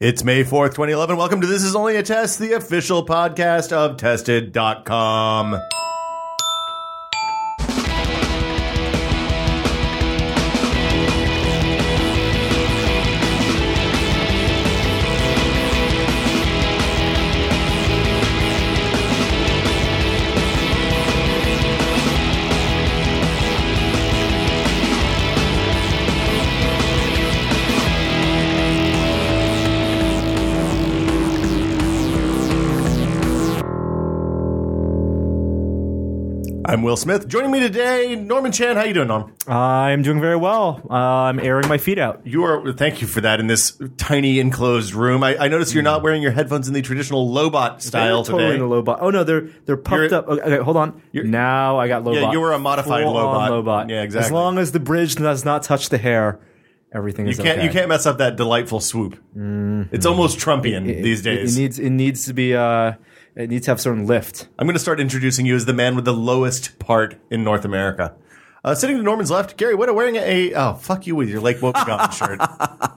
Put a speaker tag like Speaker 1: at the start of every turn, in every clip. Speaker 1: It's May 4th, 2011. Welcome to This Is Only a Test, the official podcast of Tested.com. I'm Will Smith. Joining me today, Norman Chan. How you doing, Norm?
Speaker 2: I'm doing very well. Uh, I'm airing my feet out.
Speaker 1: You are. Thank you for that. In this tiny enclosed room, I, I notice you're not wearing your headphones in the traditional Lobot style
Speaker 2: They're totally
Speaker 1: today.
Speaker 2: in the low bot. Oh no, they're they're puffed
Speaker 1: You're-
Speaker 2: up. Okay, okay, hold on. Now I got low
Speaker 1: Yeah,
Speaker 2: bot.
Speaker 1: you were a modified
Speaker 2: Full
Speaker 1: low
Speaker 2: on
Speaker 1: bot.
Speaker 2: low bot.
Speaker 1: Yeah, exactly.
Speaker 2: As long as the bridge does not touch the hair, everything
Speaker 1: you
Speaker 2: is
Speaker 1: can't.
Speaker 2: okay.
Speaker 1: You can't mess up that delightful swoop. It's almost Trumpian
Speaker 2: It-
Speaker 1: these
Speaker 2: it-
Speaker 1: days.
Speaker 2: It, needs it needs to be uh it needs to have certain lift.
Speaker 1: I'm going to start introducing you as the man with the lowest part in North America. Uh, sitting to Norman's left, Gary Witta wearing a oh fuck you with your Lake Wobegon shirt.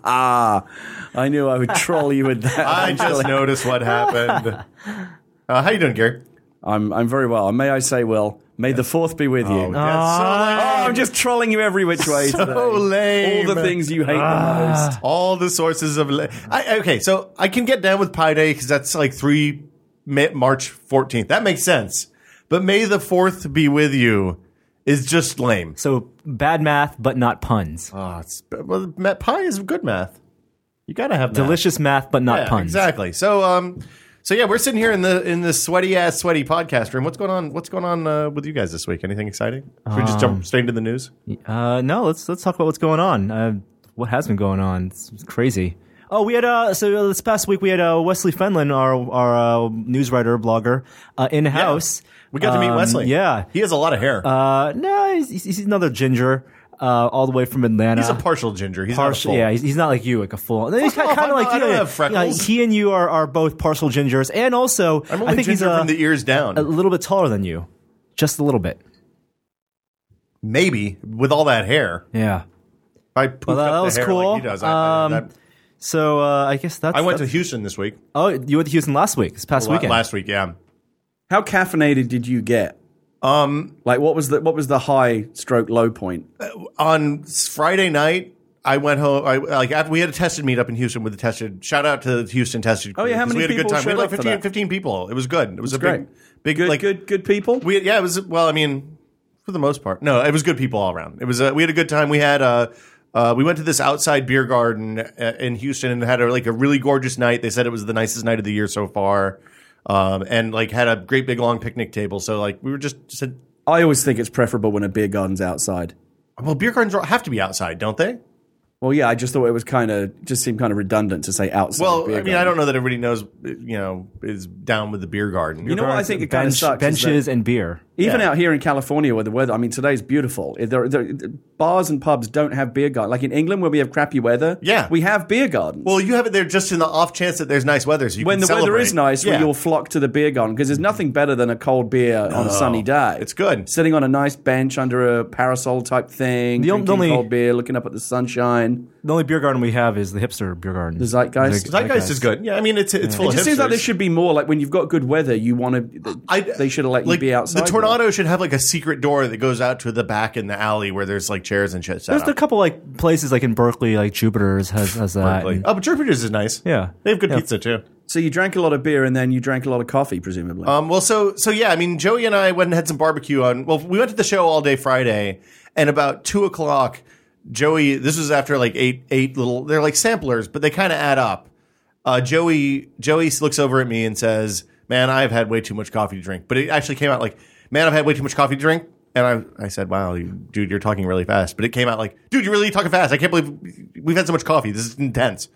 Speaker 3: I knew I would troll you with that.
Speaker 1: I
Speaker 3: actually.
Speaker 1: just noticed what happened. Uh, how you doing, Gary?
Speaker 3: I'm I'm very well. May I say, Will, may the fourth be with you. Oh,
Speaker 1: Yeah,
Speaker 3: I'm just trolling you every which way.
Speaker 1: so lame. So
Speaker 3: today.
Speaker 1: Oh, lame.
Speaker 3: All the things you hate the most.
Speaker 1: All the sources of. La- I, okay, so I can get down with Pi Day because that's like 3 Ma- March 14th. That makes sense. But May the 4th be with you is just lame.
Speaker 2: So bad math, but not puns.
Speaker 1: Oh, it's, well, ma- Pi is good math. You got to have math.
Speaker 2: Delicious math, but not
Speaker 1: Yeah,
Speaker 2: puns.
Speaker 1: Exactly. So, um, so yeah, we're sitting here in the in the sweaty ass sweaty podcast room. What's going on? What's going on uh, with you guys this week? Anything exciting? Should we just
Speaker 2: Um,
Speaker 1: jump straight into the news?
Speaker 2: Uh, no, let's let's talk about what's going on. Uh, what has been going on? It's, it's crazy. Oh, we had uh, so this past week we had uh, Wesley Fenlon, our our uh, news writer blogger, uh, in house.
Speaker 1: We got to meet
Speaker 2: Um,
Speaker 1: Wesley.
Speaker 2: Yeah.
Speaker 1: he has a lot of hair.
Speaker 2: Uh, no, he's, he's he's another ginger, uh, all the way from Atlanta.
Speaker 1: he's a partial ginger. He's
Speaker 2: Partial,
Speaker 1: not a full.
Speaker 2: yeah, he's, he's not like you, like a full. He's
Speaker 1: Fuck off,
Speaker 2: kind, of
Speaker 1: I'm
Speaker 2: like
Speaker 1: not- I
Speaker 2: you.
Speaker 1: don't
Speaker 2: yeah.
Speaker 1: have freckles.
Speaker 2: Yeah, he and you are, are both partial gingers, and also
Speaker 1: I'm only
Speaker 2: I think he's
Speaker 1: ginger
Speaker 2: a,
Speaker 1: from the ears down.
Speaker 2: a little bit taller than you, just a little bit.
Speaker 1: Maybe with all that hair,
Speaker 2: Yeah.
Speaker 1: If I poofed
Speaker 2: Well, that-
Speaker 1: up
Speaker 2: that
Speaker 1: the
Speaker 2: was
Speaker 1: hair
Speaker 2: cool.
Speaker 1: Like he does. I, I-
Speaker 2: Um,
Speaker 1: that-
Speaker 2: So uh, I guess that's.
Speaker 1: I went to
Speaker 2: that's-
Speaker 1: Houston this week.
Speaker 2: Oh, you went to Houston last week, this past
Speaker 1: la-
Speaker 2: weekend.
Speaker 1: Last week, yeah.
Speaker 3: How caffeinated did you get? Um, like what was the what was the high stroke low point?
Speaker 1: Uh, on Friday night, I went home. I like after we had a tested meetup in Houston with the tested. Shout out to the Houston tested.
Speaker 3: Oh, yeah, how
Speaker 1: 'cause
Speaker 3: many
Speaker 1: we had a good
Speaker 3: people
Speaker 1: time. We had
Speaker 3: showed
Speaker 1: like
Speaker 3: up for
Speaker 1: 15,
Speaker 3: that?
Speaker 1: 15 people. It was good. It was, a
Speaker 3: great.
Speaker 1: big, big,
Speaker 3: Good,
Speaker 1: like
Speaker 3: good, good people.
Speaker 1: we. Had, yeah, it was. Well, I mean, for the most part, no, it was good people all around. It was. Uh, we had a good time. We had. Uh, uh, we went to this outside beer garden uh, in Houston and had a, like a really gorgeous night. They said it was the nicest night of the year so far, um, and like had a great big long picnic table. So like we were just said,
Speaker 3: I always think it's preferable when a beer garden's outside.
Speaker 1: well, beer gardens have to be outside, don't they?
Speaker 3: Well, yeah, I just thought it was kind of just seemed kind of redundant to say outside.
Speaker 1: Well,
Speaker 3: beer
Speaker 1: I mean,
Speaker 3: garden.
Speaker 1: I don't know that everybody knows, you know, is down with the beer garden.
Speaker 3: You know what I think it kind of
Speaker 2: Bench-
Speaker 3: sucks. is that-
Speaker 2: benches and beer.
Speaker 3: Even
Speaker 1: Yeah.
Speaker 3: out here in California, where the weather, I mean, today's beautiful. There, there, bars and pubs don't have beer gardens. Like in England, where we have crappy weather,
Speaker 1: Yeah.
Speaker 3: we have beer gardens.
Speaker 1: well, you have it there just in the off chance that there's nice weather. So you
Speaker 3: when
Speaker 1: can
Speaker 3: the weather
Speaker 1: celebrate.
Speaker 3: is nice,
Speaker 1: yeah.
Speaker 3: we all flock to the beer garden because there's nothing better than a cold beer on a sunny day.
Speaker 1: Oh, it's good.
Speaker 3: Sitting on a nice bench under a parasol type thing,
Speaker 2: The on-
Speaker 3: drinking
Speaker 2: only-
Speaker 3: cold beer, looking up at the sunshine.
Speaker 2: The only beer garden we have is the hipster beer garden.
Speaker 3: The zeitgeist.
Speaker 1: Zeitgeist is good. Yeah, I mean, it's it's full
Speaker 3: it
Speaker 1: of
Speaker 3: just seems like
Speaker 1: hipsters.
Speaker 3: there should be more. Like when you've got good weather, you want to.
Speaker 1: I-
Speaker 3: They should have let
Speaker 1: like,
Speaker 3: you be outside.
Speaker 1: The
Speaker 3: more.
Speaker 1: tornado should have like a secret door that goes out to the back in the alley where there's like chairs and shit. Set
Speaker 2: There's a
Speaker 1: up.
Speaker 2: couple like places like in Berkeley, like Jupiter's has has that.
Speaker 1: Like-
Speaker 2: and-
Speaker 1: oh, but Jupiter's is nice.
Speaker 2: Yeah.
Speaker 1: they have good
Speaker 2: Yeah.
Speaker 1: pizza too.
Speaker 3: So you drank a lot of beer and then you drank a lot of coffee, presumably.
Speaker 1: Um, well, so so yeah, I mean, Joey and I went and had some barbecue on. Well, we went to the show all day Friday, and about two o'clock, Joey. This was after like eight eight little. They're like samplers, but they kind of add up. Uh, Joey Joey looks over at me and says, "Man, I've had way too much coffee to drink." But it actually came out like, "Man, I've had way too much coffee to drink." And I, I said, "Wow, you, dude, you're talking really fast." But it came out like, "Dude, you're really talking fast. I can't believe we've had so much coffee. This is intense."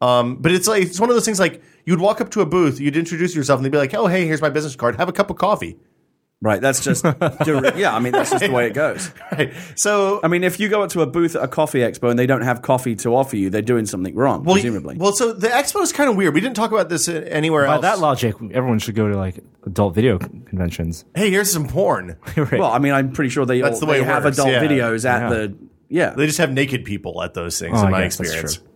Speaker 1: Um, but it's like it's one of those things like you'd walk up to a booth, you'd introduce yourself, and they'd be like, "Oh, hey, here's my business card. Have a cup of coffee."
Speaker 3: Right. That's just, yeah, I mean, that's just the way it goes.
Speaker 1: Right. So,
Speaker 3: I mean, if you go up to a booth at a coffee expo and they don't have coffee to offer you, they're doing something wrong,
Speaker 1: well,
Speaker 3: presumably.
Speaker 1: well, so the expo is kind of weird. We didn't talk about this uh, anywhere
Speaker 2: By
Speaker 1: else.
Speaker 2: that logic, everyone should go to like adult video conventions.
Speaker 1: hey, here's some porn.
Speaker 2: Right.
Speaker 3: Well, I mean, I'm pretty sure they,
Speaker 1: That's
Speaker 3: all,
Speaker 1: the way
Speaker 3: they
Speaker 1: it
Speaker 3: have
Speaker 1: works,
Speaker 3: adult
Speaker 1: yeah.
Speaker 3: videos at
Speaker 2: Yeah.
Speaker 3: the, yeah.
Speaker 1: They just have naked people at those things,
Speaker 2: Oh,
Speaker 1: in
Speaker 2: I
Speaker 1: my
Speaker 2: guess that's
Speaker 1: experience.
Speaker 2: true.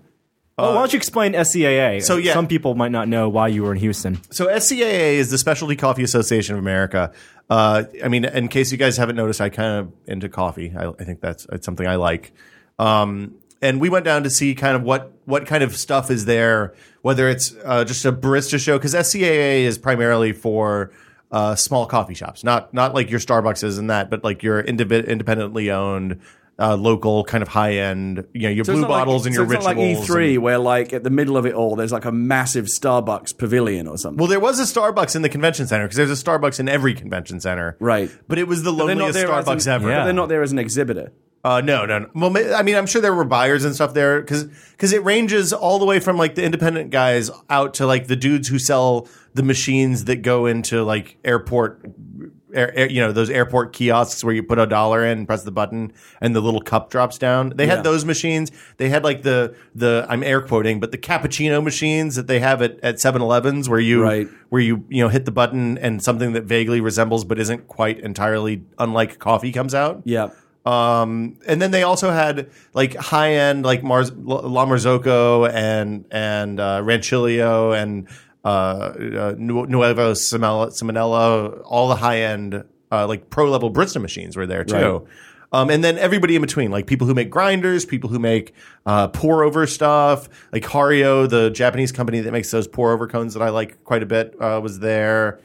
Speaker 2: well, why don't you explain SCAA?
Speaker 1: Uh, so, yeah.
Speaker 2: some people might not know why you were in Houston.
Speaker 1: So SCAA is the Specialty Coffee Association of America. Uh, I mean, in case you guys haven't noticed, I kind of into coffee. I, I think that's it's something I like. Um, and we went down to see kind of what what kind of stuff is there, whether it's uh, just a barista show because SCAA is primarily for uh, small coffee shops, not not like your Starbucks and that, but like your indivi- independently owned. Uh, local kind of high end, you know, your
Speaker 3: So
Speaker 1: blue
Speaker 3: it's not like-
Speaker 1: bottles and
Speaker 3: so
Speaker 1: your rituals.
Speaker 3: it's not like E
Speaker 1: and-
Speaker 3: E3, where like at the middle of it all, there's like a massive Starbucks pavilion or something.
Speaker 1: Well, there was a Starbucks in the convention center because there's a Starbucks in every convention center,
Speaker 3: Right.
Speaker 1: But it was the
Speaker 3: They're not
Speaker 1: loneliest
Speaker 3: there as an-
Speaker 1: Starbucks ever.
Speaker 3: But
Speaker 2: Yeah.
Speaker 3: they're not there as an exhibitor.
Speaker 1: Uh, no, no, no. Well, ma- I mean, I'm sure there were buyers and stuff there because it ranges all the way from like the independent guys out to like the dudes who sell the machines that go into like airport, air, air- you know, those airport kiosks where you put a dollar in, press the button, and the little cup drops down. They
Speaker 3: Yeah.
Speaker 1: had those machines. They had like the the I'm air quoting, but the cappuccino machines that they have at at 7-Elevens where you
Speaker 3: Right.
Speaker 1: where you you know hit the button and something that vaguely resembles but isn't quite entirely unlike coffee comes out.
Speaker 3: Yeah.
Speaker 1: Um, and then they also had like high end like Mars La La Marzocco and and uh, Ranchilio and uh, uh, Nu- Nuevo Semel- Seminello, all the high end uh, like pro level Bristol machines were there too.
Speaker 3: Right.
Speaker 1: Um, and then everybody in between, like people who make grinders, people who make uh, pour over stuff, like Hario, the Japanese company that makes those pour over cones that I like quite a bit, uh, was there.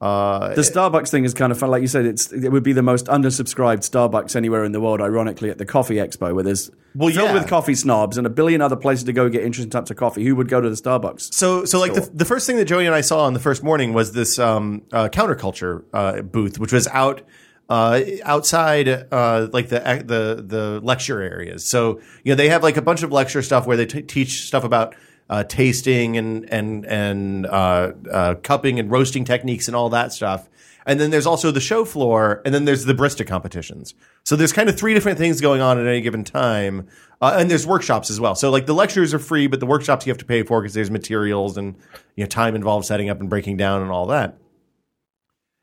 Speaker 1: Uh,
Speaker 3: The Starbucks thing is kind of fun. Like you said, it's it would be the most undersubscribed Starbucks anywhere in the world. Ironically, at the Coffee Expo, where there's
Speaker 1: Well,
Speaker 3: filled
Speaker 1: yeah.
Speaker 3: with coffee snobs and a billion other places to go get interesting types of coffee. Who would go to the Starbucks?
Speaker 1: So, so like the, the first thing that Joey and I saw on the first morning was this um, uh, counterculture uh, booth, which was out uh, outside uh, like the the the lecture areas. So you know they have like a bunch of lecture stuff where they t- teach stuff about uh, tasting and and and uh, uh, cupping and roasting techniques and all that stuff. And then there's also the show floor, and then there's the barista competitions. So there's kind of three different things going on at any given time, uh, and there's workshops as well. So like the lectures are free, but the workshops you have to pay for because there's materials and you know time involved setting up and breaking down and all that.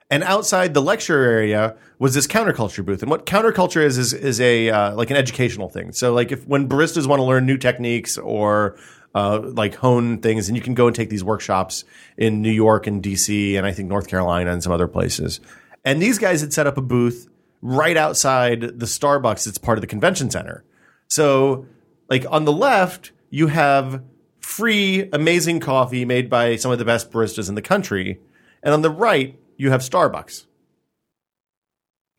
Speaker 1: And outside the lecture area was this counterculture booth. And what counterculture is is is a uh, like an educational thing. So like if when baristas want to learn new techniques or uh, like hone things, and you can go and take these workshops in New York and DC and I think North Carolina and some other places. And these guys had set up a booth right outside the Starbucks that's part of the convention center. So like on the left, you have free amazing coffee made by some of the best baristas in the country. And on the right, you have Starbucks.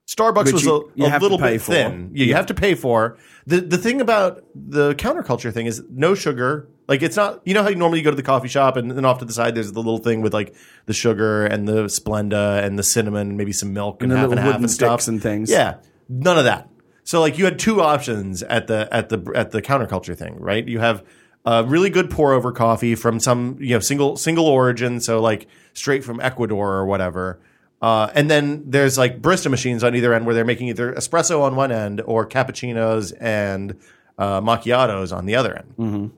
Speaker 1: Starbucks
Speaker 3: Which
Speaker 1: was
Speaker 3: you-
Speaker 1: a,
Speaker 3: you
Speaker 1: a
Speaker 3: have to
Speaker 1: little
Speaker 3: pay
Speaker 1: bit
Speaker 3: for.
Speaker 1: thin. Yeah, you have to pay for. The the thing about the counterculture thing is no sugar. Like it's not you know how you normally go to the coffee shop and then off to the side there's the little thing with like the sugar and the Splenda and the cinnamon, maybe some milk and,
Speaker 3: the
Speaker 1: half
Speaker 3: little
Speaker 1: and half
Speaker 3: wooden
Speaker 1: and stuff
Speaker 3: sticks and things.
Speaker 1: Yeah. None of that. So like you had two options at the at the at the counterculture thing, right? You have uh, really good pour over coffee from some you know single single origin, so like straight from Ecuador or whatever. Uh, and then there's like barista machines on either end where they're making either espresso on one end or cappuccinos and uh, macchiatos on the other end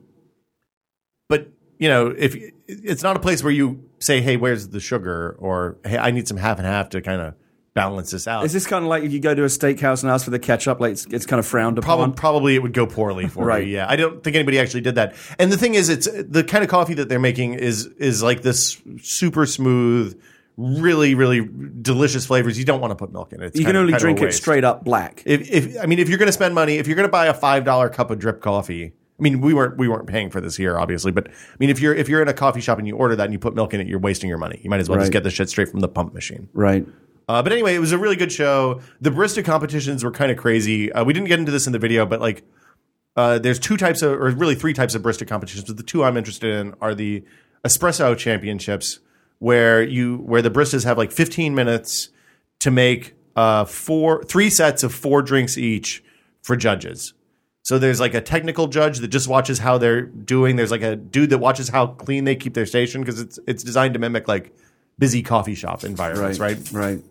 Speaker 1: but you know if it's not a place where you say hey where's the sugar or hey i need some half and half to kind of balance this out
Speaker 3: Is this kind of like if you go to a steakhouse and ask for the ketchup? Like it's, it's kind of frowned upon.
Speaker 1: Probably, probably it would go poorly for
Speaker 3: Right.
Speaker 1: you. Yeah, I don't think anybody actually did that. And the thing is, it's the kind of coffee that they're making is is like this super smooth, really really delicious flavors. You don't want to put milk in it. It's
Speaker 3: You
Speaker 1: kind
Speaker 3: can
Speaker 1: of-
Speaker 3: only
Speaker 1: kind of a
Speaker 3: drink it
Speaker 1: waste.
Speaker 3: straight up black.
Speaker 1: If, if I mean, if you're going to spend money, if you're going to buy a five dollar cup of drip coffee, I mean, we weren't we weren't paying for this here, obviously, but I mean, if you're if you're in a coffee shop and you order that and you put milk in it, you're wasting your money. You might as well
Speaker 3: Right.
Speaker 1: just get the shit straight from the pump machine.
Speaker 3: Right.
Speaker 1: Uh, but anyway, it was a really good show. The barista competitions were kind of crazy. Uh, we didn't get into this in the video, but like, uh, there's two types of, or really three types of barista competitions. But the two I'm interested in are the espresso championships, where you where the baristas have like 15 minutes to make uh, four three sets of four drinks each for judges. So there's like a technical judge that just watches how they're doing. There's like a dude that watches how clean they keep their station because it's it's designed to mimic like busy coffee shop environments,
Speaker 3: Right.
Speaker 1: right?
Speaker 3: Right.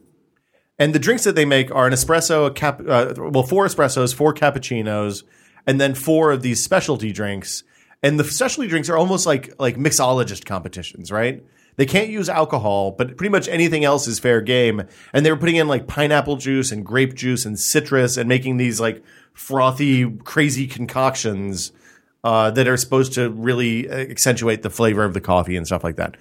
Speaker 1: And the drinks that they make are an espresso, a cap, uh, well, four espressos, four cappuccinos, and then four of these specialty drinks. And the specialty drinks are almost like like mixologist competitions, right? They can't use alcohol, but pretty much anything else is fair game. And they were putting in like pineapple juice and grape juice and citrus and making these like frothy, crazy concoctions uh, that are supposed to really uh, accentuate the flavor of the coffee and stuff like that.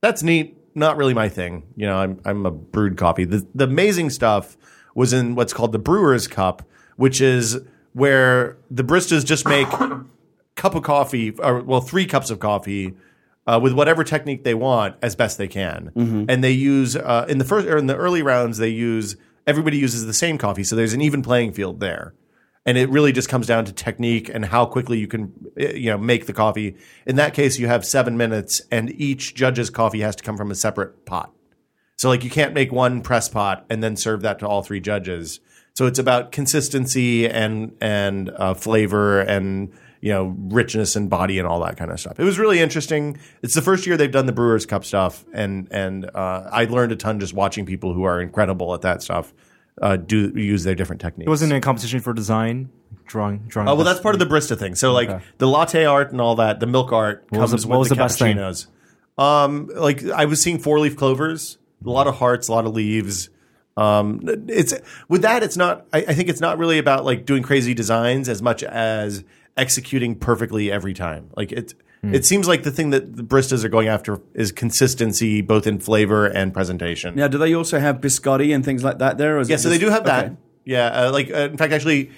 Speaker 1: That's neat. Not really my thing. You know, I'm I'm a brewed coffee. The the amazing stuff was in what's called the brewer's cup, which is where the baristas just make cup of coffee, or well, three cups of coffee uh, with whatever technique they want as best they can. And they use uh, in the first or in the early rounds, they use everybody uses the same coffee, so there's an even playing field there. And it really just comes down to technique and how quickly you can, uh, you know, make the coffee. In that case, you have seven minutes, and each judge's coffee has to come from a separate pot. So like you can't make one press pot and then serve that to all three judges. So it's about consistency and and uh, flavor and you know richness and body and all that kind of stuff. It was really interesting. It's the first year they've done the Brewers Cup stuff, and and uh, I learned a ton just watching people who are incredible at that stuff uh, do use their different techniques.
Speaker 2: It wasn't a competition for design, drawing, drawing.
Speaker 1: Oh well, that's part of the barista thing. So like the latte art and all that, the milk art
Speaker 2: was
Speaker 1: comes
Speaker 2: the-
Speaker 1: with
Speaker 2: what was
Speaker 1: the,
Speaker 2: the best thing?
Speaker 1: cappuccinos. Um, like I was seeing four leaf clovers, a lot of hearts, a lot of leaves. Um, it's with that, it's not. I, I think it's not really about like doing crazy designs as much as executing perfectly every time. Like it,
Speaker 2: Hmm.
Speaker 1: it seems like the thing that the baristas are going after is consistency, both in flavor and presentation.
Speaker 3: Now, do they also have biscotti and things like that there? Or is
Speaker 1: Yeah,
Speaker 3: it
Speaker 1: so they
Speaker 3: just-
Speaker 1: do have that.
Speaker 3: okay.
Speaker 1: Yeah, uh, like uh, in fact, actually,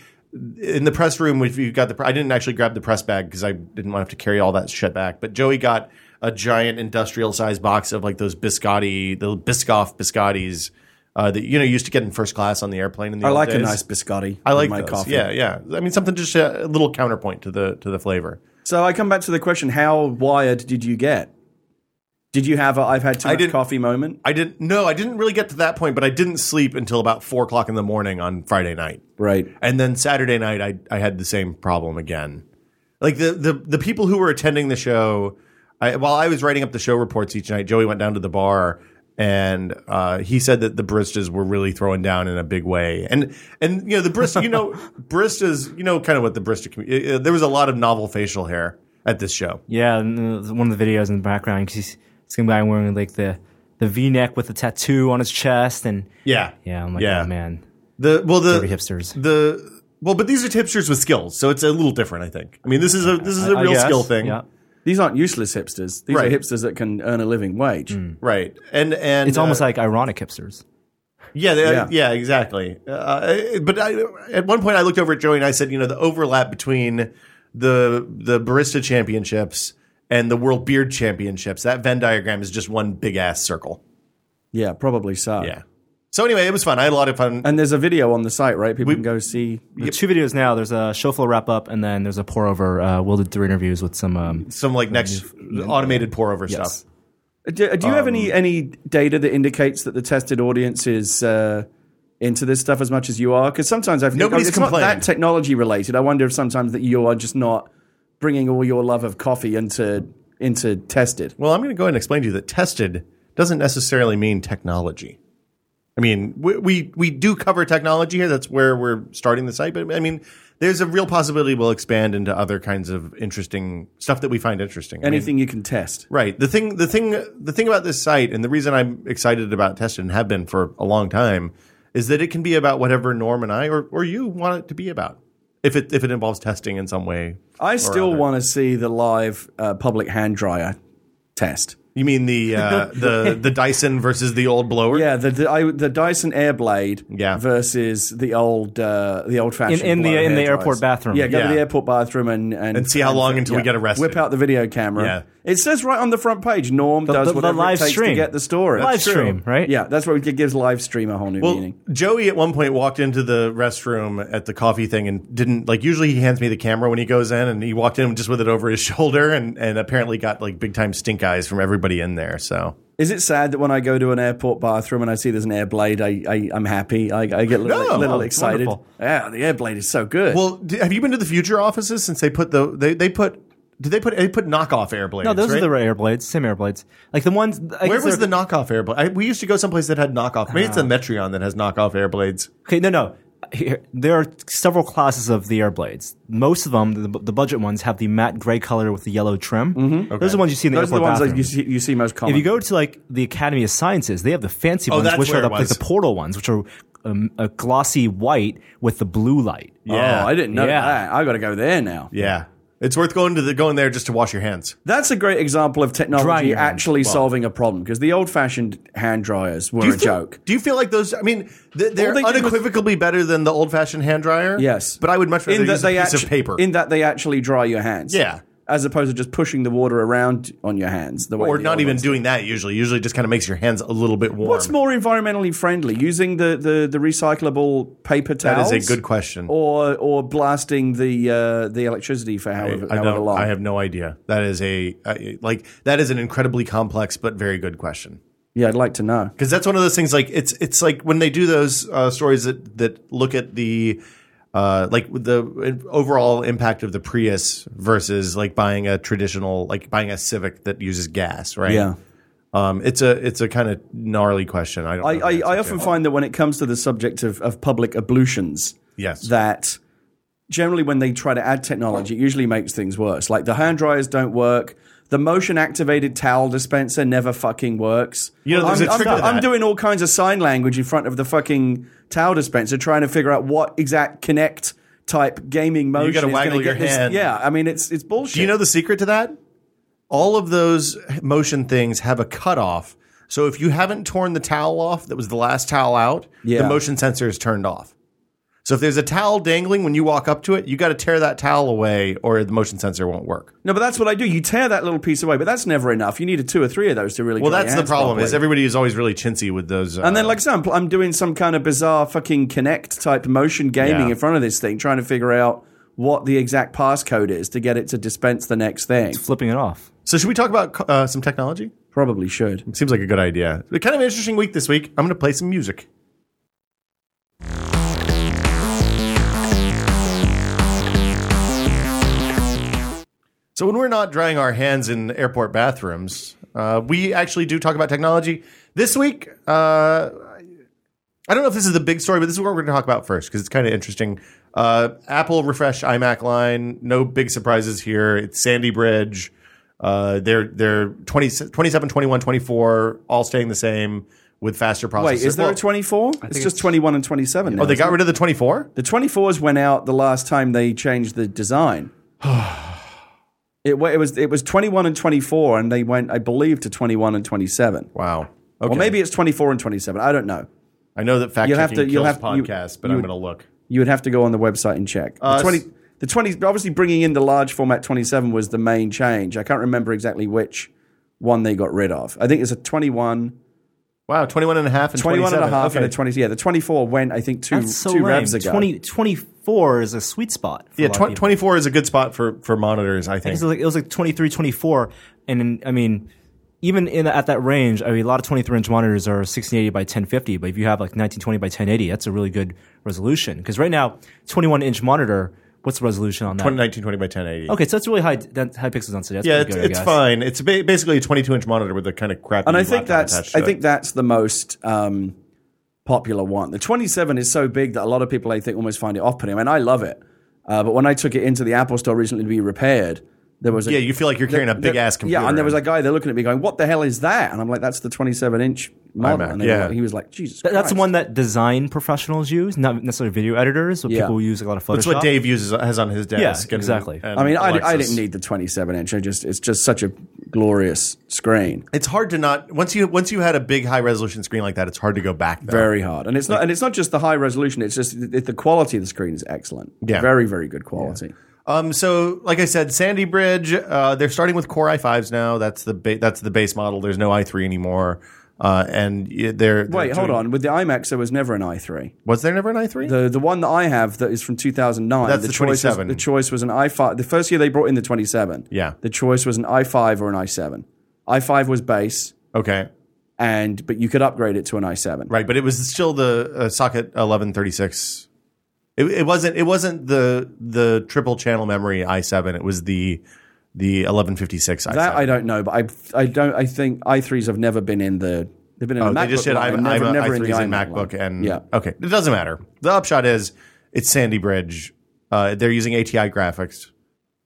Speaker 1: in the press room, if you got the, I didn't actually grab the press bag because I didn't want to have to carry all that shit back. But Joey got a giant industrial sized box of like those biscotti, the Biscoff biscottis uh, that you know you used to get in first class on the airplane. In the
Speaker 3: I
Speaker 1: old
Speaker 3: like a
Speaker 1: days.
Speaker 3: nice biscotti.
Speaker 1: I like
Speaker 3: my
Speaker 1: those.
Speaker 3: coffee.
Speaker 1: Yeah, yeah. I mean, something just uh, a little counterpoint to the to the flavor.
Speaker 3: So I come back to the question: How wired did you get? Did you have a I've had too
Speaker 1: I
Speaker 3: much
Speaker 1: didn't-
Speaker 3: coffee moment?
Speaker 1: I didn't. No, I didn't really get to that point, but I didn't sleep until about four o'clock in the morning on Friday night.
Speaker 3: Right.
Speaker 1: And then Saturday night, I, I had the same problem again. Like the, the, the people who were attending the show, I, while I was writing up the show reports each night, Joey went down to the bar and uh, he said that the baristas were really throwing down in a big way. And, and you know, the barista, you know, baristas, you know, kind of what the barista community, there was a lot of novel facial hair at this show.
Speaker 2: Yeah, and, uh, one of the videos in the background, 'cause he's some guy wearing like the the V neck with the tattoo on his chest, and
Speaker 1: Yeah.
Speaker 2: yeah, I'm like, oh man,
Speaker 1: The well, the
Speaker 2: Dirty hipsters.
Speaker 1: The well, but these are hipsters with skills, so it's a little different. I think. I mean, this is a this is a
Speaker 2: I
Speaker 1: real
Speaker 2: guess,
Speaker 1: skill thing,
Speaker 2: Yeah.
Speaker 3: These aren't useless hipsters. These
Speaker 1: Right. Hmm.
Speaker 3: are hipsters that can earn a living wage.
Speaker 1: right? And and
Speaker 2: It's almost
Speaker 1: uh,
Speaker 2: like ironic hipsters.
Speaker 1: yeah, they, uh, yeah,
Speaker 3: Yeah.
Speaker 1: exactly. Uh, but I, at one point, I looked over at Joey and I said, you know, the overlap between the the barista championships and the world beard championships, that Venn diagram is just one big ass circle.
Speaker 3: Yeah, probably so.
Speaker 1: Yeah. So anyway, it was fun. I had a lot of fun.
Speaker 3: And there's a video on the site, right? People can go see.
Speaker 2: There's two videos now. There's a show floor wrap up, and then there's a pour over. Uh, Will did three interviews with some. Um,
Speaker 1: Some like next automated pour over
Speaker 2: yes.
Speaker 1: stuff.
Speaker 3: Do, do you have any any data that indicates that the tested audience is uh, into this stuff as much as you are? Because sometimes I've
Speaker 1: Nobody's
Speaker 3: it's not
Speaker 1: complained.
Speaker 3: that technology related. I wonder if sometimes that you are just not bringing all your love of coffee into into tested.
Speaker 1: Well, I'm going to go ahead and explain to you that tested doesn't necessarily mean technology. I mean, we, we we do cover technology here. That's where we're starting the site. But I mean, there's a real possibility we'll expand into other kinds of interesting stuff that we find interesting. I mean,
Speaker 3: Anything you can test.
Speaker 1: Right. The thing, the thing, the thing about this site, and the reason I'm excited about Tested and have been for a long time, is that it can be about whatever Norm and I or, or you want it to be about. If it if it involves testing in some way,
Speaker 3: I still
Speaker 1: other.
Speaker 3: want to see the live uh, public hand dryer test.
Speaker 1: you mean the uh, the the Dyson versus the old blower?
Speaker 3: Yeah, the the, I, the Dyson Airblade
Speaker 1: Yeah.
Speaker 3: versus the old uh, the old fashioned
Speaker 2: In- in the- in the airport bathroom.
Speaker 3: Yeah, go
Speaker 1: Yeah.
Speaker 3: to the airport bathroom and and,
Speaker 1: And see how long until we get arrested.
Speaker 3: Whip out the video camera.
Speaker 1: Yeah.
Speaker 3: it says right on the front page. Norm does
Speaker 2: the- the
Speaker 3: whatever it
Speaker 2: live
Speaker 3: takes
Speaker 2: stream.
Speaker 3: to get the story.
Speaker 2: live
Speaker 1: true.
Speaker 2: stream, right?
Speaker 3: Yeah, that's what it gives live stream a whole new
Speaker 1: Well,
Speaker 3: meaning.
Speaker 1: Joey at one point walked into the restroom at the coffee thing and didn't like. Usually he hands me the camera when he goes in, and he walked in just with it over his shoulder, and and apparently got like big time stink eyes from everybody in there. So
Speaker 3: Is it sad that when I go to an airport bathroom and I see there's an Airblade, I, I I'm happy. I, I get a little,
Speaker 1: No,
Speaker 3: little
Speaker 1: oh,
Speaker 3: excited.
Speaker 2: wonderful.
Speaker 3: Yeah, the Airblade is so good.
Speaker 1: Well, d have you been to the future offices since they put the they they put did they put they put knockoff airblades?
Speaker 2: No, those
Speaker 1: right?
Speaker 2: are the air blades, same air blades. Like the ones. I
Speaker 1: Where
Speaker 2: guess
Speaker 1: was
Speaker 2: they're-
Speaker 1: the knockoff airblade? I, we used to go someplace that had knockoff. Maybe it's the Metreon that has knockoff airblades.
Speaker 2: Okay, no, no. Here, there are several classes of the air blades. Most of them, the, the budget ones, have the matte gray color with the yellow trim. Mm-hmm. Those are the ones you see in the
Speaker 3: those are
Speaker 2: airport
Speaker 3: the ones that
Speaker 2: bathroom.
Speaker 3: you see, you see most common.
Speaker 2: if you go to like the Academy of Sciences, they have the fancy ones,
Speaker 1: that's
Speaker 2: which
Speaker 1: where
Speaker 2: are the,
Speaker 1: it
Speaker 2: like
Speaker 1: was.
Speaker 2: the portal ones, which are um, a glossy white with the blue light.
Speaker 3: oh, I didn't know
Speaker 2: Yeah.
Speaker 3: that. I got to go there now.
Speaker 1: Yeah. It's worth going to the going there just to wash your hands.
Speaker 3: That's a great example of
Speaker 2: Drying
Speaker 3: technology
Speaker 2: your hands.
Speaker 3: actually solving a problem because the old-fashioned hand dryers were a
Speaker 1: feel,
Speaker 3: joke.
Speaker 1: Do you feel like those? I mean, th- they're
Speaker 3: they did was-
Speaker 1: unequivocally better than the old fashioned hand dryer.
Speaker 3: Yes.
Speaker 1: but I would much rather
Speaker 3: In that
Speaker 1: use a
Speaker 3: they
Speaker 1: piece
Speaker 3: actually,
Speaker 1: of paper.
Speaker 3: in that they actually dry your hands.
Speaker 1: Yeah.
Speaker 3: as opposed to just pushing the water around on your hands. The way
Speaker 1: or
Speaker 3: the
Speaker 1: not
Speaker 3: old
Speaker 1: even
Speaker 3: ones-
Speaker 1: doing that usually. Usually just kind of makes your hands a little bit warm.
Speaker 3: What's more environmentally friendly, using the, the, the recyclable paper
Speaker 1: That
Speaker 3: towels?
Speaker 1: is a good question.
Speaker 3: Or or blasting the uh, the electricity for
Speaker 1: I,
Speaker 3: however,
Speaker 1: I
Speaker 3: however
Speaker 1: don't.
Speaker 3: long.
Speaker 1: I have no idea. That is a I, like that is an incredibly complex but very good question.
Speaker 3: yeah, I'd like to know.
Speaker 1: because that's one of those things like it's it's like when they do those uh, stories that that look at the uh, like with the overall impact of the Prius versus like buying a traditional like buying a Civic that uses gas, right?
Speaker 3: Yeah.
Speaker 1: um, it's a it's a kind of gnarly question. I don't
Speaker 3: I,
Speaker 1: know the
Speaker 3: I,
Speaker 1: answer
Speaker 3: I
Speaker 1: to.
Speaker 3: often find that when it comes to the subject of, of public ablutions,
Speaker 1: yes
Speaker 3: that generally when they try to add technology, it usually makes things worse. Like the hand dryers don't work. The motion activated towel dispenser never fucking works.
Speaker 1: You know, there's
Speaker 3: I'm,
Speaker 1: a trick
Speaker 3: I'm-
Speaker 1: to
Speaker 3: I'm
Speaker 1: that.
Speaker 3: doing all kinds of sign language in front of the fucking towel dispenser, trying to figure out what exact connect type gaming motion.
Speaker 1: gotta
Speaker 3: is gonna
Speaker 1: waggle
Speaker 3: get
Speaker 1: your
Speaker 3: this-
Speaker 1: hand.
Speaker 3: Yeah, I mean it's it's bullshit.
Speaker 1: Do you know the secret to that? All of those motion things have a cutoff. So if you haven't torn the towel off that was the last towel out,
Speaker 3: Yeah.
Speaker 1: the motion sensor is turned off. So if there's a towel dangling when you walk up to it, you got to tear that towel away or the motion sensor won't work.
Speaker 3: no, but that's what I do. You tear that little piece away, but that's never enough. You need a two or three of those to really.
Speaker 1: Well,
Speaker 3: dry
Speaker 1: that's
Speaker 3: your
Speaker 1: the
Speaker 3: hands
Speaker 1: problem is
Speaker 3: properly.
Speaker 1: everybody is always really chintzy with those. Uh,
Speaker 3: And then, like example, I'm doing some kind of bizarre fucking Connect type motion gaming
Speaker 1: Yeah.
Speaker 3: in front of this thing, trying to figure out what the exact passcode is to get it to dispense the next thing.
Speaker 2: flipping it off.
Speaker 1: so should we talk about uh, some technology?
Speaker 3: Probably should.
Speaker 1: Seems like a good idea. Kind of an interesting week this week. I'm going to play some music. So when we're not drying our hands in airport bathrooms, uh, we actually do talk about technology. This week, uh, I don't know if this is the big story, but this is what we're going to talk about first because it's kind of interesting. Uh, Apple refresh iMac line. No big surprises here. It's Sandy Bridge. Uh, they're they're 20, 27, 21, 24, all staying the same with faster processor.
Speaker 3: Wait, is there
Speaker 1: Well,
Speaker 3: a 24? It's just 21 and 27. now.
Speaker 1: Oh, they got rid of the 24?
Speaker 3: the 24s went out the last time they changed the design. it, wa- it was it was 21 and 24, and they went, I believe, to 21 and 27.
Speaker 1: Wow.
Speaker 3: Or
Speaker 1: Okay.
Speaker 3: maybe it's 24 and 27. I don't know.
Speaker 1: I know that fact
Speaker 3: You'll have
Speaker 1: checking
Speaker 3: to-
Speaker 1: kills
Speaker 3: you'll have- you-
Speaker 1: podcasts, but
Speaker 3: you-
Speaker 1: I'm going to look.
Speaker 3: you would have to go on the website and check. The
Speaker 1: Uh,
Speaker 3: 20,
Speaker 1: s-
Speaker 3: the 20, obviously bringing in the large format 27 was the main change. I can't remember exactly which one they got rid of. I think it's a 21,
Speaker 1: Wow, 21 and a half and
Speaker 3: 21 and a
Speaker 1: 27.
Speaker 3: half and a
Speaker 1: Okay.
Speaker 3: 20. Yeah, the 24 went, I think, two,
Speaker 2: That's so
Speaker 3: two
Speaker 2: lame.
Speaker 3: revs ago.
Speaker 2: 20, 24 is a sweet spot. For
Speaker 1: Yeah,
Speaker 2: a lot of
Speaker 1: twen-
Speaker 2: people.
Speaker 1: 24 is a good spot for, for monitors, I think.
Speaker 2: It was like, it was like 23, 24. And then, I mean, even in at that range, I mean, a lot of 23 inch monitors are 1680 by 1050. But if you have like 1920 by 1080, that's a really good resolution. Because right now, 21 inch monitor, what's the resolution on that?
Speaker 1: 1920 by 1080.
Speaker 2: Okay, so that's really high, that, high pixels density. That's
Speaker 1: Yeah,
Speaker 2: pretty
Speaker 1: it's,
Speaker 2: good, I
Speaker 1: it's
Speaker 2: guess.
Speaker 1: fine. It's ba- basically a 22 inch monitor with a kind of crappy.
Speaker 3: and I think
Speaker 1: laptop
Speaker 3: that's
Speaker 1: attached
Speaker 3: I
Speaker 1: to
Speaker 3: think
Speaker 1: it.
Speaker 3: that's the most um, popular one. The 27 is so big that a lot of people I think almost find it off putting. I mean, I love it, uh, but when I took it into the Apple Store recently to be repaired, there was a,
Speaker 1: yeah, you feel like you're carrying a big
Speaker 3: there-
Speaker 1: ass computer.
Speaker 3: Yeah, and there was a guy there looking at me going, "What the hell is that?" And I'm like, "That's the 27 inch model."
Speaker 1: iMac,
Speaker 3: And they were
Speaker 1: yeah.
Speaker 3: like- he was like, "Jesus."
Speaker 2: Th- That's the
Speaker 3: Christ."
Speaker 2: one that design professionals use, not necessarily video editors, but
Speaker 3: Yeah.
Speaker 2: people who use like, a lot of Photoshop.
Speaker 1: that's what Dave uses has on his desk. and-
Speaker 2: exactly.
Speaker 1: and
Speaker 3: I mean, I, I
Speaker 1: Alexa's.
Speaker 3: didn't need the 27 inch. I just it's just such a glorious screen.
Speaker 1: It's hard to not once you once you had a big high resolution screen like that. It's hard to go back. Though.
Speaker 3: Very hard, and it's not and it's not just the high resolution. It's just it, the quality of the screen is excellent.
Speaker 1: Yeah.
Speaker 3: very very good quality.
Speaker 1: Um, so, like I said, Sandy Bridge. Uh, they're starting with Core i5s now. That's the ba- that's the base model. There's no i3 anymore. Uh, and y- they're, they're
Speaker 3: Wait, hold
Speaker 1: doing-
Speaker 3: on. With the IMAX, there was never an i3.
Speaker 1: Was there never an i3?
Speaker 3: The the one that I have that is from 2009.
Speaker 1: That's the
Speaker 3: choice was-
Speaker 1: 27.
Speaker 3: the choice was an i5. The first year they brought in the 27.
Speaker 1: Yeah.
Speaker 3: The choice was an i5 or an i7. i5 was base,
Speaker 1: okay,
Speaker 3: and but you could upgrade it to an i7.
Speaker 1: right, but it was still the uh, socket 1136. It, it wasn't. It wasn't the the triple channel memory i7. It was the the 1156 i7.
Speaker 3: That I don't know, but I I don't. I think i3s have never been in the. They've been in
Speaker 1: Oh,
Speaker 3: the MacBook
Speaker 1: they just said
Speaker 3: line,
Speaker 1: I'm,
Speaker 3: never,
Speaker 1: I'm
Speaker 3: never
Speaker 1: i3s
Speaker 3: in
Speaker 1: in,
Speaker 3: the iMac
Speaker 1: MacBook
Speaker 3: line.
Speaker 1: and
Speaker 3: yeah.
Speaker 1: okay, it doesn't matter. The upshot is it's Sandy Bridge. Uh, they're using ATI graphics.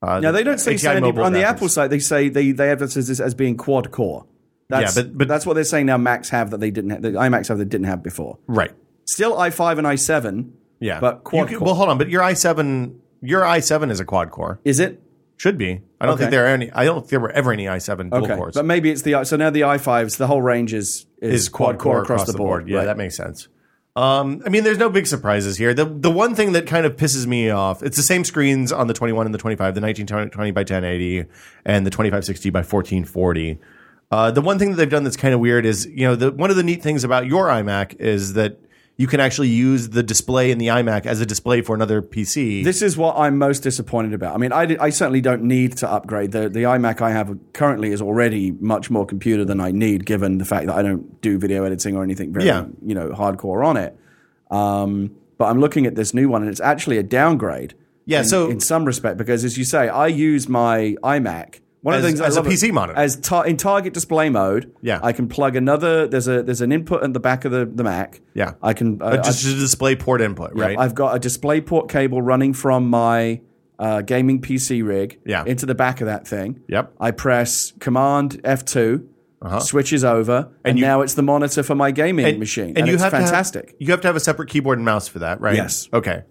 Speaker 1: Uh,
Speaker 3: Now they don't say
Speaker 1: ATI
Speaker 3: Sandy
Speaker 1: mobile
Speaker 3: on the
Speaker 1: graphics.
Speaker 3: Apple side. They say they they advertise this as being quad core. That's,
Speaker 1: Yeah, but- but-
Speaker 3: that's what they're saying now. Macs have that they didn't. Have, the iMacs have that didn't have before.
Speaker 1: right?
Speaker 3: Still i5 and i7.
Speaker 1: Yeah,
Speaker 3: But quad
Speaker 1: You can-
Speaker 3: core.
Speaker 1: Well, hold on, but your i7, your i7 is a quad core.
Speaker 3: Is it?
Speaker 1: Should be. I don't
Speaker 3: Okay.
Speaker 1: think there are any. I don't think there were ever any i7 dual
Speaker 3: Okay,
Speaker 1: cores.
Speaker 3: but maybe it's the i- so now the i5s. The whole range is is,
Speaker 1: is quad core, across, the board. Yeah,
Speaker 3: right.
Speaker 1: that makes sense. Um, I mean, there's no big surprises here. The the one thing that kind of pisses me off, it's the same screens on the 21 and the 25, the 1920 by 1080 and the 2560 by 1440. Uh, the one thing that they've done that's kind of weird is, you know, the, one of the neat things about your iMac is that you can actually use the display in the iMac as a display for another PC.
Speaker 3: This is what I'm most disappointed about. I mean, I, di- I certainly don't need to upgrade. The, the iMac I have currently is already much more computer than I need, given the fact that I don't do video editing or anything very,
Speaker 1: Yeah.
Speaker 3: you know, hardcore on it. Um, but I'm looking at this new one, and it's actually a downgrade.
Speaker 1: Yeah,
Speaker 3: in,
Speaker 1: so-
Speaker 3: in some respect, because as you say, I use my iMac. One of the
Speaker 1: As-
Speaker 3: things I
Speaker 1: as a
Speaker 3: love-
Speaker 1: PC monitor.
Speaker 3: as tar- in target display mode.
Speaker 1: Yeah.
Speaker 3: I can plug another. There's a there's an input at the back of the, the Mac.
Speaker 1: Yeah.
Speaker 3: I can
Speaker 1: Uh,
Speaker 3: I-
Speaker 1: just a display port input,
Speaker 3: yeah,
Speaker 1: right?
Speaker 3: I've got a DisplayPort cable running from my uh, gaming PC rig
Speaker 1: Yeah.
Speaker 3: into the back of that thing.
Speaker 1: Yep. Uh-huh.
Speaker 3: I press Command F2, switches over, and,
Speaker 1: you-
Speaker 3: now it's the monitor for my gaming machine. And, it's
Speaker 1: have to have-
Speaker 3: fantastic.
Speaker 1: you have to have a separate keyboard and mouse for that, right?
Speaker 3: Yes.
Speaker 1: Okay.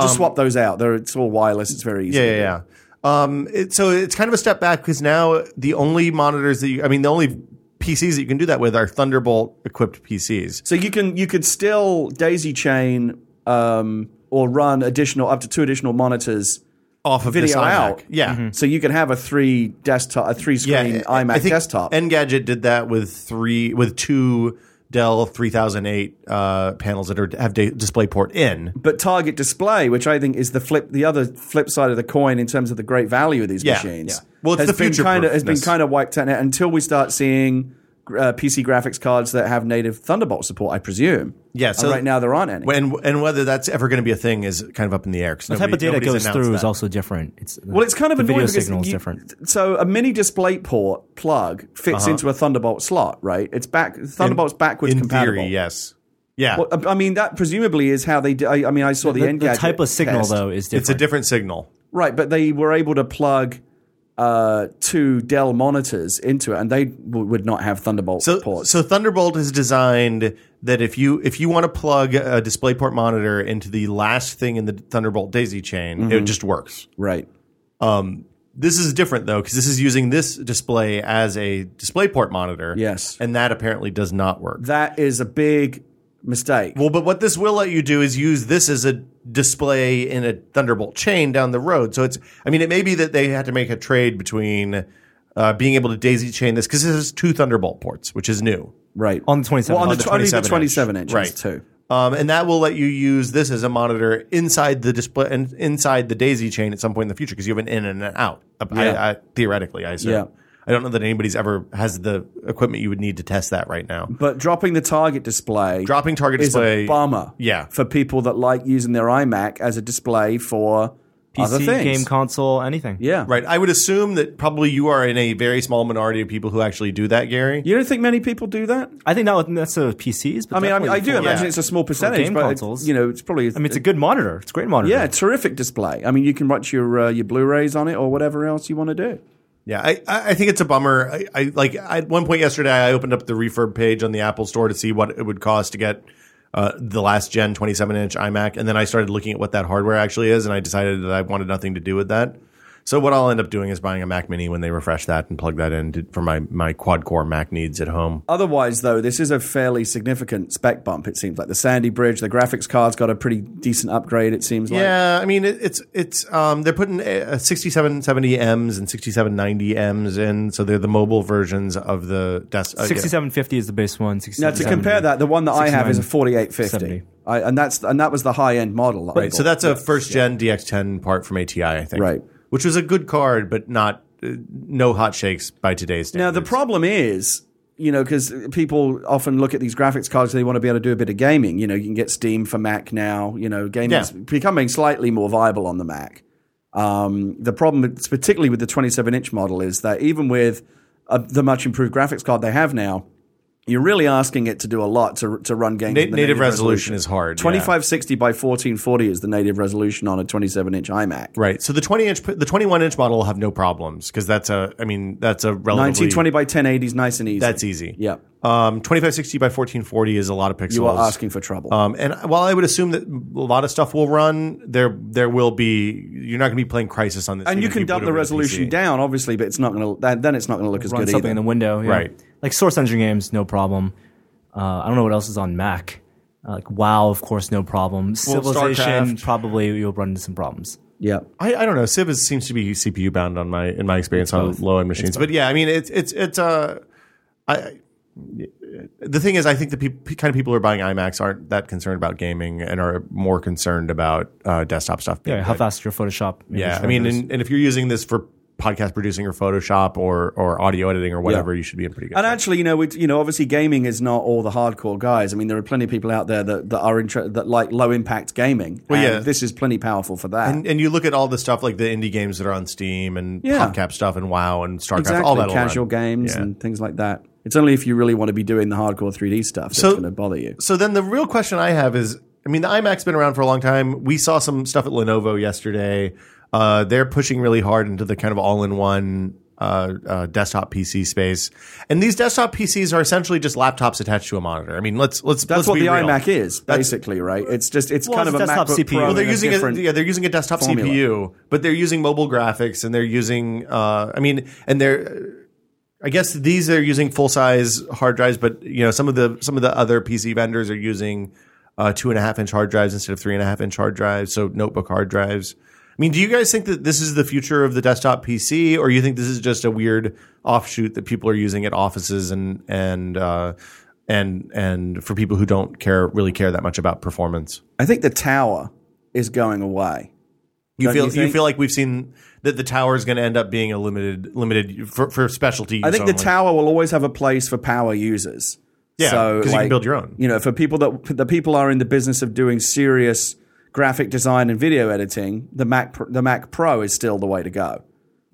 Speaker 3: Just swap those out. They're, it's all wireless. It's very easy.
Speaker 1: um, Yeah, yeah, yeah. Um, it, so it's kind of a step back because now the only monitors that you, I mean, the only PCs that you can do that with are Thunderbolt equipped PCs.
Speaker 3: So you can you could still daisy chain um, or run additional up to two additional monitors.
Speaker 1: Off of this
Speaker 3: Video
Speaker 1: iMac.
Speaker 3: out. Mm-hmm.
Speaker 1: yeah,
Speaker 3: So you can have a three desktop, a three
Speaker 1: yeah.
Speaker 3: screen
Speaker 1: I-
Speaker 3: iMac
Speaker 1: I think
Speaker 3: desktop.
Speaker 1: Engadget did that with three, with two Dell 3008 uh, panels that are have da- DisplayPort in.
Speaker 3: but target display, which I think is the flip, the other flip side of the coin in terms of the great value of these
Speaker 1: Yeah,
Speaker 3: machines.
Speaker 1: yeah. Well, it's
Speaker 3: has
Speaker 1: the
Speaker 3: been kind of has been
Speaker 1: future-proofness.
Speaker 3: kind of wiped out now until we start seeing uh, PC graphics cards that have native Thunderbolt support. I presume.
Speaker 1: Yeah, so-
Speaker 3: and right now there aren't any.
Speaker 1: And and whether that's ever going to be a thing is kind of up in the air. 'cause
Speaker 2: The type of
Speaker 1: nobody-
Speaker 2: data
Speaker 1: nobody's
Speaker 2: goes
Speaker 1: announced
Speaker 2: through
Speaker 1: that.
Speaker 2: is also different. It's
Speaker 3: well, it's kind of
Speaker 2: the
Speaker 3: annoying
Speaker 2: video
Speaker 3: because
Speaker 2: signal is
Speaker 3: you-
Speaker 2: different.
Speaker 3: So a mini display port plug fits into a Thunderbolt slot, right? It's back Thunderbolt's backwards
Speaker 1: Uh-huh. in
Speaker 3: compatible.
Speaker 1: theory. Yes. Yeah.
Speaker 3: Well, uh, I I mean that presumably is how they. Do, I, I mean, I saw the,
Speaker 2: The,
Speaker 3: end
Speaker 2: the type of signal though is different.
Speaker 1: it's a different signal.
Speaker 3: Right, but they were able to plug uh, two Dell monitors into it, and they w- would not have Thunderbolt
Speaker 1: So,
Speaker 3: ports.
Speaker 1: so Thunderbolt is designed that if you if you want to plug a DisplayPort monitor into the last thing in the Thunderbolt daisy chain, it just works.
Speaker 3: right.
Speaker 1: This is different though because this is using this display as a DisplayPort monitor.
Speaker 3: Yes.
Speaker 1: and that apparently does not work.
Speaker 3: That is a big mistake.
Speaker 1: well, but what this will let you do is use this as a display in a Thunderbolt chain down the road. So it's, I mean, it may be that they had to make a trade between uh, being able to daisy chain this because this has two Thunderbolt ports, which is new.
Speaker 3: right.
Speaker 2: on the 27.
Speaker 3: well, on
Speaker 1: the
Speaker 3: the, tw- only the
Speaker 1: 27
Speaker 3: 27
Speaker 1: inch.
Speaker 3: inches,
Speaker 1: Right.
Speaker 3: too.
Speaker 1: Um, and that will let you use this as a monitor inside the display and inside the daisy chain at some point in the future because you have an in and an out. Uh, I, I, theoretically, I assume.
Speaker 3: Yeah.
Speaker 1: I don't know that anybody's ever has the equipment you would need to test that right now.
Speaker 3: But dropping the target display
Speaker 1: Dropping target
Speaker 3: is
Speaker 1: display.
Speaker 3: a bummer
Speaker 1: Yeah.
Speaker 3: for people that like using their iMac as a display for other
Speaker 2: PC,
Speaker 3: things.
Speaker 2: game console, anything.
Speaker 3: yeah.
Speaker 1: Right. I would assume that probably you are in a very small minority of people who actually do that, Gary.
Speaker 3: You don't think many people do that?
Speaker 2: I think not necessarily with PCs. But
Speaker 3: I mean, I, mean, I do
Speaker 2: definitely for-
Speaker 3: imagine
Speaker 1: yeah.
Speaker 3: it's a small percentage,
Speaker 2: game
Speaker 3: but
Speaker 2: consoles.
Speaker 3: It, you know, it's probably.
Speaker 2: I mean, it's a good monitor. It's a great monitor.
Speaker 3: Yeah, terrific display. I mean, you can watch your uh, your Blu-rays on it or whatever else you want to do.
Speaker 1: Yeah, I, I I think it's a bummer. I, I like I, at one point yesterday, I opened up the refurb page on the Apple Store to see what it would cost to get uh, the last gen 27 inch iMac, and then I started looking at what that hardware actually is, and I decided that I wanted nothing to do with that. So what I'll end up doing is buying a Mac Mini when they refresh that and plug that in to, for my my quad core Mac needs at home.
Speaker 3: Otherwise, though, this is a fairly significant spec bump. It seems like the Sandy Bridge, the graphics card's got a pretty decent upgrade. It seems like.
Speaker 1: Yeah, I mean it, it's it's um they're putting uh, 6770Ms and 6790Ms in, so they're the mobile versions of the desk. uh, yeah.
Speaker 2: 6750 is the base one.
Speaker 3: Now to compare that, the one that I have is a
Speaker 2: 70.
Speaker 3: 4850, I, and that's and that was the high end model. that I
Speaker 1: Right, so
Speaker 3: bought.
Speaker 1: that's a first gen DX10 part from ATI, I think.
Speaker 3: Right.
Speaker 1: Which was a good card, but not uh, no hot shakes by today's
Speaker 3: now
Speaker 1: standards.
Speaker 3: the problem is. You know, because people often look at these graphics cards, they want to be able to do a bit of gaming. You know, you can get Steam for Mac now. You know, gaming's
Speaker 1: Yeah.
Speaker 3: becoming slightly more viable on the Mac. Um, the problem, it's particularly with the 27 inch model, is that even with uh the much improved graphics card they have now, you're really asking it to do a lot to, to run games.
Speaker 1: Na-
Speaker 3: in the
Speaker 1: native resolution is hard, yeah.
Speaker 3: 2560 by 1440 is the native resolution on a 27 inch iMac.
Speaker 1: right. So the 20 inch, the 21 inch model will have no problems because that's a, I mean, that's a relatively
Speaker 3: 1920 by 1080 is nice and easy.
Speaker 1: That's easy.
Speaker 3: Yeah.
Speaker 1: Um, 2560 by 1440 is a lot of pixels.
Speaker 3: You are asking for trouble.
Speaker 1: Um, and while I would assume that a lot of stuff will run, there there will be you're not going to be playing Crisis on this.
Speaker 3: and
Speaker 1: even
Speaker 3: you
Speaker 1: if
Speaker 3: can
Speaker 1: put
Speaker 3: dump
Speaker 1: it
Speaker 3: the
Speaker 1: on a
Speaker 3: resolution
Speaker 1: PC.
Speaker 3: down, obviously, but it's not going to. Then it's not going to look as
Speaker 2: run
Speaker 3: good
Speaker 2: something
Speaker 3: either.
Speaker 2: in the window. yeah.
Speaker 1: Right.
Speaker 2: Like Source Engine games, no problem. Uh, I don't know what else is on Mac. Uh, like WoW, of course, no problem. Civilization,
Speaker 1: StarCraft.
Speaker 2: probably you'll run into some problems.
Speaker 3: yeah,
Speaker 1: I, I don't know. Civ is, seems to be CPU bound on my in my experience on low end machines. But yeah, I mean it's it's it's uh, I the thing is I think the peop kind of people who are buying iMacs aren't that concerned about gaming and are more concerned about uh, desktop stuff. being
Speaker 2: Yeah, how
Speaker 1: good.
Speaker 2: fast your Photoshop?
Speaker 1: Yeah,
Speaker 2: image
Speaker 1: I mean,
Speaker 2: renders.
Speaker 1: and, and if you're using this for podcast producing or Photoshop or or audio editing or whatever, you should be in pretty good.
Speaker 3: and actually, you know, we, you know, obviously, gaming is not all the hardcore guys. I mean, there are plenty of people out there that, that are intre- that like low impact gaming. Well,
Speaker 1: yeah.
Speaker 3: this is plenty powerful for that.
Speaker 1: And, and you look at all the stuff like the indie games that are on Steam and
Speaker 3: Yeah.
Speaker 1: PubCap stuff and WoW and StarCraft,
Speaker 3: exactly,
Speaker 1: all that
Speaker 3: casual games
Speaker 1: Yeah.
Speaker 3: and things like that. It's only if you really want to be doing the hardcore 3D stuff that's
Speaker 1: So-
Speaker 3: going to bother you.
Speaker 1: So then the real question I have is, I mean, the iMac's been around for a long time. We saw some stuff at Lenovo yesterday. Uh, they're pushing really hard into the kind of all-in-one uh, uh, desktop PC space, and these desktop PCs are essentially just laptops attached to a monitor. I mean, let's let's
Speaker 3: That's
Speaker 1: let's
Speaker 3: what
Speaker 1: be
Speaker 3: the
Speaker 1: real.
Speaker 3: iMac is basically, right? It's just it's
Speaker 2: Well,
Speaker 3: kind
Speaker 2: it's
Speaker 3: of a
Speaker 2: a desktop
Speaker 3: MacBook
Speaker 2: CPU.
Speaker 3: Pro.
Speaker 2: Well,
Speaker 1: Well, they're
Speaker 3: in a
Speaker 1: using
Speaker 3: different-
Speaker 1: a, yeah, they're using a desktop
Speaker 3: formula.
Speaker 1: CPU, but they're using mobile graphics and they're using uh, I mean, and they're uh, I guess these they're using full size hard drives, but you know some of the some of the other PC vendors are using uh, two and a half inch hard drives instead of three and a half inch hard drives, so notebook hard drives. I mean, do you guys think that this is the future of the desktop PC, or you think this is just a weird offshoot that people are using at offices and and uh, and and for people who don't care really care that much about performance?
Speaker 3: I think the tower is going away.
Speaker 1: You
Speaker 3: Don't
Speaker 1: feel
Speaker 3: you
Speaker 1: you,
Speaker 3: think?
Speaker 1: feel like we've seen that the tower is going to end up being a limited limited for, for specialty.
Speaker 3: I think the tower will always have a place for power users.
Speaker 1: Yeah,
Speaker 3: So,
Speaker 1: 'cause you can
Speaker 3: like,
Speaker 1: build your own.
Speaker 3: You know, for people that the people are in the business of doing serious graphic design and video editing, the Mac Pro- the Mac Pro is still the way to go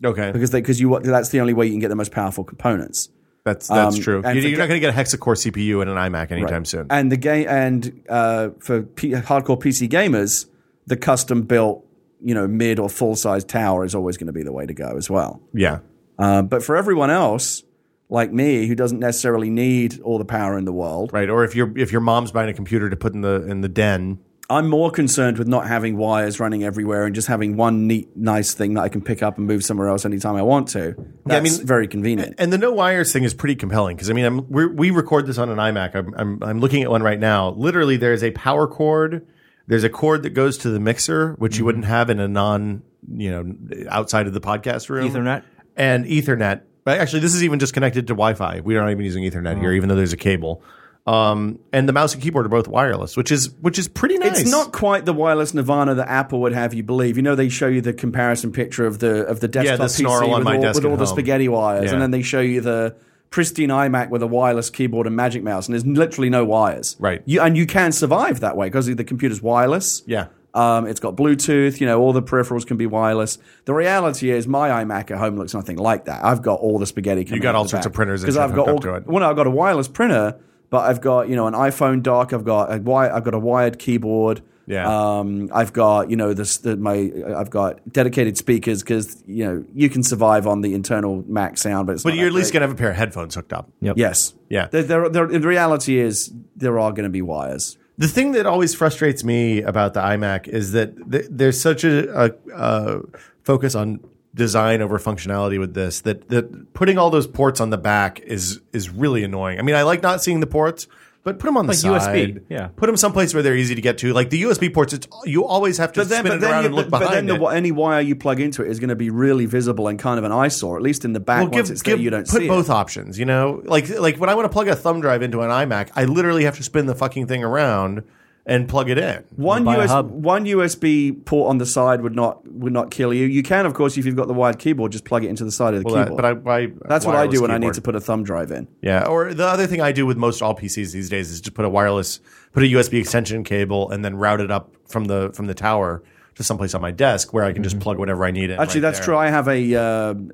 Speaker 1: okay,
Speaker 3: because they because you that's the only way you can get the most powerful components.
Speaker 1: that's that's true.
Speaker 3: Um, and
Speaker 1: You,
Speaker 3: for
Speaker 1: you're
Speaker 3: ga-
Speaker 1: not going to get a hexa core CPU in an iMac anytime soon.
Speaker 3: And the game and uh, for P- hardcore PC gamers, the custom built you know mid or full size tower is always going to be the way to go as well.
Speaker 1: yeah,
Speaker 3: Uh, but for everyone else, like me, who doesn't necessarily need all the power in the world,
Speaker 1: right. Or if your if your mom's buying a computer to put in the in the den,
Speaker 3: I'm more concerned with not having wires running everywhere and just having one neat, nice thing that I can pick up and move somewhere else anytime I want to.
Speaker 1: I
Speaker 3: That's
Speaker 1: mean-
Speaker 3: very convenient.
Speaker 1: and the no wires thing is pretty compelling because I mean I'm, we're, we record this on an iMac. I'm, I'm I'm looking at one right now. Literally, there is a power cord. There's a cord that goes to the mixer, which you wouldn't have in a non you know outside of the podcast room.
Speaker 2: Ethernet.
Speaker 1: and Ethernet. But actually, this is even just connected to Wi-Fi. We aren't even using Ethernet here, even though there's a cable. Um, and the mouse and keyboard are both wireless, which is which is pretty nice.
Speaker 3: It's not quite the wireless nirvana that Apple would have you believe. You know, they show you the comparison picture of the of the desktop
Speaker 1: the
Speaker 3: PC
Speaker 1: snarl on
Speaker 3: with,
Speaker 1: my
Speaker 3: all,
Speaker 1: desk
Speaker 3: with
Speaker 1: at
Speaker 3: all the
Speaker 1: home.
Speaker 3: spaghetti wires,
Speaker 1: Yeah.
Speaker 3: and then they show you the pristine iMac with a wireless keyboard and Magic Mouse, and there's literally no wires.
Speaker 1: Right.
Speaker 3: You, and you can survive that way because the computer's wireless.
Speaker 1: Yeah.
Speaker 3: Um, it's got Bluetooth. You know, all the peripherals can be wireless. The reality is, my iMac at home looks nothing like that. I've got all the spaghetti. coming
Speaker 1: got
Speaker 3: out
Speaker 1: all
Speaker 3: the
Speaker 1: sorts
Speaker 3: back.
Speaker 1: of printers and
Speaker 3: 'Cause
Speaker 1: shit
Speaker 3: I've got
Speaker 1: hooked
Speaker 3: all,
Speaker 1: up to it.
Speaker 3: Well, no, I've got a wireless printer, but I've got you know an iPhone dock. I've got a wire. I've got a wired keyboard.
Speaker 1: Yeah.
Speaker 3: Um, I've got you know this the, my I've got dedicated speakers because you know you can survive on the internal Mac sound, but it's
Speaker 1: But
Speaker 3: not
Speaker 1: you're at
Speaker 3: that
Speaker 1: least
Speaker 3: great.
Speaker 1: going to have a pair of headphones hooked up.
Speaker 2: Yep.
Speaker 3: yes
Speaker 1: Yeah.
Speaker 3: There, there, there, the reality is there are going to be wires.
Speaker 1: The thing that always frustrates me about the iMac is that th- there's such a, a, a focus on design over functionality with this that that putting all those ports on the back is is really annoying. I mean, I like not seeing the ports, but put them on the
Speaker 2: Like
Speaker 1: side.
Speaker 2: USB, yeah.
Speaker 1: Put them someplace where they're easy to get to. Like the USB ports, it's you always have to spin it around
Speaker 3: you-
Speaker 1: and look
Speaker 3: but- but
Speaker 1: behind
Speaker 3: then
Speaker 1: it.
Speaker 3: the- any wire you plug into it is going to be really visible and kind of an eyesore, at least in the back.
Speaker 1: Well,
Speaker 3: once
Speaker 1: give,
Speaker 3: it's
Speaker 1: give
Speaker 3: there, you don't
Speaker 1: put
Speaker 3: see
Speaker 1: both
Speaker 3: it.
Speaker 1: options. You know, like like when I want to plug a thumb drive into an iMac, I literally have to spin the fucking thing around and plug it in.
Speaker 3: One
Speaker 2: buy a
Speaker 3: US,
Speaker 2: hub.
Speaker 3: one USB port on the side would not would not kill you. You can, of course, if you've got the wired keyboard, just plug it into the side of the
Speaker 1: Well, that-
Speaker 3: keyboard.
Speaker 1: but I, I uh,
Speaker 3: That's what I do when I need
Speaker 1: wireless
Speaker 3: to
Speaker 1: keyboard.
Speaker 3: put a thumb drive in.
Speaker 1: Yeah, or the other thing I do with most all PCs these days is to put a wireless, put a USB extension cable, and then route it up from the from the tower to someplace on my desk where I can just plug whatever I need in.
Speaker 3: Mm-hmm. Actually,
Speaker 1: right
Speaker 3: that's
Speaker 1: there.
Speaker 3: true. I have a uh,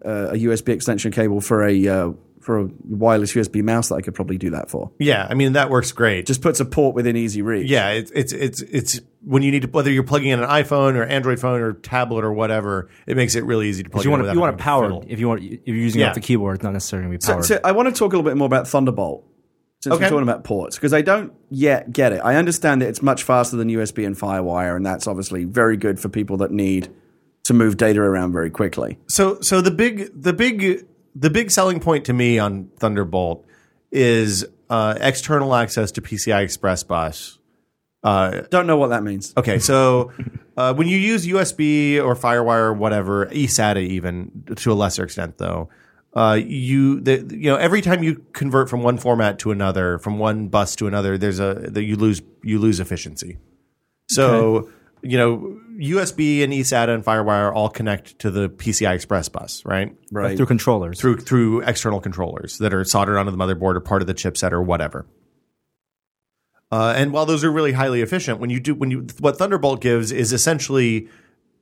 Speaker 3: uh, a USB extension cable for a uh, for a wireless USB mouse that I could probably do that for.
Speaker 1: Yeah, I mean that works great.
Speaker 3: Just puts a port within easy reach.
Speaker 1: yeah, it's it's it's it's when you need to whether you're plugging in an iPhone or Android phone or tablet or whatever, it makes it really easy to plug.
Speaker 2: You
Speaker 1: in
Speaker 2: want to
Speaker 1: without
Speaker 2: you want
Speaker 1: having
Speaker 2: to power
Speaker 1: fiddle.
Speaker 2: if you want if you're using it
Speaker 1: Yeah.
Speaker 2: off the keyboard, it's not necessarily going to be powered.
Speaker 3: So I want to talk a little bit more about Thunderbolt since
Speaker 1: Okay.
Speaker 3: we're talking about ports because I don't yet get it. I understand that it's much faster than USB and FireWire, and that's obviously very good for people that need to move data around very quickly.
Speaker 1: So so the big the big the big selling point to me on Thunderbolt is uh, external access to PCI Express bus. Uh,
Speaker 3: Don't know what that means.
Speaker 1: okay, so uh, when you use USB or FireWire or whatever E eSATA even to a lesser extent though. Uh, you the, you know every time you convert from one format to another, from one bus to another, there's a that you lose you lose efficiency. So you know USB and E eSATA and FireWire all connect to the PCI Express bus, right?
Speaker 3: Right.
Speaker 2: through controllers.
Speaker 1: through through external controllers that are soldered onto the motherboard or part of the chipset or whatever. Uh, and while those are really highly efficient, when you do when you what Thunderbolt gives is essentially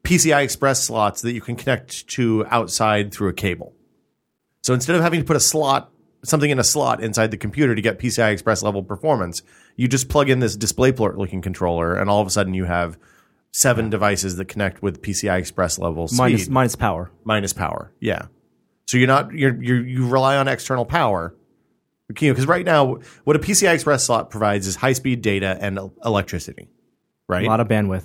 Speaker 1: PCI Express slots that you can connect to outside through a cable. So instead of having to put a slot something in a slot inside the computer to get PCI Express level performance, you just plug in this DisplayPort looking controller, and all of a sudden you have seven devices that connect with PCI Express level speed
Speaker 2: minus minus power.
Speaker 1: minus power. Yeah. So you're not you're you you rely on external power. You know, because right now what a PCI Express slot provides is high speed data and el- electricity. Right?
Speaker 2: A lot of bandwidth.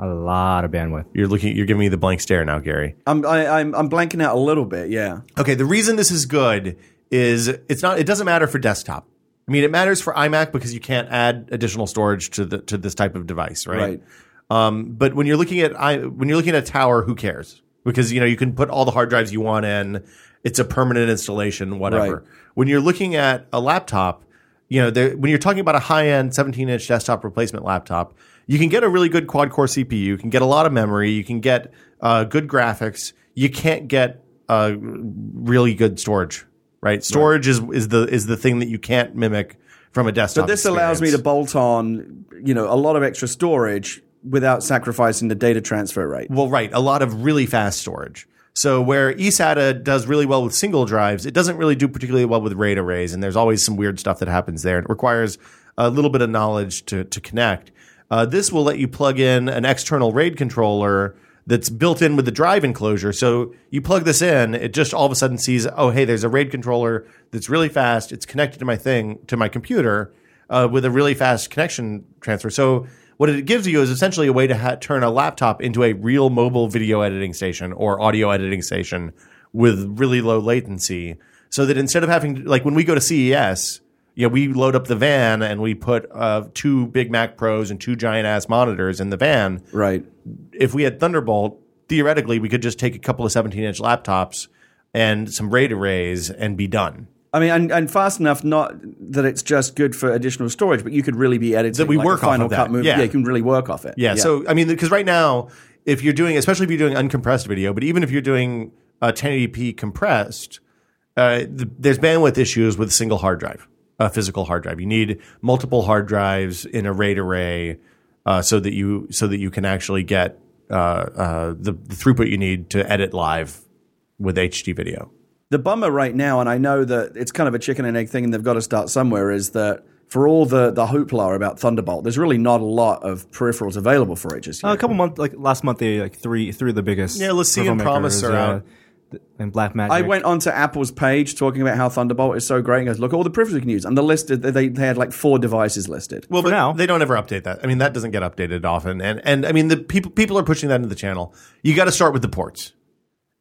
Speaker 2: A lot of bandwidth.
Speaker 1: you're looking you're giving me the blank stare now, Gary.
Speaker 3: I'm, I, I'm I'm blanking out a little bit. Yeah.
Speaker 1: Okay, the reason this is good is it's not it doesn't matter for desktop. I mean, it matters for iMac because you can't add additional storage to the to this type of device,
Speaker 3: Right.
Speaker 1: Um, but when you're looking at I, when you're looking at a tower, who cares? Because you know you can put all the hard drives you want in. It's a permanent installation, whatever.
Speaker 3: Right.
Speaker 1: When you're looking at a laptop, you know there- when you're talking about a high-end 17-inch desktop replacement laptop, you can get a really good quad-core CPU. You can get a lot of memory. You can get uh, good graphics. You can't get uh, really good storage. Right? Storage is is the is the thing that you can't mimic from a desktop.
Speaker 3: But this allows me to
Speaker 1: experience.
Speaker 3: bolt on, you know, a lot of extra storage without sacrificing the data transfer rate.
Speaker 1: Well, right, a lot of really fast storage. So where E eSATA does really well with single drives, it doesn't really do particularly well with RAID arrays, and there's always some weird stuff that happens there. It requires a little bit of knowledge to to connect. Uh, this will let you plug in an external RAID controller that's built in with the drive enclosure. So you plug this in, it just all of a sudden sees, oh hey, there's a RAID controller that's really fast. It's connected to my thing to my computer uh, with a really fast connection transfer. So what it gives you is essentially a way to ha- turn a laptop into a real mobile video editing station or audio editing station with really low latency. So that instead of having like when we go to CES, you know, we load up the van and we put uh, two Big Mac Pros and two giant ass monitors in the van
Speaker 3: Right.
Speaker 1: if we had Thunderbolt, theoretically, we could just take a couple of 17 inch laptops and some RAID arrays and be done.
Speaker 3: I mean, and, and fast enough, not that it's just good for additional storage, but you could really be editing.
Speaker 1: That we
Speaker 3: like a
Speaker 1: work off
Speaker 3: Final
Speaker 1: of that,
Speaker 3: Cut movie.
Speaker 1: yeah.
Speaker 3: you can really work off it.
Speaker 1: Yeah. So, I mean, because right now, if you're doing, especially if you're doing uncompressed video, but even if you're doing uh, 1080p compressed, uh, th- there's bandwidth issues with a single hard drive, a physical hard drive. You need multiple hard drives in a RAID array uh, so that you so that you can actually get uh, uh, the, the throughput you need to edit live with HD video.
Speaker 3: the bummer right now, and I know that it's kind of a chicken and egg thing, and they've got to start somewhere, is that for all the the hoopla about Thunderbolt, there's really not a lot of peripherals available for it just yet.
Speaker 2: Uh, a couple months, like last month, they like three three of the biggest.
Speaker 1: Yeah, let's see
Speaker 2: peripheral
Speaker 1: and Promise
Speaker 2: makers, uh,
Speaker 1: are out.
Speaker 2: th- And Black Magic.
Speaker 3: I went onto Apple's page talking about how Thunderbolt is so great and goes, look at all the peripherals you can use. And the list, they, they had like four devices listed.
Speaker 1: Well,
Speaker 2: For
Speaker 1: but
Speaker 2: now.
Speaker 1: they don't ever update that. I mean, that doesn't get updated often, and and I mean, the people people are pushing that into the channel. You got to start with the ports,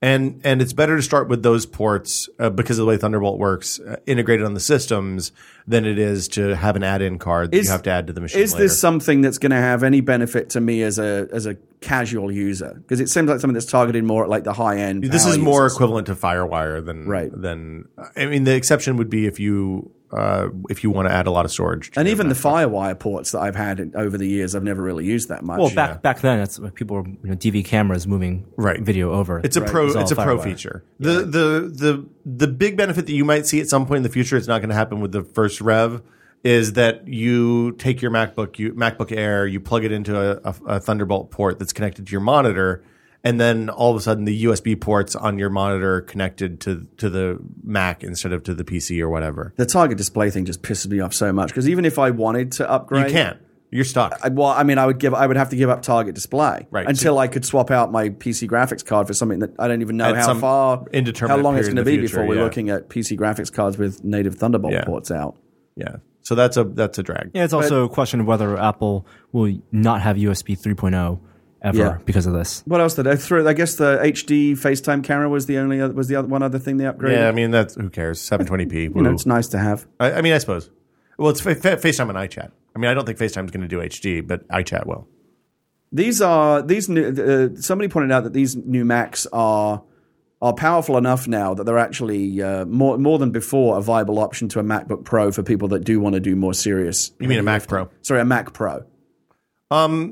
Speaker 1: and and it's better to start with those ports uh, because of the way Thunderbolt works, uh, integrated on the systems, than it is to have an add-in card that
Speaker 3: Is-
Speaker 1: you have to add to the machine.
Speaker 3: Is
Speaker 1: later.
Speaker 3: this something that's going to have any benefit to me as a as a casual user? Because it seems like something that's targeted more at like the high end.
Speaker 1: this
Speaker 3: power
Speaker 1: is more
Speaker 3: users.
Speaker 1: equivalent to FireWire than
Speaker 3: Right.
Speaker 1: than I mean, the exception would be if you uh, if you want to add a lot of storage. to
Speaker 3: and
Speaker 1: your
Speaker 3: even the FireWire ports that I've had in- over the years, I've never really used that much.
Speaker 2: Well, back back then, that's when people were you know, DV cameras moving
Speaker 1: Right.
Speaker 2: video over.
Speaker 1: It's a pro.
Speaker 2: It was all
Speaker 1: It's a pro
Speaker 2: FireWire.
Speaker 1: feature. The the the the big benefit that you might see at some point in the future. It's not going to happen with the first rev. Is that you take your MacBook you, MacBook Air, you plug it into a, a, a Thunderbolt port that's connected to your monitor, and then all of a sudden the USB ports on your monitor are connected to to the Mac instead of to the PC or whatever.
Speaker 3: the target display thing just pisses me off so much because even if I wanted to upgrade,
Speaker 1: You can't. You're stuck.
Speaker 3: I, well, I mean, I would give, I would have to give up target display
Speaker 1: Right, so-
Speaker 3: until I could swap out my PC graphics card for something that I don't even know
Speaker 1: At
Speaker 3: how
Speaker 1: some
Speaker 3: far,
Speaker 1: indeterminate
Speaker 3: how long it's
Speaker 1: period in
Speaker 3: going to
Speaker 1: the
Speaker 3: be
Speaker 1: future,
Speaker 3: before we're
Speaker 1: yeah.
Speaker 3: looking at PC graphics cards with native Thunderbolt
Speaker 1: Yeah.
Speaker 3: ports out.
Speaker 1: Yeah. So that's a that's a drag.
Speaker 2: Yeah, it's also a question of whether Apple will not have USB 3.0 ever
Speaker 3: Yeah.
Speaker 2: because of this.
Speaker 3: What else did I throw? I guess the HD FaceTime camera was the only other, was the other, one other thing they upgraded.
Speaker 1: Yeah, I mean that's who cares. 720p.
Speaker 3: you know,
Speaker 1: woo.
Speaker 3: it's nice to have.
Speaker 1: I, I mean, I suppose. Well, it's fa- fa- FaceTime and iChat. I mean, I don't think FaceTime's going to do HD, but iChat will.
Speaker 3: These are these new. Uh, somebody pointed out that these new Macs are are powerful enough now that they're actually uh, more more than before a viable option to a MacBook Pro for people that do want to do more serious.
Speaker 1: You mean a Mac Pro?
Speaker 3: Sorry, a Mac Pro.
Speaker 1: I,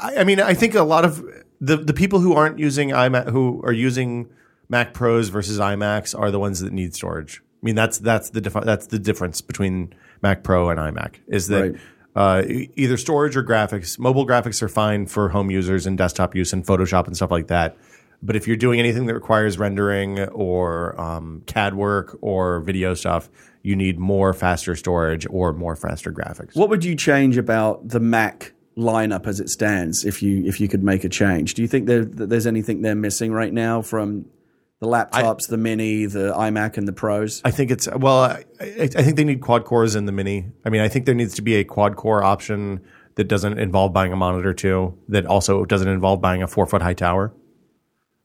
Speaker 1: I mean, I think a lot of the the people who aren't using iMac, who are using Mac Pros versus iMacs, are the ones that need storage. I mean, that's that's the defi- that's the difference between Mac Pro and iMac is that.
Speaker 3: Right.
Speaker 1: Uh, e- either storage or graphics. Mobile graphics are fine for home users and desktop use and Photoshop and stuff like that. But if you're doing anything that requires rendering or um, CAD work or video stuff, you need more faster storage or more faster graphics.
Speaker 3: What would you change about the Mac lineup as it stands if you if you could make a change? Do you think there, that there's anything they're missing right now from the laptops, the Mini, the iMac, and the Pros?
Speaker 1: I think it's well. I, I I think they need quad cores in the mini. I mean, I think there needs to be a quad core option that doesn't involve buying a monitor too. That also doesn't involve buying a four foot high tower.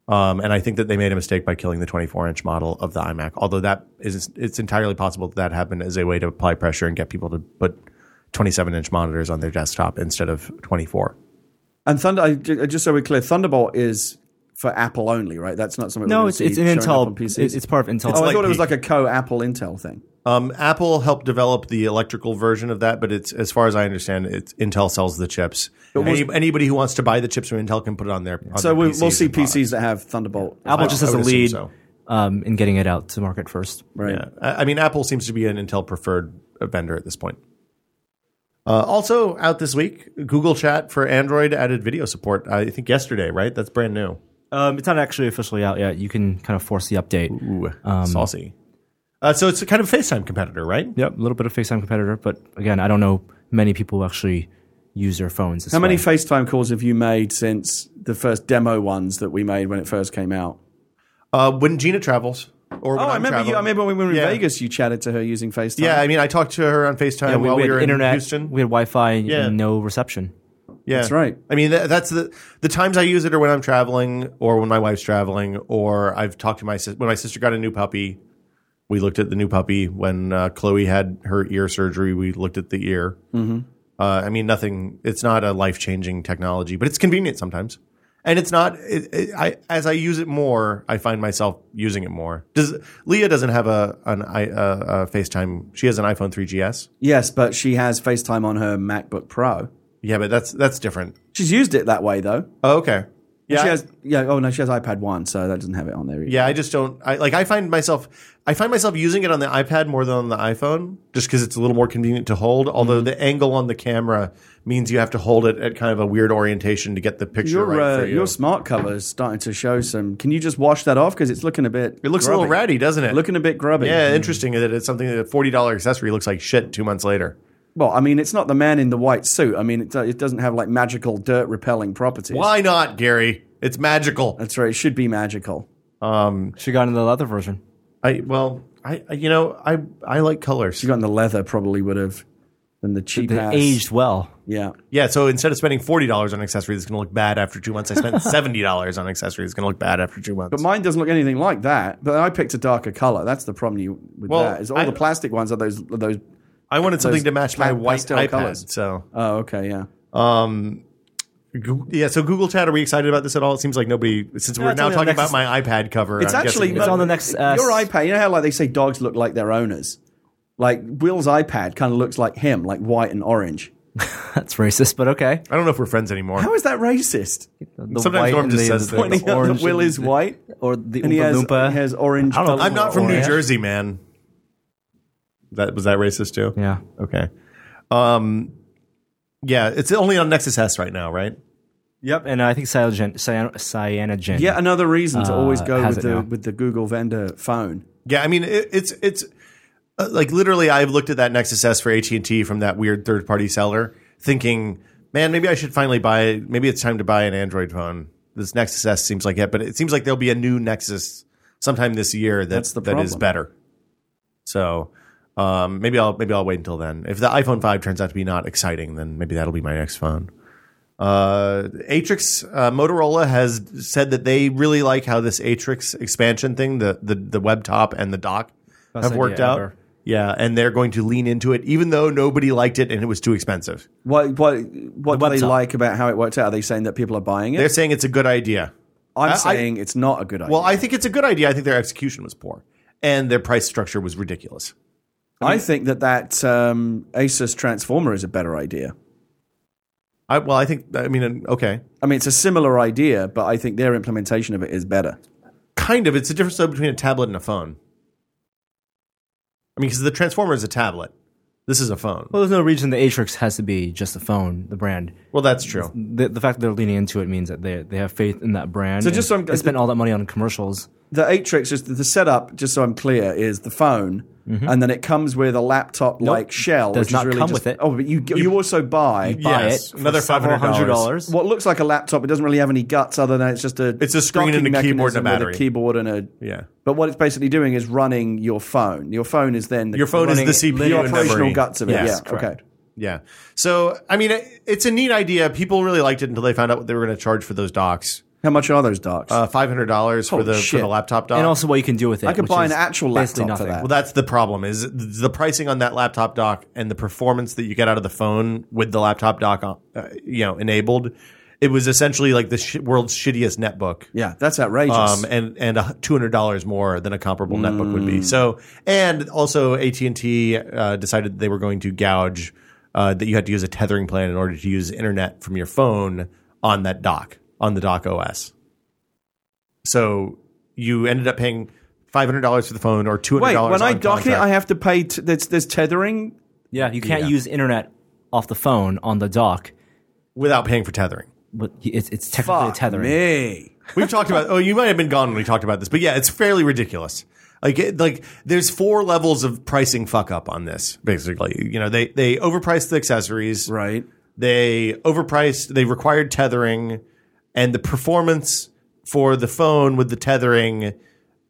Speaker 1: Um, and I think that they made a mistake by killing the 24 inch model of the iMac. Although that is, it's entirely possible that that happened as a way to apply pressure and get people to put 27 inch monitors on their desktop instead of 24.
Speaker 3: And Thunder, I, ju- just so we're clear, Thunderbolt is for Apple only, right? That's not something.
Speaker 2: No,
Speaker 3: we're
Speaker 2: it's
Speaker 3: gonna
Speaker 2: it's
Speaker 3: see
Speaker 2: an
Speaker 3: showing up on
Speaker 2: Intel.
Speaker 3: PCs.
Speaker 2: It's, it's part of Intel.
Speaker 3: oh, I
Speaker 1: like
Speaker 3: thought it was
Speaker 1: P-
Speaker 3: like a co-Apple Intel thing.
Speaker 1: Um, Apple helped develop the electrical version of that, but it's as far as I understand, it's Intel sells the chips. Any, anybody who wants to buy the chips from Intel can put it on their. On
Speaker 3: So
Speaker 1: their
Speaker 3: we, we'll
Speaker 1: PCs
Speaker 3: see
Speaker 1: and products.
Speaker 3: PCs that have Thunderbolt.
Speaker 2: Apple just
Speaker 1: I
Speaker 2: has a
Speaker 1: would assume
Speaker 2: lead
Speaker 1: so.
Speaker 2: um, in getting it out to market first.
Speaker 3: right.
Speaker 1: Yeah, I, I mean, Apple seems to be an Intel preferred uh, vendor at this point. Uh, also out this week, Google Chat for Android added video support. I think yesterday, right? That's brand new.
Speaker 2: Um, it's not actually officially out yet. You can kind of force the update.
Speaker 1: Ooh, saucy. Um, Uh, so it's a kind of FaceTime competitor, right?
Speaker 2: Yep, a little bit of FaceTime competitor, but again, I don't know many people who actually use their phones. this
Speaker 3: How many
Speaker 2: way.
Speaker 3: FaceTime calls have you made since the first demo ones that we made when it first came out?
Speaker 1: Uh, when Gina travels, or when
Speaker 3: Oh,
Speaker 1: I'm
Speaker 3: I remember. You,
Speaker 1: traveling.
Speaker 3: I remember when we were in
Speaker 1: Yeah.
Speaker 3: Vegas, you chatted to her using FaceTime.
Speaker 1: Yeah, I mean, I talked to her on FaceTime
Speaker 2: we,
Speaker 1: while
Speaker 2: we
Speaker 1: we
Speaker 2: had
Speaker 1: were
Speaker 2: internet,
Speaker 1: in Houston.
Speaker 2: we had Wi-Fi,
Speaker 1: Yeah.
Speaker 2: and no reception.
Speaker 1: Yeah,
Speaker 3: That's right.
Speaker 1: I mean, that, that's the the times I use it are when I'm traveling, or when my wife's traveling, or I've talked to my sister. When my sister got a new puppy, we looked at the new puppy. When uh, Chloe had her ear surgery, we looked at the ear. Mm-hmm. Uh, I mean, nothing. It's not a life changing technology, but it's convenient sometimes. And it's not. It, it, I as I use it more, I find myself using it more. Does Leah doesn't have a an i uh, a FaceTime? She has an iPhone 3GS.
Speaker 3: Yes, but she has FaceTime on her MacBook Pro.
Speaker 1: Yeah, but that's that's different.
Speaker 3: She's used it that way though.
Speaker 1: Oh, okay. Yeah,
Speaker 3: She has. Yeah. Oh no, she has iPad One, so that doesn't have it on there. Either.
Speaker 1: Yeah, I just don't. I like. I find myself. I find myself using it on the iPad more than on the iPhone, just because it's a little more convenient to hold. Although
Speaker 3: Mm-hmm.
Speaker 1: the angle on the camera means you have to hold it at kind of a weird orientation to get the picture
Speaker 3: Your
Speaker 1: right
Speaker 3: uh,
Speaker 1: for you.
Speaker 3: your smart cover is starting to show some. Can you just wash that off because it's looking a bit.
Speaker 1: it looks a little ratty, doesn't it?
Speaker 3: Looking Mm-hmm. a bit grubby.
Speaker 1: yeah, interesting that it's something that a forty dollar accessory looks like shit two months later.
Speaker 3: Well, I mean, it's not the man in the white suit. I mean, it, do- it doesn't have like magical dirt repelling properties.
Speaker 1: Why not, Gary? It's magical.
Speaker 3: That's right. It should be magical.
Speaker 2: She got into the leather version.
Speaker 1: I well, I I- you know I I like colors.
Speaker 3: If you gotten the leather, probably would have. Than the cheap
Speaker 2: They
Speaker 3: ass.
Speaker 2: aged well.
Speaker 3: Yeah.
Speaker 1: Yeah, so instead of spending forty dollars on an accessory that's going to look bad after two months, I spent seventy dollars on an accessory that's going to look bad after two months.
Speaker 3: But mine doesn't look anything like that. But I picked a darker color. That's the problem you with
Speaker 1: Well,
Speaker 3: that. Is all
Speaker 1: I-
Speaker 3: the plastic ones are those are those.
Speaker 1: I wanted something to match my
Speaker 3: pa-
Speaker 1: white
Speaker 3: pastel
Speaker 1: iPad.
Speaker 3: colours.
Speaker 1: So
Speaker 3: Oh, okay, yeah.
Speaker 1: Goo- yeah, so Google Chat. Are we excited about this at all? It seems like nobody. Since we're
Speaker 2: it's
Speaker 1: now
Speaker 2: on the
Speaker 1: talking about
Speaker 2: next-
Speaker 1: my iPad cover,
Speaker 3: It's
Speaker 1: I'm
Speaker 3: actually
Speaker 1: guessing
Speaker 2: it's on the next, uh,
Speaker 3: your iPad. You know how like they say dogs look like their owners. Like Will's iPad kind of looks like him, like white and orange.
Speaker 2: That's racist, but okay.
Speaker 1: I don't know if we're friends anymore.
Speaker 3: How is that racist?
Speaker 2: The
Speaker 1: Sometimes
Speaker 2: white
Speaker 1: Norm
Speaker 2: and
Speaker 1: just
Speaker 2: the,
Speaker 1: says
Speaker 2: the
Speaker 1: things.
Speaker 3: Pointing out
Speaker 2: orange
Speaker 3: that Will
Speaker 2: and
Speaker 3: is
Speaker 2: the-
Speaker 3: white
Speaker 2: or the
Speaker 3: and he
Speaker 2: Oompa
Speaker 3: has,
Speaker 2: Loompa.
Speaker 3: he has orange.
Speaker 2: I don't know.
Speaker 1: I'm not from New
Speaker 2: Orange.
Speaker 1: Jersey, man. That was that racist too.
Speaker 2: yeah.
Speaker 1: Okay. Um. Yeah, it's only on Nexus S right now, right?
Speaker 2: Yep, and I think cyanogen, cyan, cyanogen.
Speaker 3: Yet another reason to always go
Speaker 2: Uh, has
Speaker 3: with
Speaker 2: it
Speaker 3: the
Speaker 2: now.
Speaker 3: with the Google vendor phone.
Speaker 1: Yeah, I mean it, it's it's uh, like literally I've looked at that Nexus S for AT and T from that weird third party seller, thinking, man, maybe I should finally buy. Maybe it's time to buy an Android phone. This Nexus S seems like it, but it seems like there'll be a new Nexus sometime this year that
Speaker 3: That's the
Speaker 1: that is
Speaker 3: problem.
Speaker 1: better. So Um, maybe I'll maybe I'll wait until then. If the iPhone five turns out to be not exciting, then maybe that'll be my next phone. Uh, Atrix uh, Motorola has said that they really like how this Atrix expansion thing, the the the web top and the dock, have
Speaker 2: idea
Speaker 1: worked out.
Speaker 2: ever.
Speaker 1: Yeah, and they're going to lean into it, even though nobody liked it and it was too expensive.
Speaker 3: What what what do they
Speaker 2: website.
Speaker 3: like about how it worked out? Are they saying that people are buying it?
Speaker 1: They're saying it's a good idea.
Speaker 3: I'm
Speaker 1: I-
Speaker 3: saying it's not a good idea.
Speaker 1: Well, I think it's a good idea. I think their execution was poor and their price structure was ridiculous.
Speaker 3: I think that that um, Asus Transformer is a better idea.
Speaker 1: I, well, I think I mean okay,
Speaker 3: I mean, it's a similar idea, but I think their implementation of it is better.
Speaker 1: kind of. It's a difference though between a tablet and a phone. I mean, because the transformer is a tablet. This is a phone.
Speaker 2: Well, there's no reason the Atrix has to be just a phone, the brand.
Speaker 1: Well, that's true.
Speaker 2: The, the fact that they're leaning into it means that they they have faith in that brand.
Speaker 3: So just so I'm-
Speaker 2: they spent all that money on commercials.
Speaker 3: The Atrix is the setup. Just so I'm clear, is the phone,
Speaker 1: Mm-hmm.
Speaker 3: and then it comes with a laptop like shell.
Speaker 2: does
Speaker 3: which is
Speaker 2: not
Speaker 3: really
Speaker 2: come
Speaker 3: just-
Speaker 2: with it.
Speaker 3: Oh, but you you also buy
Speaker 2: Buy
Speaker 1: Yes,
Speaker 2: it for
Speaker 1: another
Speaker 2: several hundred
Speaker 1: $500.
Speaker 2: dollars.
Speaker 3: what looks like a laptop. It doesn't really have any guts other than it's just a
Speaker 1: It's a screen and a
Speaker 3: docking
Speaker 1: keyboard and a
Speaker 3: mechanism with
Speaker 1: battery.
Speaker 3: keyboard and a
Speaker 1: Yeah.
Speaker 3: But what it's basically doing is running your phone. Your phone is then the,
Speaker 1: Your phone is
Speaker 2: Running
Speaker 1: the CPU
Speaker 3: the
Speaker 1: and
Speaker 3: operational
Speaker 1: memory.
Speaker 3: guts of it.
Speaker 1: Yes,
Speaker 3: yeah.
Speaker 1: correct.
Speaker 3: Okay.
Speaker 1: Yeah. So, I mean, it, it's a neat idea. People really liked it until they found out what they were going to charge for those docks.
Speaker 3: How much are those docks?
Speaker 1: Uh, Five hundred dollars for
Speaker 3: Holy
Speaker 1: the for
Speaker 3: shit.
Speaker 1: the laptop dock.
Speaker 2: And also what you can do with it.
Speaker 3: I could
Speaker 2: which
Speaker 3: buy an
Speaker 2: is
Speaker 3: actual
Speaker 2: basically
Speaker 3: laptop for
Speaker 2: nothing.
Speaker 3: that.
Speaker 1: Well, that's the problem. Is the pricing on that laptop dock and the performance that you get out of the phone with the laptop dock, uh, you know, enabled. It was essentially like the sh- world's shittiest netbook,
Speaker 3: yeah, that's outrageous.
Speaker 1: um, and and two hundred dollars more than a comparable netbook would
Speaker 3: Mm.
Speaker 1: be. So, and also AT and T uh, decided they were going to gouge uh, that you had to use a tethering plan in order to use internet from your phone on that dock on the dock OS. So you ended up paying. Five hundred dollars for the phone, or two hundred
Speaker 3: Wait,
Speaker 1: dollars.
Speaker 3: when I dock it, I have to pay. T- there's, there's tethering.
Speaker 2: Yeah, you can't use internet off the phone on the dock,
Speaker 1: without paying for tethering.
Speaker 2: but it's, it's technically
Speaker 3: Fuck
Speaker 2: tethering.
Speaker 3: me.
Speaker 1: We've talked about. Oh, you might have been gone when we talked about this, but yeah, it's fairly ridiculous. Like, it, like there's four levels of pricing fuck up on this. Basically, you know, they they overpriced the accessories,
Speaker 3: Right.
Speaker 1: They overpriced. They required tethering, and the performance for the phone with the tethering,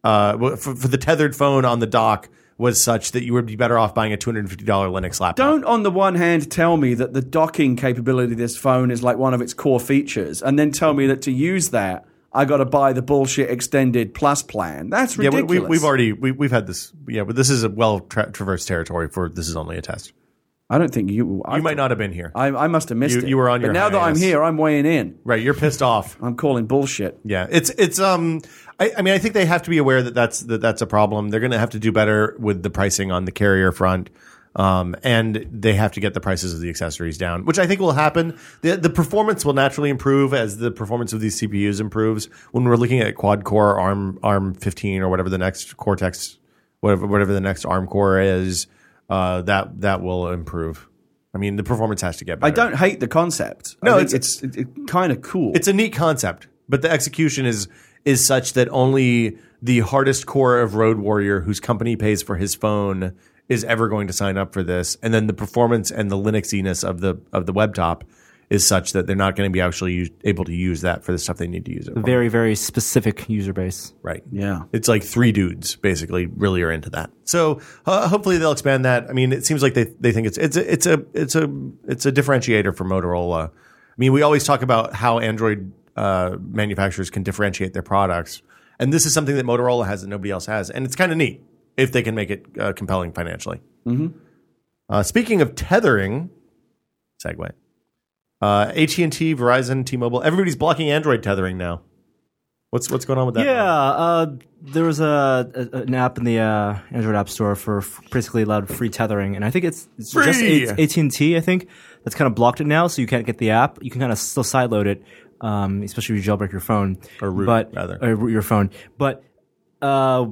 Speaker 1: uh, w- for, for the tethered phone on the dock was such that you would be better off buying a two hundred and fifty dollar Linux laptop.
Speaker 3: Don't, on the one hand, tell me that the docking capability of this phone is like one of its core features, and then tell me that to use that, I got to buy the bullshit extended plus plan. That's
Speaker 1: yeah, we,
Speaker 3: ridiculous.
Speaker 1: we, we've already we, we've had this. Yeah, but this is a well tra- traversed territory for this is only a test.
Speaker 3: I don't think you. I,
Speaker 1: You might not have been here.
Speaker 3: I, I must have missed
Speaker 1: You-
Speaker 3: it.
Speaker 1: you were on
Speaker 3: But
Speaker 1: your
Speaker 3: now that I'm
Speaker 1: hiatus.
Speaker 3: here, I'm weighing in.
Speaker 1: Right, you're pissed off.
Speaker 3: I'm calling bullshit.
Speaker 1: Yeah, it's it's um. I, I mean, I think they have to be aware that that's that that's a problem. They're going to have to do better with the pricing on the carrier front, um, and they have to get the prices of the accessories down, which I think will happen. the The performance will naturally improve as the performance of these CPUs improves. When we're looking at quad core ARM ARM 15 or whatever the next Cortex, whatever whatever the next ARM core is, uh, that that will improve. I mean, the performance has to get better.
Speaker 3: I don't hate the concept.
Speaker 1: No,
Speaker 3: I think
Speaker 1: it's-
Speaker 3: it's, it's, kind of cool.
Speaker 1: it's a neat concept, but the execution is is such that only the hardest core of Road Warrior, whose company pays for his phone, is ever going to sign up for this. And then the performance and the Linuxiness of the of the web top is such that they're not going to be actually u- able to use that for the stuff they need to use it for.
Speaker 2: Very, very specific user base.
Speaker 1: Right.
Speaker 3: Yeah.
Speaker 1: It's like three dudes basically really are into that. So uh, hopefully they'll expand that. I mean, it seems like they they think it's it's a it's a it's a it's a differentiator for Motorola. I mean, we always talk about how Android uh, manufacturers can differentiate their products, and this is something that Motorola has that nobody else has, and it's kind of neat if they can make it uh, compelling financially. Uh, speaking of tethering, segue. Uh, AT and T, Verizon, T-Mobile, everybody's blocking Android tethering now. What's what's going on with that?
Speaker 2: Yeah, uh, there was a, a an app in the uh, Android App Store for f- basically allowed free tethering, and I think it's, it's just
Speaker 1: Free!
Speaker 2: AT and T. I think that's kind of blocked it now, so you can't get the app. You can kind of still sideload it, um, especially if you jailbreak your phone
Speaker 1: Or root,
Speaker 2: but,
Speaker 1: rather.
Speaker 2: or root your phone. But uh,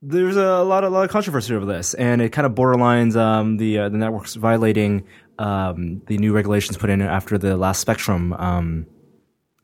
Speaker 2: there's a lot, a lot of controversy over this, and it kind of borderlines um, the uh, the networks violating um, the new regulations put in after the last Spectrum. Um,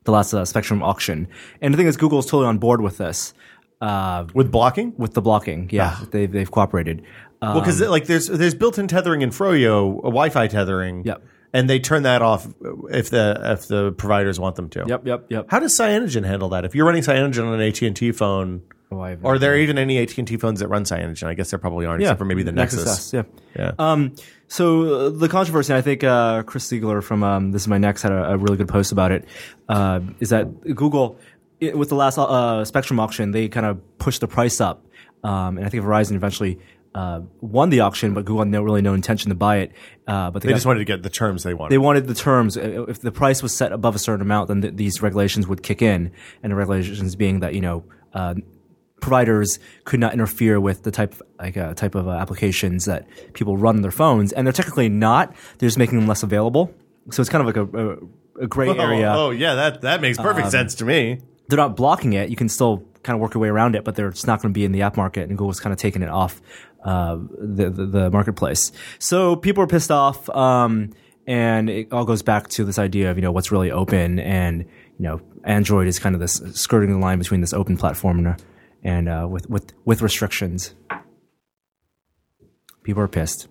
Speaker 2: the last uh, Spectrum auction. And the thing is, Google's totally on board with this, uh,
Speaker 1: with blocking.
Speaker 2: with the blocking. Yeah,
Speaker 1: Ah.
Speaker 2: they've, they've cooperated. Uh,
Speaker 1: Well, because like there's there's built-in tethering in Froyo, uh, Wi-Fi tethering.
Speaker 2: Yep.
Speaker 1: And they turn that off if the if the providers want them to.
Speaker 2: yep, yep, yep.
Speaker 1: How does Cyanogen handle that? If you're running Cyanogen on an AT and T phone,
Speaker 2: Oh, I have
Speaker 1: Are there even any AT and T phones that run CyanogenMod? I guess there probably aren't, except for maybe the Nexus.
Speaker 2: S, yeah.
Speaker 1: Yeah.
Speaker 2: Um, so uh, the controversy, and I think uh, Chris Siegler from um, This Is My Next had a, a really good post about it, uh, is that Google, it, with the last uh, Spectrum auction, they kind of pushed the price up. Um, and I think Verizon eventually uh, won the auction, but Google had no, really no intention to buy it. Uh, but they,
Speaker 1: they
Speaker 2: got-
Speaker 1: just wanted to get the terms they wanted.
Speaker 2: they wanted the terms. uh, If the price was set above a certain amount, then th- these regulations would kick in. And the regulations being that you know uh, providers could not interfere with the type of, like uh, type of uh, applications that people run on their phones, and they're technically not. They're just making them less available. So it's kind of like a, a, a gray
Speaker 1: oh,
Speaker 2: area. Um,
Speaker 1: oh, yeah, that that makes perfect sense to me.
Speaker 2: They're not blocking it. You can still kind of work your way around it, but they're just not going to be in the app market. And Google's kind of taking it off uh, the, the the marketplace. So people are pissed off. Um, and it all goes back to this idea of you know what's really open, and you know Android is kind of this skirting the line between this open platform and, and uh, with with with restrictions. People are pissed.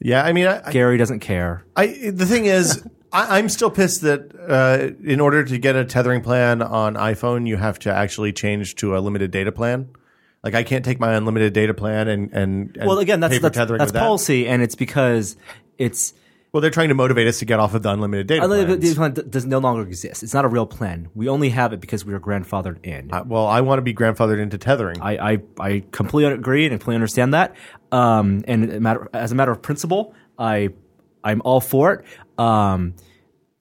Speaker 1: Yeah, I mean, I,
Speaker 2: Gary doesn't care.
Speaker 1: I the thing is, I, I'm still pissed that uh, in order to get a tethering plan on iPhone, you have to actually change to a limited data plan. Like I can't take my unlimited data plan and and, and
Speaker 2: Well, again, that's
Speaker 1: pay for
Speaker 2: that's,
Speaker 1: tethering
Speaker 2: that's
Speaker 1: with that.
Speaker 2: policy, and it's because it's
Speaker 1: Well, they're trying to motivate us to get off of the unlimited data.
Speaker 2: Unlimited
Speaker 1: plans.
Speaker 2: data plan d- does no longer exist. It's not a real plan. We only have it because we were grandfathered in.
Speaker 1: Uh, well, I want to be grandfathered into tethering.
Speaker 2: I, I, I completely agree and I completely understand that. Um, and a matter, as a matter of principle, I I'm all for it. Um,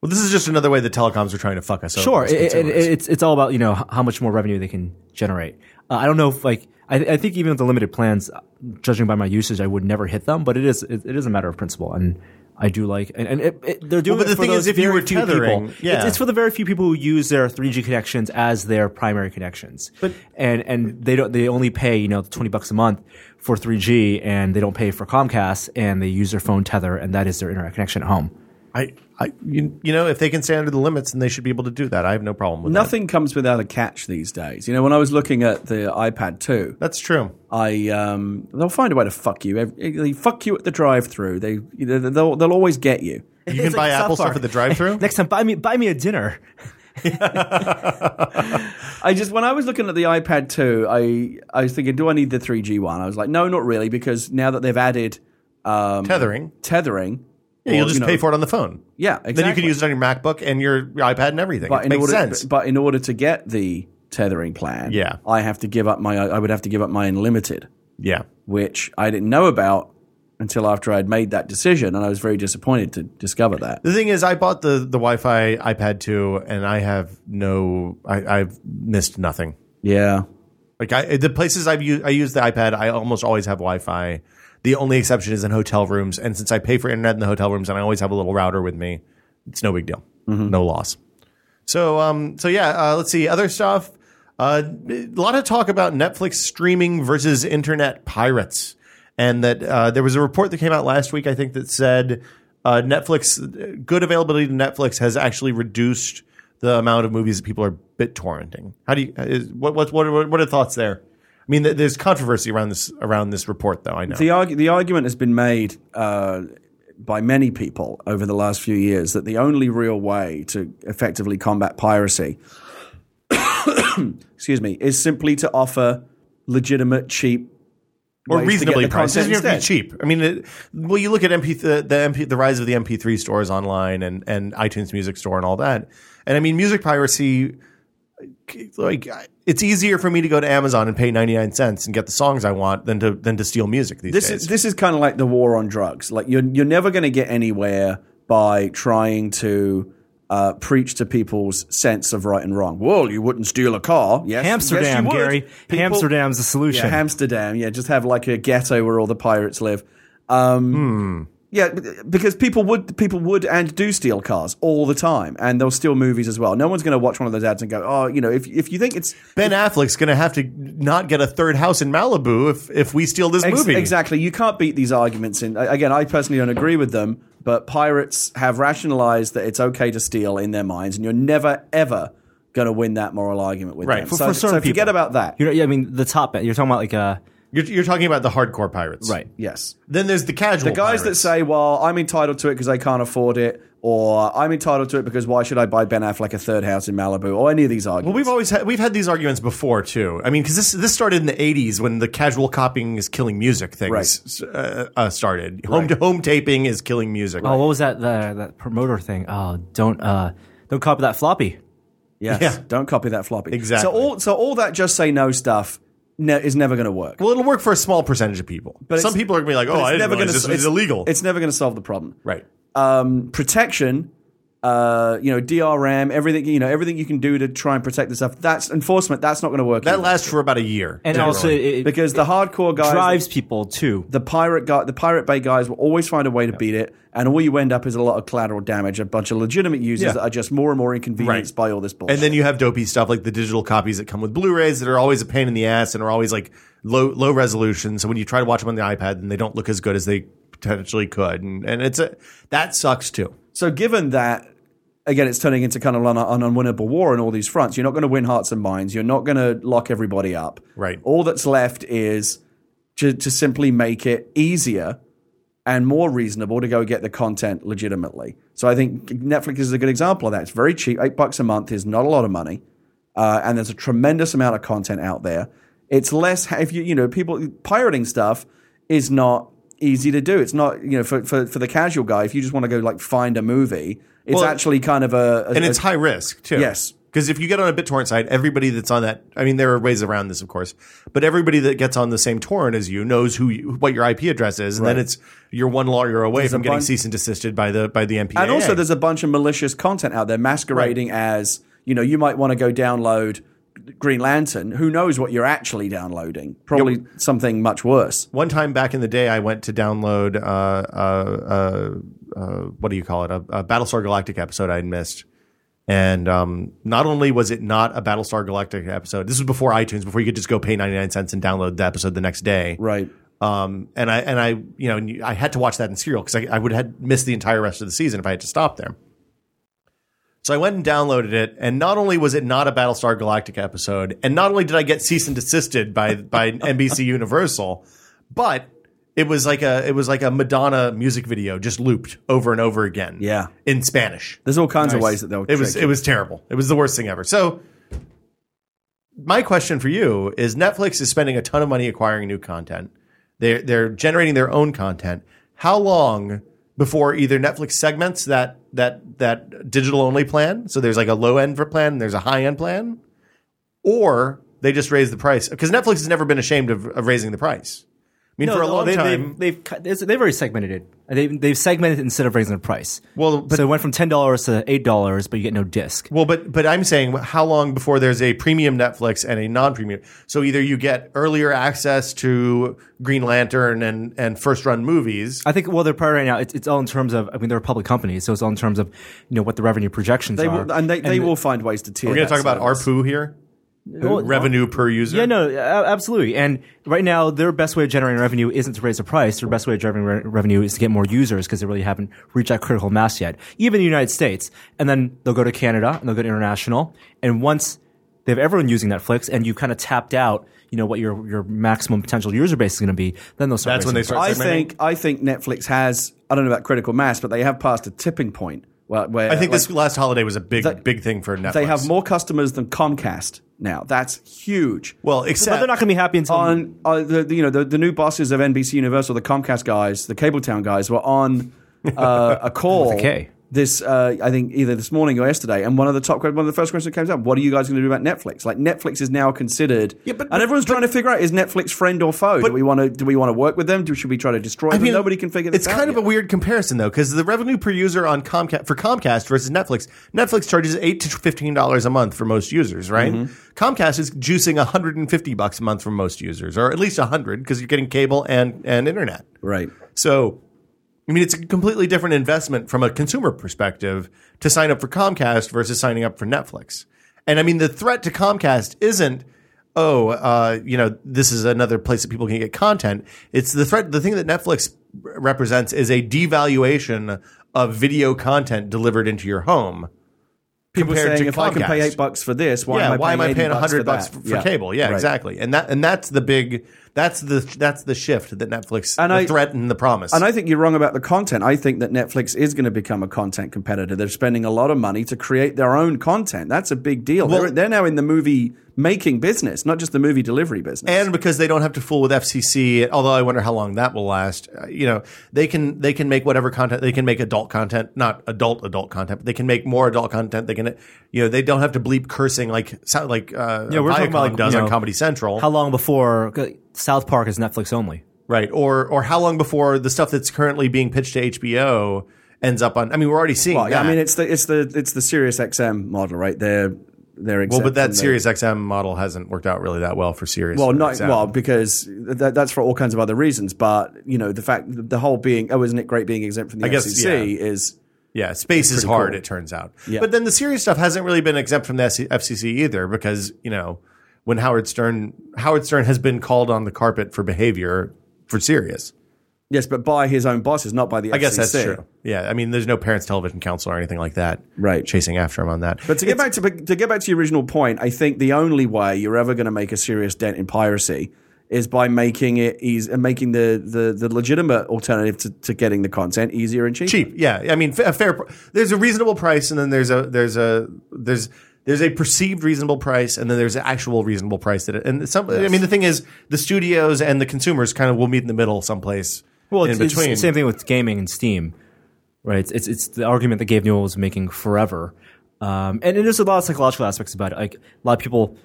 Speaker 1: well, this is just another way the telecoms are trying to fuck us.
Speaker 2: sure,
Speaker 1: over as
Speaker 2: it, it,
Speaker 1: consumers.
Speaker 2: it's it's all about you know h- how much more revenue they can generate. Uh, I don't know if like I, I think even with the limited plans, uh, judging by my usage, I would never hit them. But it is it, it is a matter of principle and. I do like, and, and it, it, they're doing.
Speaker 1: Well, but the
Speaker 2: it for
Speaker 1: thing is,
Speaker 2: those
Speaker 1: if you
Speaker 2: very
Speaker 1: were
Speaker 2: few people.
Speaker 1: tethering,
Speaker 2: It's-
Speaker 1: yeah.
Speaker 2: it's for the very few people who use their 3G connections as their primary connections. But and and they don't they only pay you know 20 bucks a month for 3G, and they don't pay for Comcast, and they use their phone tether, and that is their internet connection at home.
Speaker 1: I, I, you, you know, if they can stay under the limits, then they should be able to do that. I have no problem with that.
Speaker 3: Nothing comes without a catch these days. You know, when I was looking at the iPad 2,
Speaker 1: That's true.
Speaker 3: I um, they'll find a way to fuck you. Ev- They fuck you at the drive-through. They you know, they'll they'll always get you.
Speaker 1: You can
Speaker 2: It's
Speaker 1: buy
Speaker 2: like South
Speaker 1: Apple stuff
Speaker 2: Park.
Speaker 1: at the drive-through.
Speaker 2: Next time, buy me buy me a dinner.
Speaker 3: I just when I was looking at the iPad 2, I I was thinking, do I need the 3G one? I was like, no, not really, because now that they've added um,
Speaker 1: tethering.
Speaker 3: tethering,
Speaker 1: Yeah, you'll just pay for it on the phone.
Speaker 3: Yeah,
Speaker 1: Then you
Speaker 3: exactly.
Speaker 1: can use it on your MacBook and your, your iPad and everything. it makes
Speaker 3: order,
Speaker 1: sense.
Speaker 3: But in order to get the tethering plan,
Speaker 1: Yeah.
Speaker 3: I have to give up my I would have to give up my unlimited,
Speaker 1: yeah.
Speaker 3: which I didn't know about until after I'd made that decision, and I was very disappointed to discover that.
Speaker 1: The thing is, I bought the, the Wi-Fi iPad 2, and I have no, I, I've missed nothing.
Speaker 3: Yeah.
Speaker 1: Like I, the places I've used, I use the iPad. I almost always have Wi-Fi. The only exception is in hotel rooms, and since I pay for internet in the hotel rooms, and I always have a little router with me, it's no big deal,
Speaker 3: Mm-hmm.
Speaker 1: no loss. So, um, so yeah, uh, let's see other stuff. Uh, a lot of talk about Netflix streaming versus internet pirates, and that uh, there was a report that came out last week, I think, that said uh, Netflix good availability to Netflix has actually reduced the amount of movies that people are bit torrenting. How do you? uh, Is, what what what are, what are thoughts there? I mean, th- there's controversy around this around this report, though. I know.
Speaker 3: The, argu- the argument has been made uh, by many people over the last few years that the only real way to effectively combat piracy, excuse me, is simply to offer legitimate, cheap,
Speaker 1: or
Speaker 3: ways to get
Speaker 1: reasonably
Speaker 3: the
Speaker 1: priced. It
Speaker 3: content
Speaker 1: doesn't have to be
Speaker 3: instead.
Speaker 1: cheap. I mean, it, well, you look at MP the, the MP the rise of the MP3 stores online and and iTunes Music Store and all that. And I mean, music piracy. Like it's easier for me to go to Amazon and pay ninety nine cents and get the songs I want than to than to steal music these
Speaker 3: This
Speaker 1: days.
Speaker 3: is this is kind of like the war on drugs. Like you're you're never going to get anywhere by trying to uh, preach to people's sense of right and wrong. Well, you wouldn't steal a car. Yes, yes,
Speaker 2: Amsterdam,
Speaker 3: you would.
Speaker 2: Gary.
Speaker 3: People-
Speaker 2: Amsterdam's the
Speaker 3: Yeah,
Speaker 2: solution.
Speaker 3: Amsterdam. Yeah, just have like a ghetto where all the pirates live. Um,
Speaker 2: Hmm.
Speaker 3: Yeah, b- because people would people would and do steal cars all the time, and they'll steal movies as well. No one's going to watch one of those ads and go, "Oh, you know, if if you think it's
Speaker 1: ben Affleck's going to have to not get a third house in Malibu if if we steal this
Speaker 3: Ex-
Speaker 1: movie.
Speaker 3: Exactly. You can't beat these arguments in. Again, I personally don't agree with them, but pirates have rationalized that it's okay to steal in their minds, and you're never, ever going to win that moral argument with
Speaker 1: Right.
Speaker 3: them.
Speaker 1: For-
Speaker 3: so
Speaker 2: for certain
Speaker 3: so forget
Speaker 2: people.
Speaker 3: about that.
Speaker 2: You know, yeah, I mean the top end. You're talking about like uh, a
Speaker 1: You're, you're talking about the hardcore pirates,
Speaker 2: right.
Speaker 3: yes.
Speaker 1: Then there's the casual
Speaker 3: The guys that
Speaker 1: pirates.
Speaker 3: say, well, I'm entitled to it because I can't afford it, or I'm entitled to it because why should I buy Ben Affleck a third house in Malibu, or any of these
Speaker 1: Well,
Speaker 3: arguments.
Speaker 1: we've always had, we've had these arguments before too. I mean, because this this started in the '80s when the casual copying is killing music thing
Speaker 3: Right.
Speaker 1: s- uh, uh, started. Home to home taping is killing music.
Speaker 2: Oh, what was that the, that promoter thing? Oh, don't uh, don't copy that floppy.
Speaker 3: yes,
Speaker 1: Yeah.
Speaker 3: don't copy that floppy.
Speaker 1: Exactly.
Speaker 3: So all so all that just say no stuff ne- is never going to work.
Speaker 1: Well, it'll work for a small percentage of people. But
Speaker 3: But
Speaker 1: some
Speaker 3: it's-
Speaker 1: people are going to be like,
Speaker 3: But
Speaker 1: "Oh, I didn't never
Speaker 3: gonna
Speaker 1: realize
Speaker 3: s-
Speaker 1: this was illegal."
Speaker 3: It's never going to solve the problem.
Speaker 1: right.
Speaker 3: um, protection, uh, you know, DRM, everything, you know, everything you can do to try and protect the stuff. That's enforcement. That's not going to work.
Speaker 1: That
Speaker 3: either.
Speaker 1: lasts for about a year.
Speaker 2: And also,
Speaker 1: generally.
Speaker 2: it, it
Speaker 3: because the hardcore guys,
Speaker 2: drives people too.
Speaker 3: the pirate guy, the pirate bay guys will always find a way to beat it, and all you end up is a lot of collateral damage, a bunch of legitimate users
Speaker 1: Yeah.
Speaker 3: that are just more and more inconvenienced
Speaker 1: Right.
Speaker 3: by all this bullshit.
Speaker 1: and then you have dopey stuff like the digital copies that come with Blu-rays that are always a pain in the ass and are always like low low resolution. So when you try to watch them on the iPad, then they don't look as good as they potentially could, and, and it's a that sucks too.
Speaker 3: So given that, again, it's turning into kind of an, an unwinnable war on all these fronts. You're not going to win hearts and minds. You're not going to lock everybody up.
Speaker 1: Right.
Speaker 3: All that's left is to, to simply make it easier and more reasonable to go get the content legitimately. So I think Netflix is a good example of that. It's very cheap. Eight bucks a month is not a lot of money. Uh, and there's a tremendous amount of content out there. It's less if you you know people pirating stuff is not easy to do. It's not you know for for, for the casual guy if you just want to go like find a movie. It's
Speaker 1: Well,
Speaker 3: actually kind of a, a-
Speaker 1: and it's
Speaker 3: a-
Speaker 1: high risk too.
Speaker 3: Yes.
Speaker 1: because if you get on a BitTorrent site, everybody that's on that, I mean, there are ways around this, of course, but everybody that gets on the same torrent as you knows who you, what your IP address is, and then
Speaker 3: Right.
Speaker 1: it's you're one lawyer away
Speaker 3: There's a
Speaker 1: from getting
Speaker 3: bun-
Speaker 1: cease and desisted by the by the MPAA.
Speaker 3: and also there's a bunch of malicious content out there masquerading as you know you might want to go download Green Lantern. Who knows what you're actually downloading? Probably something much worse.
Speaker 1: one time back in the day, I went to download uh, uh, uh, uh, what do you call it? A, a Battlestar Galactic episode I had missed, and um, not only was it not a Battlestar Galactic episode, this was before iTunes, before you could just go pay ninety nine cents and download the episode the next day,
Speaker 3: Right.
Speaker 1: Um, and I and I you know and you- I had to watch that in serial because I, I would have missed the entire rest of the season if I had to stop there. So I went and downloaded it, and not only was it not a Battlestar Galactic episode, and not only did I get cease and desisted by by NBC Universal, but it was like a it was like a Madonna music video just looped over and over again.
Speaker 3: Yeah.
Speaker 1: in Spanish.
Speaker 3: There's all kinds of ways that they'll.
Speaker 1: It was
Speaker 3: trick
Speaker 1: it was terrible. It was the worst thing ever. So my question for you is Netflix is spending a ton of money acquiring new content. They're they're generating their own content. How long before either Netflix segments that that that digital only plan? So there's like a low end for plan and there's a high end plan, or they just raise the price because Netflix has never been ashamed of, of raising the price. I mean, for a
Speaker 2: No,
Speaker 1: long
Speaker 2: they,
Speaker 1: time,
Speaker 2: They've, they've, cut- it's- they've already segmented it. They, they've segmented it instead of raising the price.
Speaker 1: Well, but-
Speaker 2: so it went from ten dollars to eight dollars, but you get no disc.
Speaker 1: Well, but but I'm saying how long before there's a premium Netflix and a non-premium. So either you get earlier access to Green Lantern and and first run movies.
Speaker 2: I think well, they're prior right now. It's, it's all in terms of. I mean, they're a public company, so it's all in terms of you know what the revenue projections
Speaker 3: They
Speaker 2: are.
Speaker 3: will, and they, they will find ways to tear.
Speaker 1: We're going to talk
Speaker 3: that
Speaker 1: about
Speaker 3: service.
Speaker 1: ARPU here.
Speaker 2: Well,
Speaker 1: revenue per user.
Speaker 2: Yeah, no, a- absolutely. And right now, their best way of generating revenue isn't to raise the price. Their best way of generating re- revenue is to get more users because they really haven't reached that critical mass yet, even in the United States. And then they'll go to Canada and they'll go to international. And once they have everyone using Netflix and you kind of tapped out, you know, what your, your maximum potential user base is going to be, then they'll start.
Speaker 1: That's when
Speaker 2: raising
Speaker 1: they
Speaker 2: the
Speaker 1: start
Speaker 3: I
Speaker 1: segmenting.
Speaker 3: think I think Netflix has I don't know about critical mass, but they have passed a tipping point. Well, where
Speaker 1: I think
Speaker 3: like,
Speaker 1: this last holiday was a big big thing for Netflix.
Speaker 3: they have more customers than Comcast now. That's huge.
Speaker 1: well,
Speaker 2: price. But
Speaker 1: except
Speaker 2: they're not going to be happy until
Speaker 3: on uh, the the, you know the, the new bosses of NBC Universal, the Comcast guys, the Cabletown guys were on uh, a call.
Speaker 2: With a K.
Speaker 3: This uh, I think either this morning or yesterday, and one of the top one of the first questions that comes up: What are you guys going to do about Netflix? Like Netflix is now considered,
Speaker 1: but-
Speaker 3: and everyone's trying to figure out is Netflix friend or foe? do we want to do we want to work with them? Do, should we try to destroy them? Nobody can figure this
Speaker 1: It's
Speaker 3: out.
Speaker 1: kind of a
Speaker 3: yet.
Speaker 1: weird comparison though, because the revenue per user on Comcast for Comcast versus Netflix, Netflix charges eight to fifteen dollars a month for most users, right?
Speaker 3: Mm-hmm.
Speaker 1: Comcast is juicing hundred and fifty bucks a month for most users, or at least hundred, because you're getting cable and and internet.
Speaker 3: right.
Speaker 1: So, I mean, it's a completely different investment from a consumer perspective to sign up for Comcast versus signing up for Netflix. And I mean, the threat to Comcast isn't, oh, uh, you know, this is another place that people can get content. It's the threat. The thing that Netflix r- represents is a devaluation of video content delivered into your home.
Speaker 3: People
Speaker 1: compared
Speaker 3: saying
Speaker 1: to
Speaker 3: if I can pay
Speaker 1: Comcast
Speaker 3: eight bucks for this, why
Speaker 1: yeah,
Speaker 3: am I
Speaker 1: why
Speaker 3: paying
Speaker 1: am I
Speaker 3: 80
Speaker 1: paying
Speaker 3: bucks
Speaker 1: hundred bucks
Speaker 3: that?
Speaker 1: for, for cable? Yeah,
Speaker 3: Right.
Speaker 1: exactly. And that and that's the big That's the that's the shift that Netflix
Speaker 3: And
Speaker 1: the
Speaker 3: I-
Speaker 1: threat and the promise.
Speaker 3: And I think you're wrong about the content. I think that Netflix is going to become a content competitor. They're spending a lot of money to create their own content. That's a big deal. they're, they're now in the movie making business, not just the movie delivery business.
Speaker 1: and because they don't have to fool with FCC, although I wonder how long that will last. uh, You know, they can they can make whatever content they can make adult content, not adult adult content, but they can make more adult content. They can, you know, they don't have to bleep cursing like sound like uh,
Speaker 2: Yeah, we're talking about,
Speaker 1: Viacom
Speaker 2: like,
Speaker 1: does
Speaker 2: you
Speaker 1: on
Speaker 2: know,
Speaker 1: Comedy Central,
Speaker 2: How long before 'cause South Park is Netflix only?
Speaker 1: right? Or or how long before the stuff that's currently being pitched to HBO ends up on? I mean, we're already seeing.
Speaker 3: Well, yeah,
Speaker 1: that.
Speaker 3: I mean it's the it's the it's the Sirius XM model, right? They're they're
Speaker 1: well, but that
Speaker 3: accepting the-
Speaker 1: Sirius XM model hasn't worked out really that well for Sirius.
Speaker 3: Well, not
Speaker 1: XM.
Speaker 3: well because that, that's for all kinds of other reasons. But you know the fact the whole being oh isn't it great being exempt from the
Speaker 1: guess,
Speaker 3: FCC is
Speaker 1: Yeah, space is hard.
Speaker 3: cool.
Speaker 1: It turns out.
Speaker 3: Yeah.
Speaker 1: But then the serious stuff hasn't really been exempt from the E, FCC either, because you know when Howard Stern Howard Stern has been called on the carpet for behavior for serious.
Speaker 3: yes, but by his own bosses, not by the FCC.
Speaker 1: I guess that's true. Yeah, I mean, there's no Parents Television Council or anything like that,
Speaker 3: Right.
Speaker 1: Chasing after him on that.
Speaker 3: But to get back to but to get back to your original point, I think the only way you're ever going to make a serious dent in piracy is by making it easy, making the, the the legitimate alternative to, to getting the content easier and cheaper.
Speaker 1: cheap. Yeah, I mean, f- a fair. Pr- there's a reasonable price, and then there's a there's a there's there's a perceived reasonable price, and then there's an actual reasonable price that. It, and some, I mean, the thing is, the studios and the consumers kind of will meet in the middle someplace.
Speaker 2: Well,
Speaker 1: in
Speaker 2: it's, it's
Speaker 1: between.
Speaker 2: the same thing with gaming and Steam, right? It's it's, it's the argument that Gabe Newell was making forever, um, and, and there's a lot of psychological aspects about it. Like a lot of people,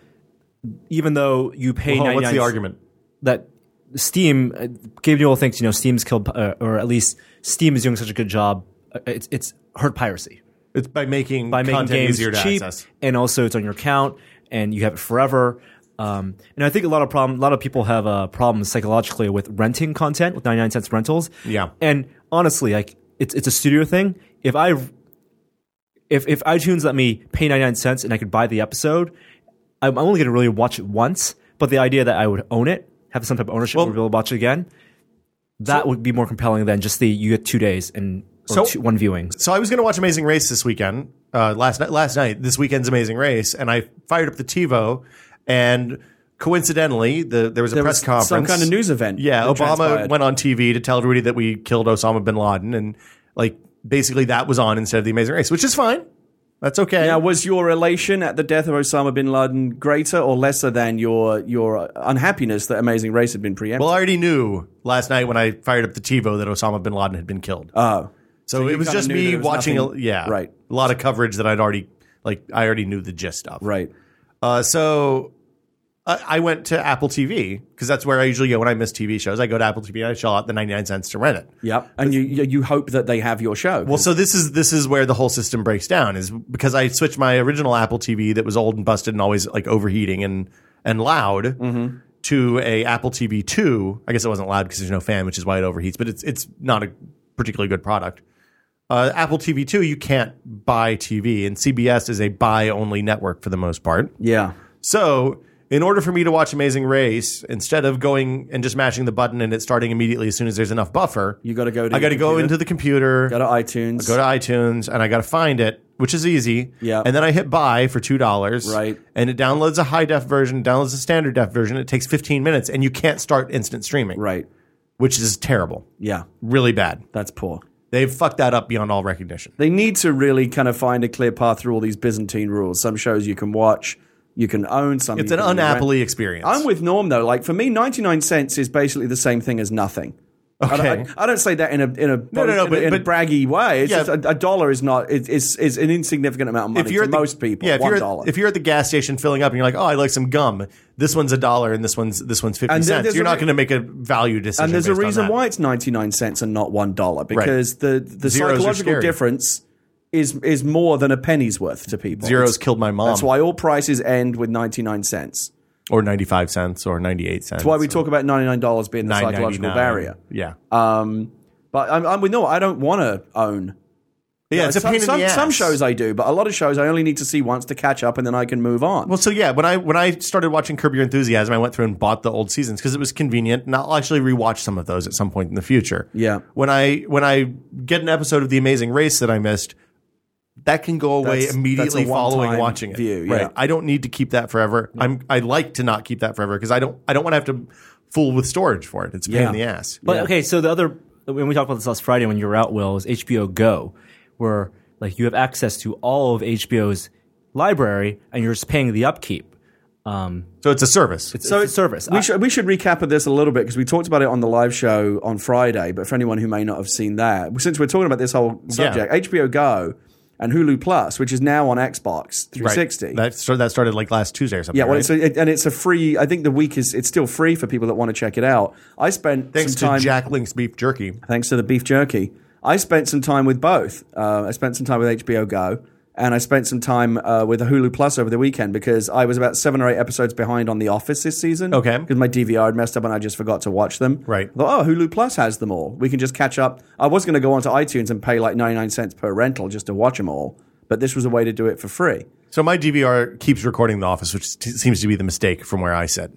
Speaker 2: even though you pay,
Speaker 1: Hold on, what's
Speaker 2: 99
Speaker 1: the argument?
Speaker 2: that Steam? Uh, Gabe Newell thinks you know Steam's killed, uh, or at least Steam is doing such a good job. uh, It's it's hurt piracy
Speaker 1: It's by making
Speaker 2: by making
Speaker 1: content
Speaker 2: games
Speaker 1: easier to
Speaker 2: cheap,
Speaker 1: access.
Speaker 2: and also it's on your account, and you have it forever. Um, and I think a lot of problem, a lot of people have uh, problems psychologically with renting content with ninety nine cents rentals.
Speaker 1: Yeah.
Speaker 2: and honestly, like it's it's a studio thing. If I if if iTunes let me pay ninety nine cents and I could buy the episode, I'm only going to really watch it once. But the idea that I would own it, have some type of ownership, where we'll watch it again, that would be more compelling than just the you get two days and or
Speaker 1: So-
Speaker 2: two, one viewing.
Speaker 1: So I was going to watch Amazing Race this weekend. Uh, last night, last night, this weekend's Amazing Race, and I fired up the TiVo, and coincidentally, the there was a
Speaker 3: There
Speaker 1: press conference,
Speaker 3: was some kind of news event
Speaker 1: Yeah,
Speaker 3: that
Speaker 1: Obama
Speaker 3: transpired.
Speaker 1: went on TV to tell everybody that we killed Osama bin Laden, and like basically that was on instead of the Amazing Race, which is fine. That's okay.
Speaker 3: Now, was your elation at the death of Osama bin Laden greater or lesser than your your unhappiness that Amazing Race had been preempted?
Speaker 1: well, I already knew last night when I fired up the TiVo that Osama bin Laden had been killed.
Speaker 3: oh,
Speaker 1: so,
Speaker 3: you
Speaker 1: it was
Speaker 3: kinda
Speaker 1: just
Speaker 3: knew that
Speaker 1: me
Speaker 3: it was
Speaker 1: watching.
Speaker 3: nothing-
Speaker 1: a, yeah,
Speaker 3: right.
Speaker 1: A lot of coverage that I'd already like. I already knew the gist of.
Speaker 3: right.
Speaker 1: Uh, so I, I went to Apple TV because that's where I usually go when I miss TV shows. I go to Apple TV and I shell out the ninety nine cents to rent it.
Speaker 3: Yep. And you you you hope that they have your show.
Speaker 1: Well, so this is this is where the whole system breaks down is because I switched my original Apple TV that was old and busted and always like overheating and and loud
Speaker 3: Mm-hmm.
Speaker 1: to a Apple TV two. I guess it wasn't loud because there's no fan, which is why it overheats. But it's it's not a particularly good product. Uh, Apple TV two, you can't buy TV, and CBS is a buy only network for the most part.
Speaker 3: yeah.
Speaker 1: So, in order for me to watch Amazing Race, instead of going and just mashing the button and it starting immediately as soon as there's enough buffer,
Speaker 3: You gotta go to
Speaker 1: I got to
Speaker 3: your
Speaker 1: go
Speaker 3: computer.
Speaker 1: into the computer,
Speaker 3: Go to iTunes.
Speaker 1: go to iTunes, and I got to find it, which is easy.
Speaker 3: Yeah.
Speaker 1: And then I hit buy for two dollars.
Speaker 3: Right.
Speaker 1: And it downloads a high def version, downloads a standard def version. It takes 15 minutes, and you can't start instant streaming,
Speaker 3: right.
Speaker 1: which is terrible,
Speaker 3: Yeah.
Speaker 1: really bad.
Speaker 3: That's poor.
Speaker 1: They've fucked that up beyond all recognition.
Speaker 3: They need to really kind of find a clear path through all these Byzantine rules. Some shows you can watch, you can own some.
Speaker 1: It's
Speaker 3: you
Speaker 1: an
Speaker 3: can rent.
Speaker 1: unappley experience.
Speaker 3: I'm with Norm though. Like for me, 99 cents is basically the same thing as nothing. I don't,
Speaker 1: Okay.
Speaker 3: I, I don't say that in a in a
Speaker 1: no, no,
Speaker 3: in a-
Speaker 1: but-
Speaker 3: in a
Speaker 1: but-
Speaker 3: braggy way. It's
Speaker 1: Yeah.
Speaker 3: just a, a dollar is not it, is is an insignificant amount of money to
Speaker 1: at the-
Speaker 3: most people.
Speaker 1: Yeah, if
Speaker 3: one
Speaker 1: you're,
Speaker 3: dollar.
Speaker 1: At, if you're at the gas station filling up and you're like, oh, I like some gum. This one's a dollar and this one's this one's fifty
Speaker 3: And there-
Speaker 1: cents.
Speaker 3: there's
Speaker 1: You're
Speaker 3: a
Speaker 1: not
Speaker 3: re-
Speaker 1: going to make a value decision.
Speaker 3: and there's a
Speaker 1: based on
Speaker 3: reason
Speaker 1: that.
Speaker 3: why it's 99 cents and not one dollar because the the
Speaker 1: Zeros are
Speaker 3: psychological
Speaker 1: scary.
Speaker 3: difference is is more than a penny's worth to people.
Speaker 1: zeros
Speaker 3: It's-
Speaker 1: killed my mom,
Speaker 3: That's why all prices end with 99 cents.
Speaker 1: or ninety five cents, or ninety eight cents.
Speaker 3: That's why we talk about $99 being the psychological barrier.
Speaker 1: Yeah,
Speaker 3: Um, but I'm, I'm with no, I don't want to own.
Speaker 1: yeah. It's a
Speaker 3: some,
Speaker 1: pain in
Speaker 3: some,
Speaker 1: the ass.
Speaker 3: some shows I do, but a lot of shows I only need to see once to catch up and then I can move on.
Speaker 1: Well, so yeah, when I when I started watching Curb Your Enthusiasm, I went through and bought the old seasons because it was convenient, and I'll actually rewatch some of those at some point in the future.
Speaker 3: Yeah.
Speaker 1: When I when I get an episode of The Amazing Race that I missed, that can go away
Speaker 3: That's-
Speaker 1: immediately
Speaker 3: that's a
Speaker 1: following
Speaker 3: one-time
Speaker 1: watching it.
Speaker 3: view, yeah.
Speaker 1: Right. I don't need to keep that forever. I'm I like to not keep that forever because I don't I don't want to have to full with storage for it. It's a pain
Speaker 3: Yeah.
Speaker 1: in the ass.
Speaker 2: But okay, so the other when we talked about this last Friday when you were out, Will, is HBO Go, where like you have access to all of HBO's library and you're just paying the upkeep. Um,
Speaker 1: so it's a service.
Speaker 2: so it's a service. Uh,
Speaker 3: We
Speaker 2: I-
Speaker 3: should we should recap of this a little bit because we talked about it on the live show on Friday. But for anyone who may not have seen that, since we're talking about this whole subject, HBO Go and Hulu Plus, which is now on Xbox 360.
Speaker 1: Right. That, started, that started like last Tuesday or something.
Speaker 3: yeah, well,
Speaker 1: right?
Speaker 3: it's a, it- and it's a free. I think the week is it's still free for people that want to check it out. I spent
Speaker 1: Thanks
Speaker 3: some time
Speaker 1: to Jack Link's beef jerky.
Speaker 3: thanks to the beef jerky. I spent some time with both. Uh, I spent some time with HBO Go, and I spent some time uh, with Hulu Plus over the weekend because I was about seven or eight episodes behind on The Office this season.
Speaker 1: Okay.
Speaker 3: because my DVR had messed up and I just forgot to watch them.
Speaker 1: Right.
Speaker 3: I thought, oh, Hulu Plus has them all. We can just catch up. I was going to go onto iTunes and pay like ninety nine cents per rental just to watch them all, but this was a way to do it for free.
Speaker 1: So my DVR keeps recording The Office, which t- seems to be the mistake from where I sit.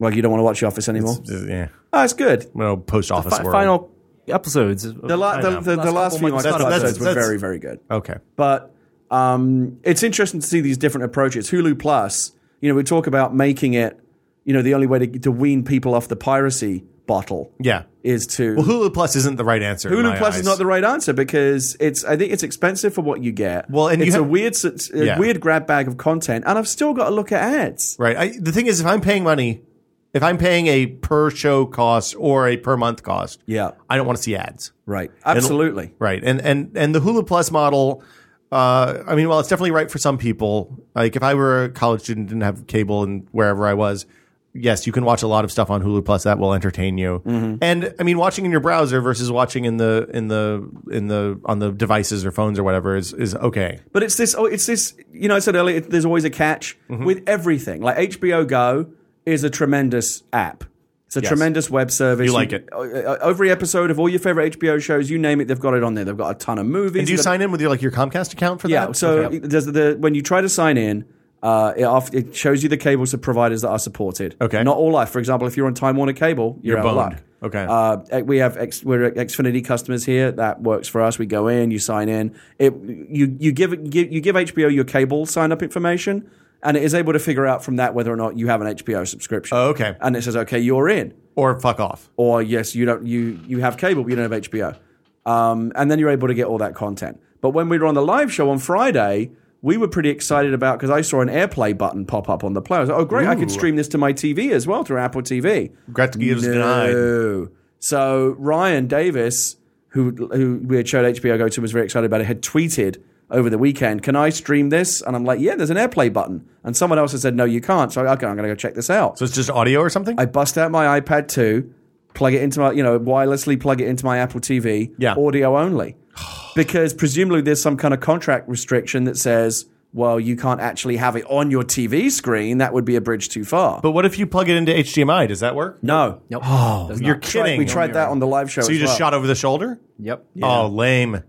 Speaker 3: Well, you don't want to watch The Office anymore.
Speaker 1: Uh, yeah.
Speaker 3: oh, it's good.
Speaker 1: Well, post office
Speaker 2: fi-
Speaker 1: world.
Speaker 2: final episodes. of-
Speaker 3: The, la-
Speaker 1: I
Speaker 3: the,
Speaker 1: know.
Speaker 3: the, the last
Speaker 2: Last couple
Speaker 3: few months
Speaker 2: months, that's-
Speaker 1: that's-
Speaker 3: episodes were
Speaker 1: that's-
Speaker 3: very, very good.
Speaker 1: Okay.
Speaker 3: But um, it's interesting to see these different approaches. Hulu Plus, you know, we talk about making it, you know, the only way to, to wean people off the piracy bottle
Speaker 1: Yeah.
Speaker 3: is to
Speaker 1: Well, Hulu Plus isn't the right answer. in
Speaker 3: Hulu
Speaker 1: my
Speaker 3: Plus
Speaker 1: eyes.
Speaker 3: is not the right answer because it's I think it's expensive for what you get.
Speaker 1: Well, and you
Speaker 3: it's a
Speaker 1: have-
Speaker 3: weird s- s- a
Speaker 1: Yeah.
Speaker 3: weird grab bag of content, and I've still got to look at ads.
Speaker 1: Right. I, the thing is, if I'm paying money, if I'm paying a per show cost or a per month cost,
Speaker 3: Yeah.
Speaker 1: I don't want to see ads.
Speaker 3: Right, absolutely.
Speaker 1: Right. And and and the Hulu Plus model. Uh, I mean, well, it's definitely right for some people. Like, if I were a college student, didn't have cable, and wherever I was, yes, you can watch a lot of stuff on Hulu Plus that will entertain you.
Speaker 3: Mm-hmm.
Speaker 1: And I mean, watching in your browser versus watching in the in the in the on the devices or phones or whatever is is okay.
Speaker 3: But it's this. Oh, it's this. You know, I said earlier. There's always a catch
Speaker 1: Mm-hmm.
Speaker 3: with everything. Like HBO Go is a tremendous app. It's a tremendous web service.
Speaker 1: You like it.
Speaker 3: o- o- Every episode of all your favorite HBO shows, you name it, they've got it on there. They've got a ton of movies.
Speaker 1: Do you
Speaker 3: They've got-
Speaker 1: sign in with your like your Comcast account for that?
Speaker 3: Yeah. So
Speaker 1: Okay.
Speaker 3: it- there's the when you try to sign in. Uh, it, off, it shows you the cables of providers that are supported.
Speaker 1: Okay.
Speaker 3: Not all life. For example, if you're on Time Warner Cable, you're,
Speaker 1: You're
Speaker 3: out of
Speaker 1: boned.
Speaker 3: luck.
Speaker 1: Okay.
Speaker 3: Uh, we have X, we're Xfinity customers here. That works for us. We go in, you sign in. It you you give, give you give HBO your cable sign up information, and it is able to figure out from that whether or not you have an HBO subscription.
Speaker 1: Oh, okay.
Speaker 3: And it says, okay, you're in
Speaker 1: or fuck off.
Speaker 3: or yes, you don't you you have cable, but you don't have HBO. Um, and then you're able to get all that content. But when we were on the live show on Friday, we were pretty excited about because I saw an AirPlay button pop up on the player. I was like, oh, great! I could stream this to my TV as well through Apple TV.
Speaker 1: Gretzky was denied.
Speaker 3: No. So Ryan Davis, who who we had showed HBO Go to, was very excited about it. Had tweeted over the weekend, "Can I stream this?" And I'm like, "Yeah, there's an AirPlay button." And someone else had said, "No, you can't." So okay, I'm going to go check this out.
Speaker 1: So it's just audio or something?
Speaker 3: I bust out my iPad 2, plug it into my, you know, wirelessly plug it into my Apple TV,
Speaker 1: Yeah.
Speaker 3: audio only. Because presumably there's some kind of contract restriction that says, well, you can't actually have it on your TV screen. That would be a bridge too far.
Speaker 1: but what if you plug it into HDMI? Does that work?
Speaker 3: no.
Speaker 2: Nope. Does
Speaker 1: You're
Speaker 2: not.
Speaker 1: kidding.
Speaker 3: We tried that on the live show.
Speaker 1: So you just shot over the shoulder?
Speaker 2: Yep.
Speaker 1: Oh, lame.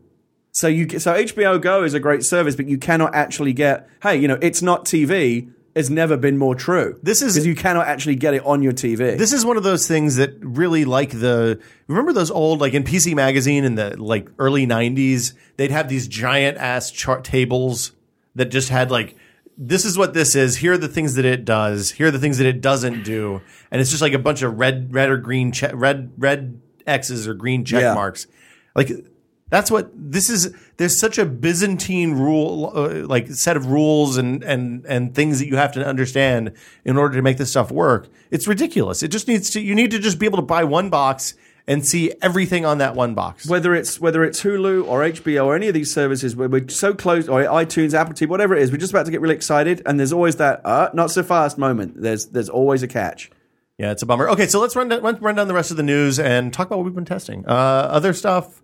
Speaker 3: So you get- so HBO Go is a great service, but you cannot actually get. Hey, you know, it's not TV. Has never been more true.
Speaker 1: This is-
Speaker 3: 'Cause you cannot actually get it on your TV.
Speaker 1: This is one of those things that really like the remember those old like in PC magazine in the like early 90s, they'd have these giant ass chart tables that just had like this is what this is, here are the things that it does, here are the things that it doesn't do, and it's just like a bunch of red red or green che- red red X's or green check
Speaker 3: Yeah.
Speaker 1: marks. Like that's what this is there's such a Byzantine rule uh, like set of rules and and and things that you have to understand in order to make this stuff work. It's ridiculous. It just needs to you need to just be able to buy one box and see everything on that one box.
Speaker 3: whether it's whether it's Hulu or HBO or any of these services, we're, we're so close, or iTunes, Apple TV, whatever it is, we're just about to get really excited, and there's always that uh, not so fast moment. There's there's always a catch.
Speaker 1: Yeah, it's a bummer. Okay, so let's run down, run, run down the rest of the news and talk about what we've been testing. Uh, other stuff,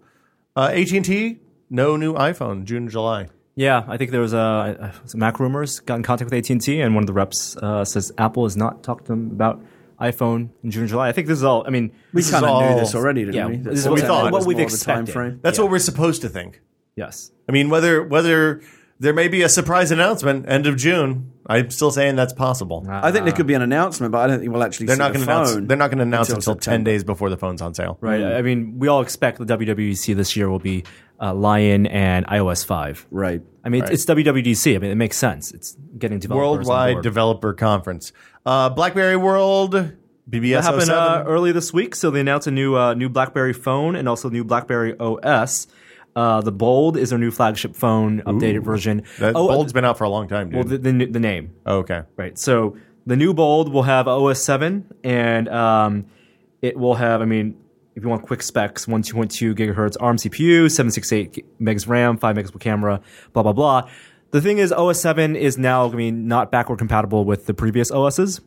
Speaker 1: uh, AT&T, no new iPhone, June, July.
Speaker 2: Yeah, I think there was uh, some Mac rumors got in contact with AT and T, and one of the reps uh, says Apple has not talked to them about iPhone in June, July. I think this is all. I mean,
Speaker 3: We
Speaker 2: this is
Speaker 3: kind of
Speaker 1: all-
Speaker 3: knew this already, didn't
Speaker 2: yeah,
Speaker 3: we?
Speaker 2: this is
Speaker 1: what we thought.
Speaker 3: It was
Speaker 2: What we've
Speaker 3: more of a time
Speaker 2: expected.
Speaker 3: frame.
Speaker 1: That's what we're supposed to think.
Speaker 2: yes.
Speaker 1: I mean, whether whether there may be a surprise announcement end of June, I'm still saying that's possible.
Speaker 3: I think there could be an announcement, but I don't think we'll actually.
Speaker 1: they're not
Speaker 3: going to
Speaker 1: announce. They're not going to announce
Speaker 3: until
Speaker 1: until, ten
Speaker 3: September.
Speaker 1: days before the phone's on sale.
Speaker 2: Right. I mean, we all expect the WWDC this year will be uh, Lion and iOS five.
Speaker 3: Right.
Speaker 2: I mean, it's WWDC. I mean, it makes sense. It's getting developers on
Speaker 1: Worldwide
Speaker 2: board.
Speaker 1: Developer Conference, uh, BlackBerry World BBS
Speaker 2: That happened
Speaker 1: 07?
Speaker 2: uh, early this week. So they announced a new uh, new BlackBerry phone and also new BlackBerry OS. Uh, the Bold is their new flagship phone, updated version.
Speaker 1: that
Speaker 2: oh,
Speaker 1: Bold's been out for a long time, dude.
Speaker 2: well, the, the, the name,
Speaker 1: oh, okay.
Speaker 2: right? So the new Bold will have OS seven, and um, it will have. I mean, if you want quick specs, one two one two gigahertz ARM CPU, seven six eight megs RAM, five megapixel camera, blah blah blah. The thing is, OS seven is now, I mean, not backward compatible with the previous OSs.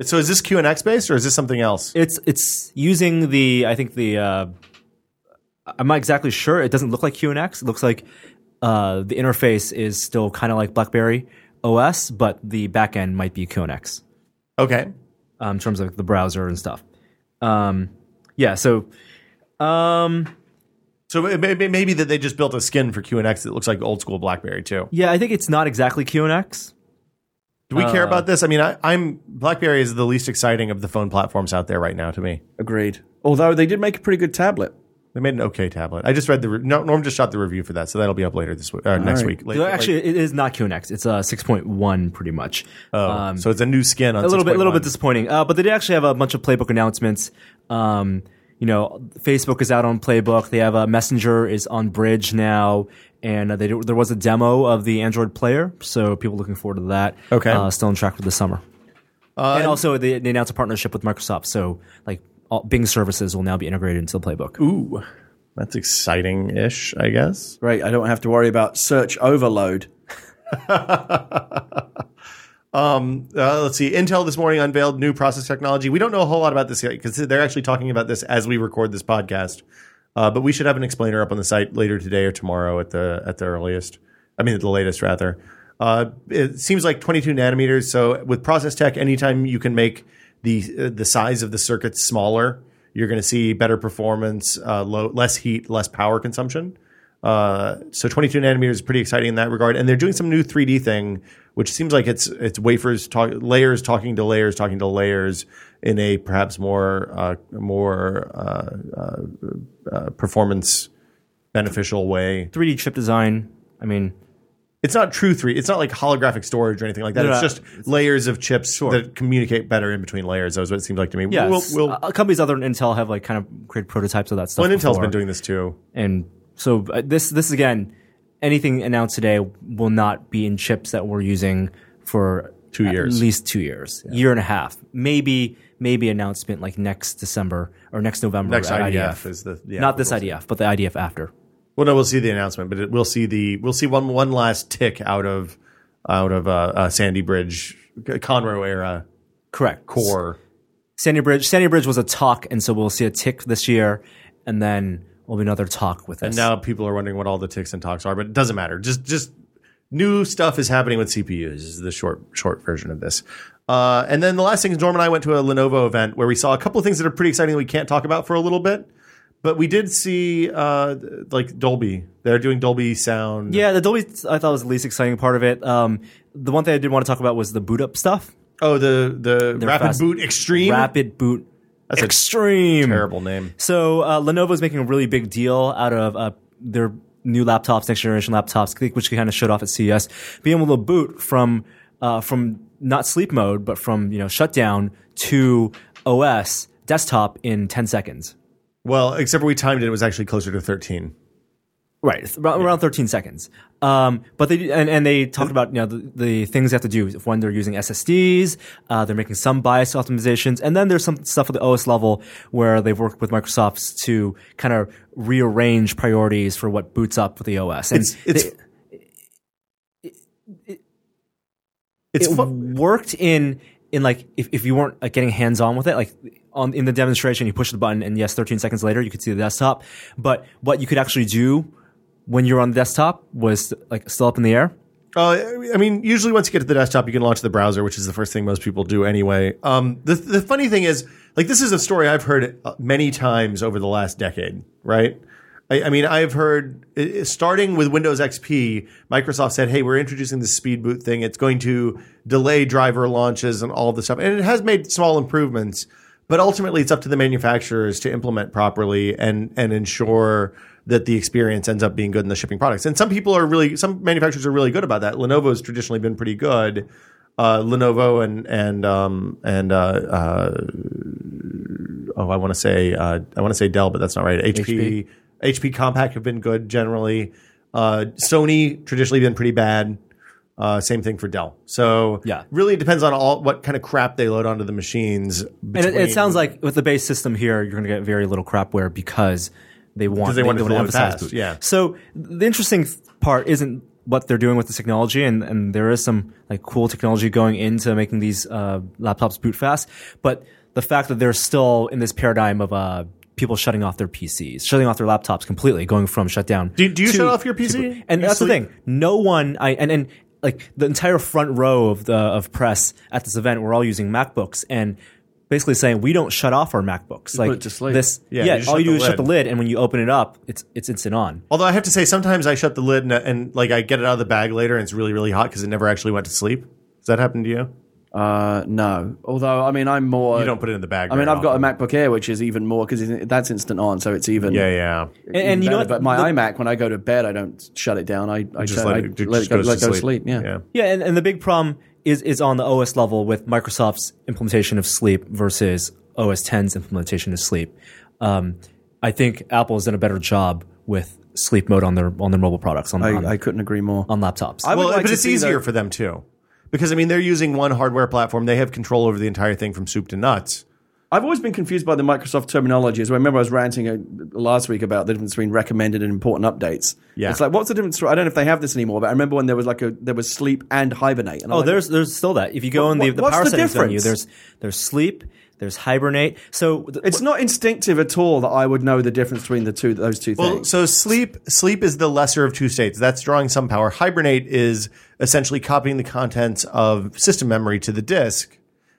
Speaker 1: So is this QNX based or is this something else?
Speaker 2: it's it's using the I think the uh, I'm not exactly sure. It doesn't look like QNX. It looks like uh, the interface is still kind of like BlackBerry OS, but the backend might be QNX
Speaker 1: Okay.
Speaker 2: um, in terms of the browser and stuff. Um, yeah, so um,
Speaker 1: So it may- may- maybe that they just built a skin for QNX that looks like old school BlackBerry too.
Speaker 2: yeah, I think it's not exactly QNX.
Speaker 1: Do we
Speaker 2: Uh,
Speaker 1: care about this? I mean, I, I'm BlackBerry is the least exciting of the phone platforms out there right now to me.
Speaker 3: Agreed. Although they did make a pretty good tablet.
Speaker 1: They made an okay tablet. I just read the re- no, Norm just shot the review for that, so that'll be up later this week, uh, next
Speaker 3: right.
Speaker 1: week. Late-
Speaker 2: Actually, it is not QNX. It's uh, 6.1 pretty much. Uh,
Speaker 1: oh, so it's a new skin on
Speaker 2: um, a little bit, a little bit
Speaker 1: 6.1.
Speaker 2: disappointing. Uh, but they did actually have a bunch of playbook announcements. Um, you know, Facebook is out on playbook. They have a Messenger is on Bridge now, and uh, they do, there was a demo of the Android player, so people looking forward to that.
Speaker 1: Okay. Uh,
Speaker 2: uh, still on track for the summer. and also, they, they announced a partnership with Microsoft, so like all, Bing services will now be integrated into the playbook.
Speaker 1: Ooh, that's exciting ish, I guess.
Speaker 3: Great. I don't have to worry about search overload.
Speaker 1: Uh, let's see. Intel this morning unveiled new process technology. We don't know a whole lot about this yet because they're actually talking about this as we record this podcast. Uh, but we should have an explainer up on the site later today or tomorrow at the at the earliest. I mean, at the latest rather. Uh, it seems like 22 nanometers. So with process tech, anytime you can make the uh, the size of the circuits smaller, you're going to see better performance, uh, low, less heat, less power consumption. Uh, so 22 nanometers is pretty exciting in that regard, and they're doing some new 3D thing, which seems like it's it's wafers talk, layers talking to layers talking to layers in a perhaps more uh, more uh, uh, uh, performance beneficial way.
Speaker 2: 3D chip design. I mean,
Speaker 1: It's not true three. It's not like holographic storage or anything like that.
Speaker 2: No,
Speaker 1: it's
Speaker 2: no.
Speaker 1: just layers of chips that communicate better in between layers. That was what it seems like to me.
Speaker 2: yeah,
Speaker 1: we'll, we'll,
Speaker 2: uh, companies other than Intel have like kind of created prototypes of that stuff.
Speaker 1: and Intel's
Speaker 2: before.
Speaker 1: been doing this too.
Speaker 2: and so uh, this this again anything announced today will not be in chips that we're using for
Speaker 1: Two
Speaker 2: at
Speaker 1: years.
Speaker 2: least two years year and a half maybe maybe announcement like next december or next november
Speaker 1: Next
Speaker 2: at
Speaker 1: IDF, is the yeah,
Speaker 2: not this
Speaker 1: we'll-
Speaker 2: idf but the idf after
Speaker 1: Well, no, we'll see the announcement, but it, we'll see the we'll see one one last tick out of out of uh, uh, Sandy Bridge Conroe era
Speaker 2: correct
Speaker 1: core.
Speaker 2: sandy bridge sandy bridge was a talk and so we'll see a tick this year and then will be another talk with us
Speaker 1: Now people are wondering what all the ticks and talks are, but it doesn't matter. Just just new stuff is happening with CPUs. Is the short short version of this. Uh, and then the last thing is Norm and I went to a Lenovo event where we saw a couple of things that are pretty exciting that we can't talk about for a little bit, but we did see uh, like Dolby. They're doing Dolby sound.
Speaker 2: yeah the dolby i thought was the least exciting part of it um, the one thing i did want to talk about was the boot up stuff
Speaker 1: Oh, the the Rapid
Speaker 2: fast.
Speaker 1: Boot Extreme.
Speaker 2: rapid boot
Speaker 1: That's a
Speaker 2: extreme
Speaker 1: Terrible name.
Speaker 2: So uh, Lenovo's making a really big deal out of uh, their new laptops, next generation laptops, which they kind of showed off at CES, being able to boot from uh, from not sleep mode, but from you know shutdown to OS desktop in ten seconds.
Speaker 1: Well, except for we timed it, it was actually closer to 13.
Speaker 2: Right, it's about- around 13 seconds. Um, but they and, and they talked about you know the, the things they have to do when they're using SSDs. Uh, they're making some bias optimizations, and then there's some stuff at the OS level where they've worked with Microsoft to kind of rearrange priorities for what boots up with the OS. And
Speaker 1: It's it's
Speaker 2: they-
Speaker 1: it's
Speaker 2: it
Speaker 1: fu-
Speaker 2: worked in in like if, if you weren't like getting hands on with it like on in the demonstration you push the button and yes 13 seconds later you could see the desktop but what you could actually do when you're on the desktop was like still up in the air
Speaker 1: uh, I mean, usually once you get to the desktop, you can launch the browser, which is the first thing most people do anyway. Um, the the funny thing is, like, this is a story I've heard uh, many times over the last decade, right? I, I mean, I've heard i- i- starting with Windows XP, Microsoft said, "Hey, we're introducing this speed boot thing. It's going to delay driver launches and all this stuff." And it has made small improvements, but ultimately, it's up to the manufacturers to implement properly and and ensure that the experience ends up being good in the shipping products. And some people are really, some manufacturers are really good about that. Lenovo's traditionally been pretty good. uh, Lenovo and and um, and uh, uh, oh, I want to say uh, I want to say Dell, but that's not right. HP, HP Compact have been good generally. Uh, Sony traditionally been pretty bad. Uh, same thing for Dell. So
Speaker 2: Yeah.
Speaker 1: really it depends on all what kind of crap they load onto the machines.
Speaker 2: And it, it
Speaker 1: between-
Speaker 2: sounds like with the base system here, you're going to get very little crapware because they want
Speaker 1: they want it to
Speaker 2: wanna
Speaker 1: flow
Speaker 2: emphasize
Speaker 1: fast,
Speaker 2: boot.
Speaker 1: yeah.
Speaker 2: So the interesting th- part isn't what they're doing with the technology, and, and there is some like cool technology going into making these uh, laptops boot fast, but the fact that they're still in this paradigm of uh, people shutting off their PCs, shutting off their laptops completely, going from shutdown.
Speaker 1: Do- do you
Speaker 2: to-
Speaker 1: shut off your
Speaker 2: to
Speaker 1: PC?
Speaker 2: boot. and
Speaker 1: You
Speaker 2: that's the
Speaker 1: sleep?
Speaker 2: thing no one I and and like the entire front row of the of press at this event were all using MacBooks and basically saying we don't shut off our MacBooks like
Speaker 3: it to sleep.
Speaker 2: this
Speaker 1: Yeah,
Speaker 2: yeah,
Speaker 1: you
Speaker 2: all
Speaker 1: shut
Speaker 2: you do
Speaker 1: the
Speaker 2: is shut the
Speaker 1: lid.
Speaker 2: lid and when you open it up it's it's instant on
Speaker 1: Although I have to say, sometimes I shut the lid and, and like I get it out of the bag later, and it's really really hot because it never actually went to sleep. Does that happen to you?
Speaker 3: Uh, no. Although, I mean, I'm more.
Speaker 1: You don't put it in the bag.
Speaker 3: I mean,
Speaker 1: very
Speaker 3: I've got a
Speaker 1: often.
Speaker 3: MacBook Air, which is even more because that's instant on, so it's even.
Speaker 1: Yeah, yeah.
Speaker 2: and, and you know
Speaker 3: better.
Speaker 2: what
Speaker 3: but my
Speaker 2: The-
Speaker 3: iMac, when I go to bed, I don't shut it down. I, I
Speaker 1: Just
Speaker 3: I
Speaker 1: let it, it
Speaker 3: let it
Speaker 1: just
Speaker 3: go,
Speaker 1: goes
Speaker 3: let
Speaker 1: to
Speaker 3: go
Speaker 1: sleep.
Speaker 3: sleep. Yeah.
Speaker 2: Yeah, and, and the big problem is is on the OS level with Microsoft's implementation of sleep versus OS 10's implementation of sleep. Um, I think Apple has done a better job with sleep mode on their on their mobile products on,
Speaker 1: Um,
Speaker 2: on,
Speaker 3: I, I couldn't agree more.
Speaker 2: on laptops.
Speaker 3: I would
Speaker 1: Well,
Speaker 3: like
Speaker 1: but
Speaker 3: to
Speaker 1: it's
Speaker 3: see
Speaker 1: easier
Speaker 3: that-
Speaker 1: for them too, because I mean they're using one hardware platform. They have control over the entire thing from soup to nuts.
Speaker 3: I've always been confused by the Microsoft terminology. As well. I remember, I was ranting uh, last week about the difference between recommended and important updates.
Speaker 1: Yeah.
Speaker 3: it's like what's the difference? I don't know if they have this anymore, but I remember when there was like a there was sleep and hibernate. And I'm
Speaker 2: Oh,
Speaker 3: like,
Speaker 2: there's there's still that. If you go in the,
Speaker 3: what-
Speaker 2: the
Speaker 3: what's
Speaker 2: power
Speaker 3: the
Speaker 2: settings menu,
Speaker 3: difference?
Speaker 2: there's there's sleep, there's hibernate. So th-
Speaker 3: It's not instinctive at all that I would know the difference between the two those two
Speaker 1: Well,
Speaker 3: things.
Speaker 1: so sleep sleep is the lesser of two states. That's drawing some power. Hibernate is essentially copying the contents of system memory to the disk,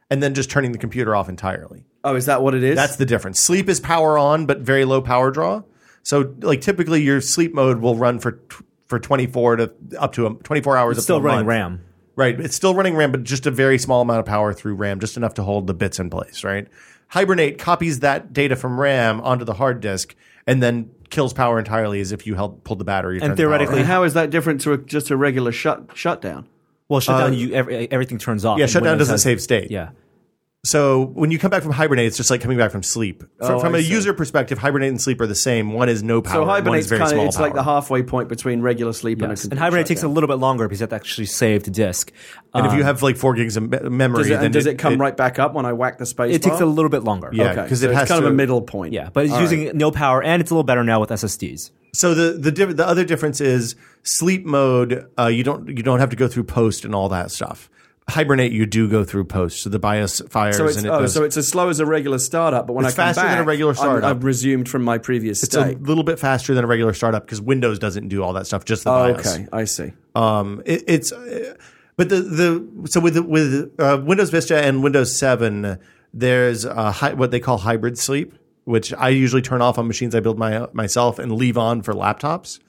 Speaker 1: and then just turning the computer off entirely.
Speaker 3: Oh, is that what it is?
Speaker 1: That's the difference. Sleep is power on, but very low power draw. So, like typically, your sleep mode will run for tw- for twenty four to up to a, twenty four hours. up
Speaker 2: still
Speaker 1: to a
Speaker 2: running
Speaker 1: month.
Speaker 2: RAM.
Speaker 1: right? It's still running RAM, but just a very small amount of power through RAM, just enough to hold the bits in place, right? Hibernate copies that data from RAM onto the hard disk and then kills power entirely, as if you held pulled the battery. turned the power
Speaker 2: theoretically,
Speaker 1: off.
Speaker 3: and how is that different to a, just a regular shut shutdown?
Speaker 2: Well, shutdown, you every, everything turns off.
Speaker 1: yeah,
Speaker 2: and
Speaker 1: shutdown
Speaker 2: Windows
Speaker 1: doesn't
Speaker 2: has-
Speaker 1: save state.
Speaker 2: Yeah,
Speaker 1: So when you come back from hibernate, it's just like coming back from sleep. From,
Speaker 3: Oh,
Speaker 1: from
Speaker 3: I
Speaker 1: a
Speaker 3: see.
Speaker 1: user perspective, hibernate and sleep are the same. One is no power.
Speaker 3: So
Speaker 1: one is
Speaker 3: hibernate's
Speaker 1: very
Speaker 3: kind of
Speaker 1: small
Speaker 3: it's like
Speaker 1: power.
Speaker 3: the halfway point between regular sleep and a
Speaker 2: yes.
Speaker 3: complete
Speaker 2: and hibernate takes a
Speaker 3: shutdown.
Speaker 2: little bit longer because you have to actually save the disk. Um,
Speaker 1: And if you have like four gigs of me- memory,
Speaker 3: Uh, Does it,
Speaker 1: then
Speaker 3: and does it come right back up when I whack the space?
Speaker 2: it takes
Speaker 3: bar?
Speaker 2: a little bit longer.
Speaker 1: Yeah,
Speaker 3: Okay,
Speaker 1: 'cause
Speaker 3: so
Speaker 1: it
Speaker 3: it's
Speaker 1: has
Speaker 3: kind
Speaker 1: to-
Speaker 3: of a middle point.
Speaker 2: yeah, but it's using no power, and it's a little better now with SSDs.
Speaker 1: So the the diff- the other difference is sleep mode. Uh, you don't you don't have to go through post and all that stuff. Hibernate, you do go through post. So the BIOS fires
Speaker 3: So it's,
Speaker 1: and it
Speaker 3: oh,
Speaker 1: does.
Speaker 3: so it's as slow as a regular startup, but when
Speaker 1: It's
Speaker 3: I come
Speaker 1: faster than a
Speaker 3: back,
Speaker 1: regular
Speaker 3: I'm-
Speaker 1: startup.
Speaker 3: I've resumed from my previous
Speaker 1: it's a
Speaker 3: state.
Speaker 1: little bit faster than a regular startup because Windows doesn't do all that stuff. Just the
Speaker 3: Oh,
Speaker 1: BIOS.
Speaker 3: okay, I see.
Speaker 1: Um, it, it's uh, but the the so with with uh, Windows Vista and Windows Seven, there's a hi- what they call hybrid sleep, which I usually turn off on machines I build my myself and leave on for laptops.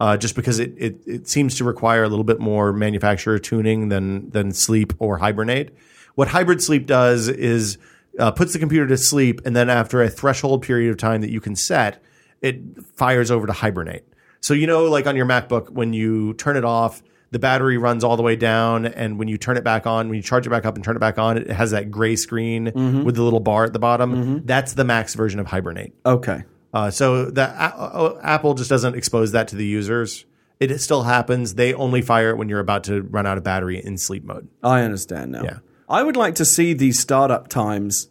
Speaker 1: Uh, just because it, it it seems to require a little bit more manufacturer tuning than than sleep or hibernate. What hybrid sleep does is uh, puts the computer to sleep, and then after a threshold period of time that you can set, it fires over to hibernate. So you know, like on your MacBook, when you turn it off, the battery runs all the way down, and when you turn it back on, when you charge it back up and turn it back on, it has that gray screen
Speaker 2: Mm-hmm.
Speaker 1: with the little bar at the bottom. That's the max version of hibernate.
Speaker 3: Okay,
Speaker 1: Uh, so the a- a- Apple just doesn't expose that to the users. It still happens. They only fire it when you're about to run out of battery in sleep mode.
Speaker 3: I understand now.
Speaker 1: Yeah.
Speaker 3: I would like to see these startup times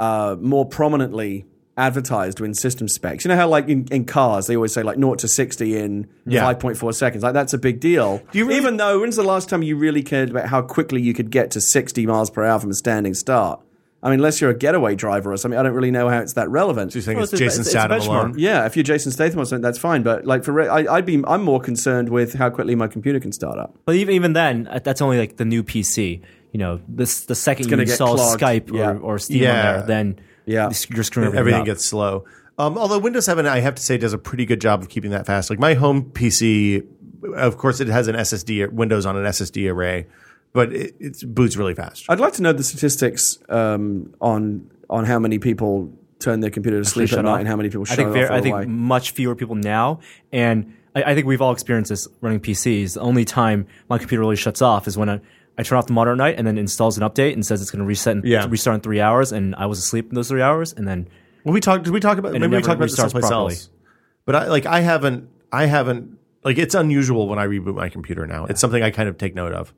Speaker 3: uh, more prominently advertised in system specs. You know how, like in, in cars, they always say like 0 to 60 in
Speaker 1: Yeah.
Speaker 3: 5.4 seconds. Like, that's a big deal.
Speaker 1: you really-
Speaker 3: Even though, when's the last time you really cared about how quickly you could get to 60 miles per hour from a standing start? I mean, unless you're a getaway driver or something, I don't really know how it's that relevant.
Speaker 1: You think
Speaker 2: Well,
Speaker 1: it's,
Speaker 2: it's a-
Speaker 1: Jason
Speaker 2: it's a
Speaker 1: Statham
Speaker 2: benchmark.
Speaker 1: alone?
Speaker 3: Yeah, if you're Jason Statham or something, that's fine. But like for re- I, I'd be, I'm more concerned with how quickly my computer can start up.
Speaker 2: But even even then, uh, that's only like the new PC. You know, this the second you
Speaker 3: gonna get
Speaker 2: install
Speaker 3: clogged.
Speaker 2: Skype
Speaker 3: Yeah.
Speaker 2: or, or Steam
Speaker 1: Yeah.
Speaker 2: on there, then
Speaker 3: Yeah.
Speaker 2: your screen everything,
Speaker 1: Everything
Speaker 2: up.
Speaker 1: gets slow. Um, although Windows 7, I have to say, does a pretty good job of keeping that fast. Like my home PC, of course, it has an SSD, Windows on an SSD array, but it, it boots really fast.
Speaker 2: Uh,
Speaker 3: I'd like to know the statistics um, on on how many people turn their computer to sleep at
Speaker 2: shut
Speaker 3: night
Speaker 2: off.
Speaker 3: and how many people shut
Speaker 2: I think
Speaker 3: it
Speaker 2: ver-
Speaker 3: off.
Speaker 2: I
Speaker 3: all the
Speaker 2: think
Speaker 3: way.
Speaker 2: much fewer people now, and I, I think we've all experienced this running PCs. The only time my computer really shuts off is when I, I turn off the monitor at night and then installs an update and says it's going to reset and
Speaker 1: Yeah.
Speaker 2: restart in three hours. And I was asleep in those three hours. And then
Speaker 1: Well, we talked. Did we talk about?
Speaker 2: it
Speaker 1: Maybe we
Speaker 2: never
Speaker 1: talked about this
Speaker 2: restarts
Speaker 1: someplace
Speaker 2: properly.
Speaker 1: else. But I like I haven't. I haven't. Like it's unusual when I reboot my computer now. It's something I kind of take note of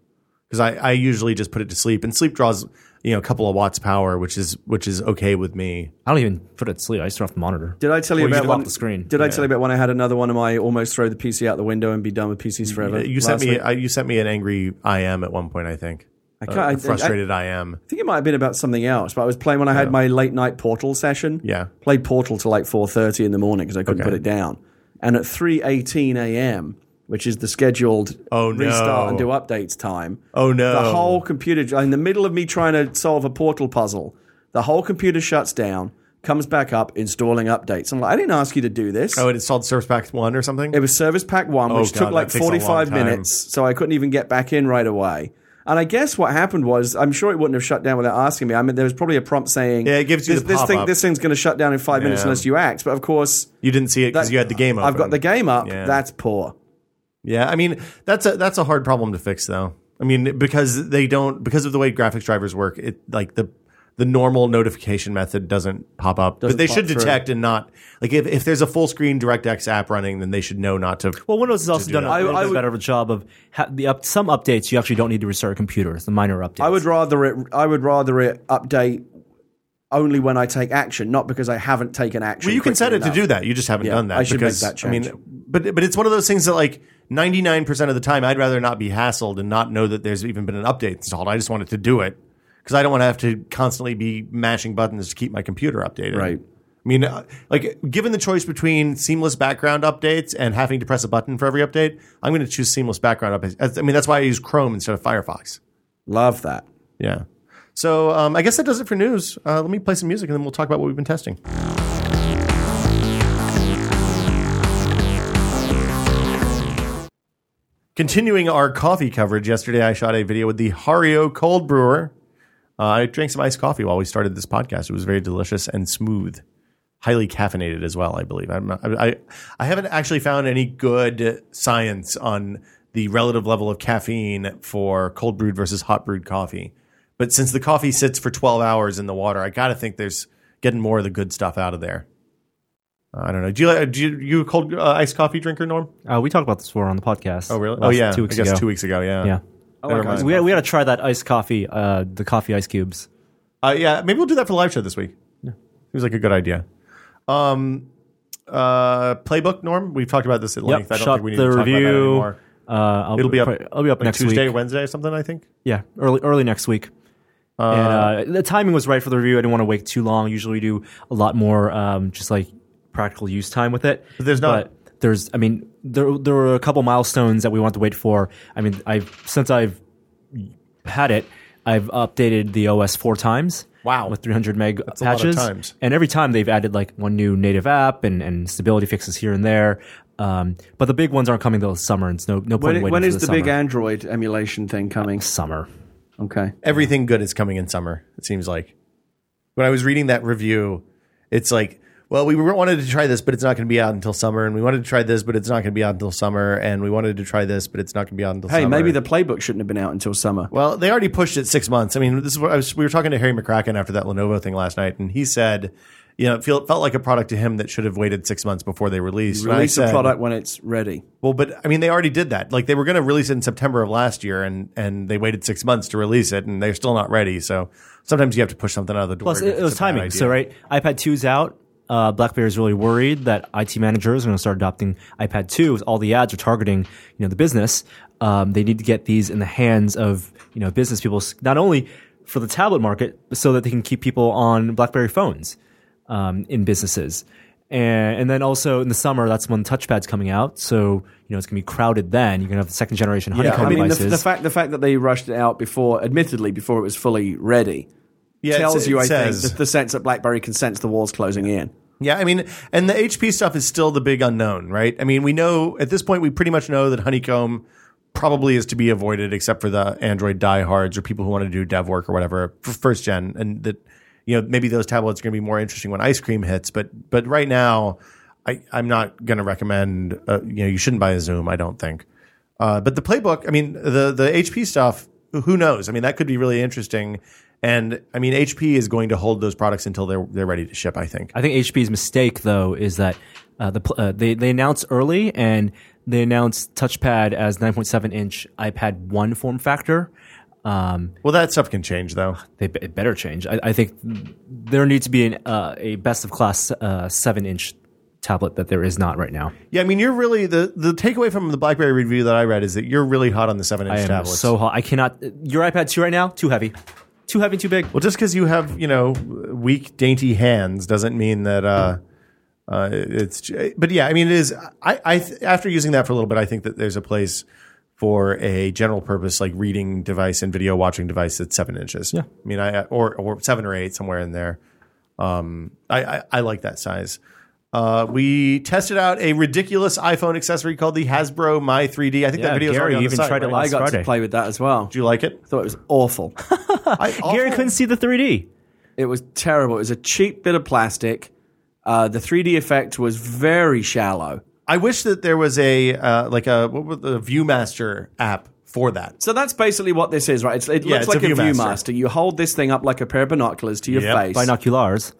Speaker 1: because I, I usually just put it to sleep and sleep draws you know a couple of watts power, which is which is okay with me.
Speaker 2: I don't even put it to sleep. I just turn off the monitor.
Speaker 3: Did I tell you
Speaker 2: Well, you
Speaker 3: about
Speaker 2: can lock
Speaker 3: one?
Speaker 2: the screen.
Speaker 3: Did I tell you about when I had another one of my almost throw the PC out the window and be done with PCs forever?
Speaker 1: You sent
Speaker 3: last
Speaker 1: me
Speaker 3: week?
Speaker 1: I, you sent me an angry I am at one point. I think
Speaker 3: I
Speaker 1: A-
Speaker 3: can't- I-
Speaker 1: a
Speaker 3: I-
Speaker 1: uh, frustrated I, am.
Speaker 3: I think it might have been about something else, but I was playing when I had my late night Portal session.
Speaker 1: Yeah.
Speaker 3: played Portal till like four thirty in the morning because I couldn't
Speaker 1: Okay.
Speaker 3: put it down. And at three eighteen a.m., which is the scheduled
Speaker 1: Oh, no.
Speaker 3: restart and do updates time,
Speaker 1: Oh no!
Speaker 3: the whole computer in the middle of me trying to solve a Portal puzzle, the whole computer shuts down, comes back up, installing updates. I'm like, I didn't ask you to do this.
Speaker 1: oh, it installed Service Pack one or something.
Speaker 3: It was Service Pack 1, which
Speaker 1: Oh, God,
Speaker 3: took like
Speaker 1: that takes a long
Speaker 3: 45
Speaker 1: time.
Speaker 3: minutes, so I couldn't even get back in right away. And I guess what happened was, I'm sure it wouldn't have shut down without asking me. I mean, there was probably a prompt saying,
Speaker 1: Yeah, it gives you
Speaker 3: this,
Speaker 1: the
Speaker 3: this thing,
Speaker 1: pop-up.
Speaker 3: this thing's going to shut down in five minutes
Speaker 1: Yeah.
Speaker 3: unless you act. But of course,
Speaker 1: you didn't see it because
Speaker 3: that-
Speaker 1: you had the game. Open.
Speaker 3: I've got the game up.
Speaker 1: Yeah.
Speaker 3: That's poor.
Speaker 1: Yeah, I mean that's a that's a hard problem to fix though. I mean because they don't because of the way graphics drivers work, it like the the normal notification method doesn't pop up.
Speaker 3: Doesn't
Speaker 1: but they
Speaker 3: pop
Speaker 1: should
Speaker 3: through.
Speaker 1: detect and not like if, if there's a full screen DirectX app running, then they should know not to.
Speaker 2: Well, Windows has also
Speaker 1: do
Speaker 2: done
Speaker 1: that.
Speaker 2: a
Speaker 1: I-
Speaker 2: little
Speaker 3: I
Speaker 2: bit
Speaker 3: would-
Speaker 2: better of a job of ha- the up- some updates you actually don't need to restart a computer. It's the minor updates.
Speaker 3: I would rather it. I would rather it update only when I take action, not because I haven't taken action.
Speaker 1: Well, you can set it
Speaker 3: quickly
Speaker 1: to
Speaker 3: enough.
Speaker 1: do that. You just haven't
Speaker 3: Yeah,
Speaker 1: done that.
Speaker 3: I should make
Speaker 1: because,
Speaker 3: that
Speaker 1: I
Speaker 3: change.
Speaker 1: mean, but but it's one of those things that like. 99% of the time, I'd rather not be hassled and not know that there's even been an update installed. I just want it to do it because I don't want to have to constantly be mashing buttons to keep my computer updated.
Speaker 3: Right.
Speaker 1: I mean, uh, like, given the choice between seamless background updates and having to press a button for every update, I'm going to choose seamless background updates. That's- I mean, that's why I use Chrome instead of Firefox.
Speaker 3: Love that.
Speaker 1: Yeah. So um, I guess that does it for news. Uh, let me play some music and then we'll talk about what we've been testing. Continuing our coffee coverage, yesterday I shot a video with the Hario Cold Brewer. Uh, I drank some iced coffee while we started this podcast. It was very delicious and smooth, highly caffeinated as well. I believe I'm not, I, I I haven't actually found any good science on the relative level of caffeine for cold brewed versus hot brewed coffee. But since the coffee sits for 12 hours in the water, I gotta think there's getting more of the good stuff out of there. I don't know. Do you like- do you, you a cold uh, iced coffee drinker, Norm?
Speaker 2: Uh, we talked about this before on the podcast.
Speaker 1: Oh really?
Speaker 2: last
Speaker 1: Oh yeah.
Speaker 2: two weeks
Speaker 1: I guess
Speaker 2: ago.
Speaker 1: two weeks ago. Yeah.
Speaker 2: Yeah.
Speaker 1: Never
Speaker 3: okay.
Speaker 1: mind.
Speaker 2: We, we got to try that iced coffee, uh, the coffee ice cubes.
Speaker 1: Uh, yeah, maybe we'll do that for the live show this week. Seems like a good idea. Um, uh, playbook, Norm. We've talked about this at length. I don't
Speaker 2: shot
Speaker 1: think we need
Speaker 2: the
Speaker 1: to talk
Speaker 2: review.
Speaker 1: about that anymore.
Speaker 2: Uh, I'll
Speaker 1: It'll be up.
Speaker 2: I'll be up
Speaker 1: like
Speaker 2: next
Speaker 1: Tuesday,
Speaker 2: week.
Speaker 1: Wednesday, or something. I think.
Speaker 2: Yeah, early early next week. and uh, the timing was right for the review. I didn't want to wait too long. Usually, we do a lot more, um, just like practical use time with it.
Speaker 1: But there's not-
Speaker 2: But there's, I mean, there there were a couple milestones that we want to wait for. I mean, I've since I've had it, I've updated the OS four times.
Speaker 1: Wow.
Speaker 2: with 300 meg
Speaker 1: a lot of
Speaker 2: patches,
Speaker 1: times.
Speaker 2: and every time they've added like one new native app and, and stability fixes here and there. Um, but the big ones aren't coming till the summer, and it's no no point in waiting
Speaker 3: When, when
Speaker 2: for
Speaker 3: is
Speaker 2: the
Speaker 3: the big
Speaker 2: summer.
Speaker 3: Android emulation thing coming?
Speaker 2: summer?
Speaker 3: Okay.
Speaker 1: everything good is coming in summer. It seems like when I was reading that review, it's like, well, we were- wanted to try this, but it's not going to be out until summer, and we wanted to try this, but it's not going to be out until summer, and we wanted to try this, but it's not going to be out until
Speaker 3: Hey,
Speaker 1: summer.
Speaker 3: maybe the playbook shouldn't have been out until summer.
Speaker 1: Well, they already pushed it six months. I mean, this is what I was, we were talking to Harry McCracken after that Lenovo thing last night, and he said, you know, it feel, felt like a product to him that should have waited six months before they released. And I
Speaker 3: Release the
Speaker 1: said,
Speaker 3: product when it's ready.
Speaker 1: Well, but I mean, they already did that. Like they were going to release it in September of last year, and and they waited six months to release it, and they're still not ready. So sometimes you have to push something out of the door.
Speaker 2: Plus, it,
Speaker 1: if
Speaker 2: it was
Speaker 1: it's a bad
Speaker 2: timing.
Speaker 1: idea.
Speaker 2: So, right, iPad 2's out. Uh, BlackBerry is really worried that IT managers are going to start adopting iPad 2. with All the ads are targeting, you know, the business. Um, they need to get these in the hands of, you know, business people, s- not only for the tablet market, but so that they can keep people on BlackBerry phones um, in businesses. And, and then also in the summer, that's when touchpad's coming out. So, you know, it's going to be crowded then. You're going to have the second generation honeycomb
Speaker 3: I mean, the,
Speaker 2: devices.
Speaker 3: the fact the fact that they rushed it out before, admittedly, before it was fully ready,
Speaker 1: Yeah, it
Speaker 3: tells
Speaker 1: sa-
Speaker 3: you,
Speaker 1: it
Speaker 3: I
Speaker 1: says-
Speaker 3: think, the, the sense that BlackBerry can sense the walls closing in.
Speaker 1: Yeah, I mean, and the HP stuff is still the big unknown, right? I mean, we know at this point we pretty much know that Honeycomb probably is to be avoided, except for the Android diehards or people who want to do dev work or whatever for first gen, and that you know maybe those tablets are going to be more interesting when ice cream hits. But but right now, I I'm not going to recommend. Uh, you know, you shouldn't buy a Zoom. I don't think. Uh, but the playbook, I mean, the the HP stuff who- who knows? I mean, that could be really interesting. And I mean, HP is going to hold those products until they're they're ready to ship. I think.
Speaker 2: I think HP's mistake though is that uh, the pl- uh, they they announced early and they announced touchpad as 9.7 inch iPad one form factor. Um,
Speaker 1: Well, that stuff can change though.
Speaker 2: they be- it better change. I, I think there needs to be an, uh, a best of class uh, seven inch tablet that there is not right now.
Speaker 1: Yeah, I mean, you're really the the takeaway from the BlackBerry review that I read is that you're really hot on the seven
Speaker 2: I
Speaker 1: inch
Speaker 2: am
Speaker 1: tablets.
Speaker 2: so hot. I cannot. Your iPad two right now too heavy, too heavy, too big.
Speaker 1: well, just because you have you know weak, dainty hands doesn't mean that. Uh, uh, it's but yeah, I mean, it is. I I th- after using that for a little bit, I think that there's a place for a general purpose like reading device and video watching device that's seven inches. Yeah, I mean, I or or seven or eight somewhere in there. Um, I I, I like that size. Uh, we tested out a ridiculous iPhone accessory called the Hasbro My 3D. I think
Speaker 2: Yeah,
Speaker 1: that video is already
Speaker 2: Gary
Speaker 1: on the
Speaker 2: even
Speaker 1: site,
Speaker 2: tried it
Speaker 1: right?
Speaker 3: I
Speaker 2: live.
Speaker 3: got
Speaker 2: Friday.
Speaker 3: to play with that as well.
Speaker 1: Do you like it?
Speaker 3: Thought it was awful.
Speaker 1: I
Speaker 2: Gary
Speaker 1: also-
Speaker 2: couldn't see the 3D.
Speaker 3: It was terrible. It was a cheap bit of plastic. Uh, the 3D effect was very shallow.
Speaker 1: I wish that there was a uh, like a what was the ViewMaster app for that.
Speaker 3: So that's basically what this is, right? It's, it
Speaker 1: Yeah,
Speaker 3: looks
Speaker 1: it's
Speaker 3: like
Speaker 1: a
Speaker 3: a
Speaker 1: Viewmaster.
Speaker 3: ViewMaster. You hold this thing up like a pair of binoculars to your
Speaker 1: Yep.
Speaker 3: face,
Speaker 2: Binoculars.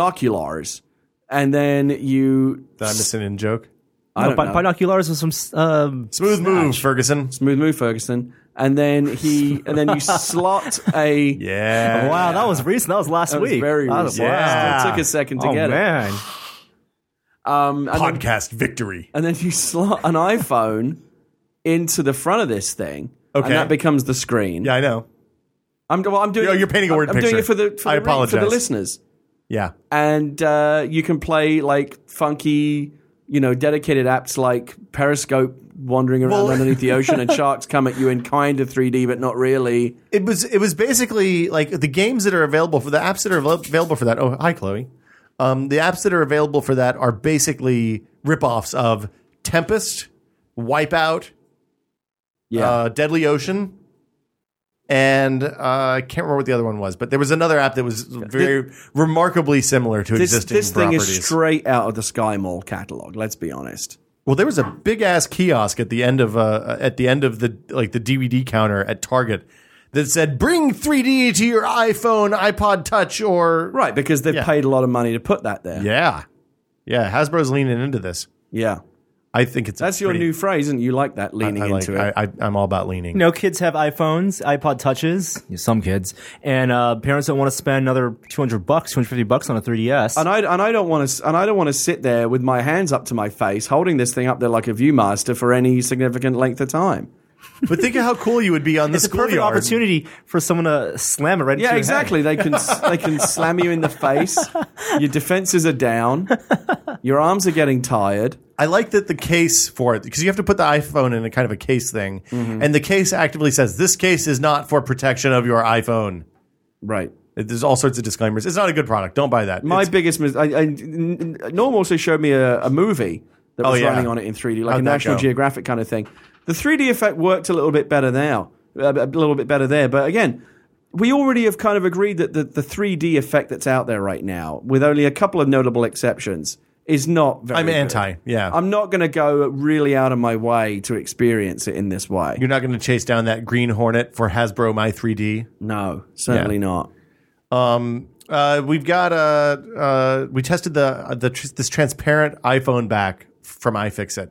Speaker 3: binoculars, and then you
Speaker 1: Did I miss an in joke?
Speaker 3: I
Speaker 2: No,
Speaker 3: don't
Speaker 2: bi-
Speaker 3: know.
Speaker 2: binoculars with some s- um,
Speaker 1: Smooth move, Ferguson.
Speaker 3: smooth move, Ferguson, and then he and then you slot a
Speaker 1: Yeah.
Speaker 2: Wow, that was recent. That was last
Speaker 3: That was
Speaker 2: week.
Speaker 3: very
Speaker 2: That
Speaker 3: recent.
Speaker 1: Yeah.
Speaker 3: It took a second to
Speaker 2: Oh
Speaker 3: get it.
Speaker 2: man,
Speaker 3: Um, and then-
Speaker 1: Podcast victory.
Speaker 3: and then you slot an iPhone into the front of this thing,
Speaker 1: Okay.
Speaker 3: and that becomes the screen.
Speaker 1: Yeah, I know.
Speaker 3: I'm, well, I'm doing.
Speaker 1: You're- you're painting a word
Speaker 3: I'm doing
Speaker 1: picture.
Speaker 3: it for the. For
Speaker 1: I
Speaker 3: the, re- for the
Speaker 1: apologize.
Speaker 3: listeners,
Speaker 1: Yeah.
Speaker 3: and uh, you can play like funky, you know, dedicated apps like Periscope wandering around
Speaker 1: Well-
Speaker 3: underneath the ocean, and sharks come at you in kind of 3D, but not really.
Speaker 1: It was it was basically like the games that are available for the apps that are avail- available for that. Oh, hi Chloe. Um, the apps that are available for that are basically ripoffs of Tempest, Wipeout,
Speaker 3: Yeah,
Speaker 1: uh, Deadly Ocean, and uh, I can't remember what the other one was, but there was another app that was very remarkably similar to
Speaker 3: this
Speaker 1: existing
Speaker 3: this thing
Speaker 1: properties.
Speaker 3: is straight out of the Sky Mall catalog. Let's be honest.
Speaker 1: Well, there was a big ass kiosk at the end of uh, at the end of the like the DVD counter at Target that said "Bring 3D to your iPhone, iPod Touch, or
Speaker 3: Right, because they've
Speaker 1: Yeah.
Speaker 3: paid a lot of money to put that there.
Speaker 1: yeah, yeah." Hasbro's leaning into this.
Speaker 3: Yeah.
Speaker 1: I think it's a
Speaker 3: That's your
Speaker 1: pretty-
Speaker 3: new phrase, and you like that leaning
Speaker 1: I like,
Speaker 3: into it.
Speaker 1: I, I, I'm all about leaning.
Speaker 2: no kids have iPhones, iPod touches. Yeah, some kids and uh, parents don't want to spend another two hundred bucks, two hundred fifty bucks on a 3ds.
Speaker 3: and I and I don't want to and I don't want to sit there with my hands up to my face, holding this thing up there like a ViewMaster for any significant length of time.
Speaker 1: But think of how cool you would be on the
Speaker 2: it's a perfect
Speaker 1: schoolyard.
Speaker 2: opportunity for someone to slam it right. into
Speaker 3: Yeah,
Speaker 2: your
Speaker 3: exactly. They can they can slam you in the face. Your defenses are down. Your arms are getting tired.
Speaker 1: I like that the case for it because you have to put the iPhone in a kind of a case thing,
Speaker 3: Mm-hmm.
Speaker 1: and the case actively says this case is not for protection of your iPhone.
Speaker 3: Right.
Speaker 1: There's all sorts of disclaimers. It's not a good product. Don't buy that.
Speaker 3: My
Speaker 1: It's-
Speaker 3: biggest mis- I, I, n- n- Norm also showed me a, a movie that was
Speaker 1: Oh, yeah.
Speaker 3: running on it in 3D, like
Speaker 1: How'd
Speaker 3: a
Speaker 1: that
Speaker 3: National
Speaker 1: go?
Speaker 3: Geographic kind of thing. The 3D effect worked a little bit better now, a, a little bit better there. But again, we already have kind of agreed that the, the 3D effect that's out there right now, with only a couple of notable exceptions, is not very.
Speaker 1: I'm
Speaker 3: good.
Speaker 1: anti. Yeah.
Speaker 3: I'm not going to go really out of my way to experience it in this way.
Speaker 1: You're not going to chase down that green hornet for Hasbro My 3D.
Speaker 3: no, certainly not.
Speaker 1: Uh, we've got uh, uh, we tested the the tr- this transparent iPhone back from iFixit,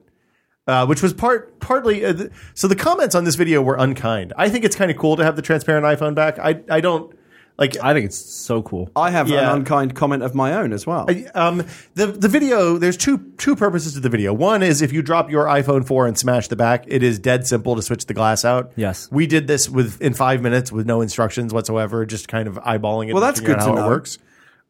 Speaker 1: uh, which was part partly. Uh, th- so the comments on this video were unkind. I think it's kind of cool to have the transparent iPhone back. I I don't like.
Speaker 2: head. I think it's so cool.
Speaker 3: I have
Speaker 1: Yeah.
Speaker 3: an unkind comment of my own as well.
Speaker 1: Um, the the video there's two two purposes to the video. One is if you drop your iPhone 4 and smash the back, it is dead simple to switch the glass out.
Speaker 2: Yes.
Speaker 1: we did this with in five minutes with no instructions whatsoever, just kind of eyeballing it.
Speaker 3: Well,
Speaker 1: and
Speaker 3: that's
Speaker 1: figuring
Speaker 3: good
Speaker 1: out
Speaker 3: to
Speaker 1: how
Speaker 3: know.
Speaker 1: it works.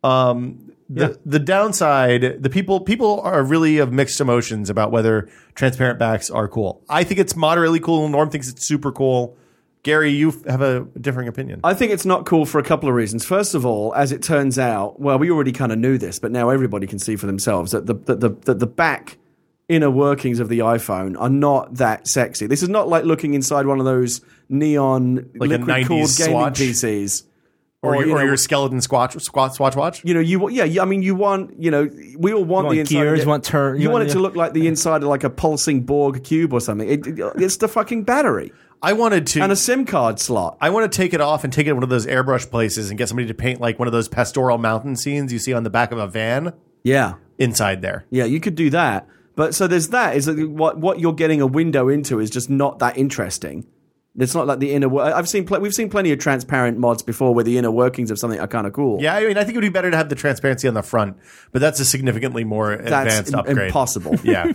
Speaker 1: Um, the the downside, the people people are really of mixed emotions about whether transparent backs are cool. I think it's moderately cool. Norm thinks it's super cool. Gary, you f- have a differing opinion.
Speaker 3: I think it's not cool for a couple of reasons. First of all, as it turns out, well, we already kind of knew this, but now everybody can see for themselves that the, that the, that the back inner workings of the iPhone are not that sexy. This is not like looking inside one of those neon
Speaker 1: a
Speaker 3: liquid cooled
Speaker 1: 90s
Speaker 3: gaming
Speaker 1: swatch?
Speaker 3: PCs.
Speaker 1: or
Speaker 3: you
Speaker 1: your, or
Speaker 3: know,
Speaker 1: your skeleton squatch, squat, swatch watch.
Speaker 3: you know, you want, yeah, yeah, I mean, you want, you know, we all want,
Speaker 2: want
Speaker 3: the inside.
Speaker 2: gears,
Speaker 3: yeah.
Speaker 2: you want turn-
Speaker 3: You,
Speaker 2: you
Speaker 3: want
Speaker 2: want-
Speaker 3: it to look like the inside of like a pulsing Borg cube or something. It, it- it's the fucking battery.
Speaker 1: I wanted to.
Speaker 3: and a SIM card slot.
Speaker 1: I want to take it off and take it to one of those airbrush places and get somebody to paint like one of those pastoral mountain scenes you see on the back of a van
Speaker 3: Yeah,
Speaker 1: inside there.
Speaker 3: yeah, you could do that. But so there's that. Is that what what you're getting a window into is just not that interesting. It's not like the inner. wor- I've seen pl- we've seen plenty of transparent mods before where the inner workings of something are kind of cool.
Speaker 1: Yeah, I mean, I think it would be better to have the transparency on the front, but that's a significantly more
Speaker 3: that's
Speaker 1: advanced
Speaker 3: im-
Speaker 1: upgrade.
Speaker 3: impossible.
Speaker 1: Yeah.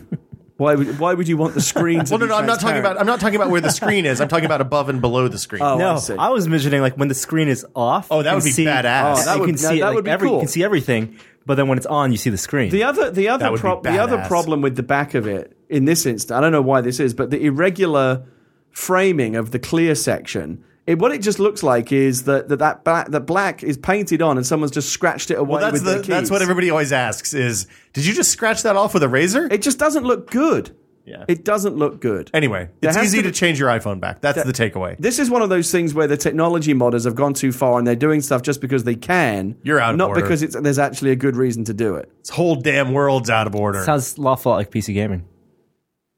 Speaker 3: Why would why would you want the screen? To
Speaker 1: well, no,
Speaker 3: be
Speaker 1: no, I'm not talking
Speaker 3: transparent?
Speaker 1: about. I'm not talking about where the screen is. I'm talking about above and below the screen.
Speaker 3: Oh, I
Speaker 2: No,
Speaker 3: see.
Speaker 2: I, was envisioning like when the screen is off.
Speaker 1: Oh, that
Speaker 2: you
Speaker 1: would
Speaker 2: can
Speaker 1: be badass.
Speaker 2: yeah,
Speaker 1: Oh,
Speaker 3: that
Speaker 2: you
Speaker 3: would-
Speaker 2: can
Speaker 3: no,
Speaker 2: see it,
Speaker 3: that
Speaker 2: like,
Speaker 3: would be
Speaker 2: every,
Speaker 3: cool.
Speaker 2: You can see everything, but then when it's on, you see the screen.
Speaker 3: The other, the
Speaker 1: That
Speaker 3: other,
Speaker 1: would be
Speaker 3: prob- the other
Speaker 1: badass.
Speaker 3: problem with the back of it in this instance, I don't know why this is, but the irregular framing of the clear section. It, what it just looks like is that that that black, that black is painted on, and someone's just scratched it away
Speaker 1: well, that's
Speaker 3: with
Speaker 1: the
Speaker 3: their keys.
Speaker 1: that's what everybody always asks: is did you just scratch that off with a razor?
Speaker 3: It just doesn't look good.
Speaker 1: Yeah.
Speaker 3: It doesn't look good.
Speaker 1: anyway,
Speaker 3: There
Speaker 1: it's
Speaker 3: has
Speaker 1: easy
Speaker 3: to
Speaker 1: to,
Speaker 3: be-
Speaker 1: change your iPhone back. That's the takeaway.
Speaker 3: This is one of those things where the technology modders have gone too far and they're doing stuff just because they can.
Speaker 1: You're out of
Speaker 3: not
Speaker 1: order.
Speaker 3: because it's, there's actually a good reason to do it.
Speaker 1: This whole damn world's out of order.
Speaker 2: sounds lawful like PC gaming.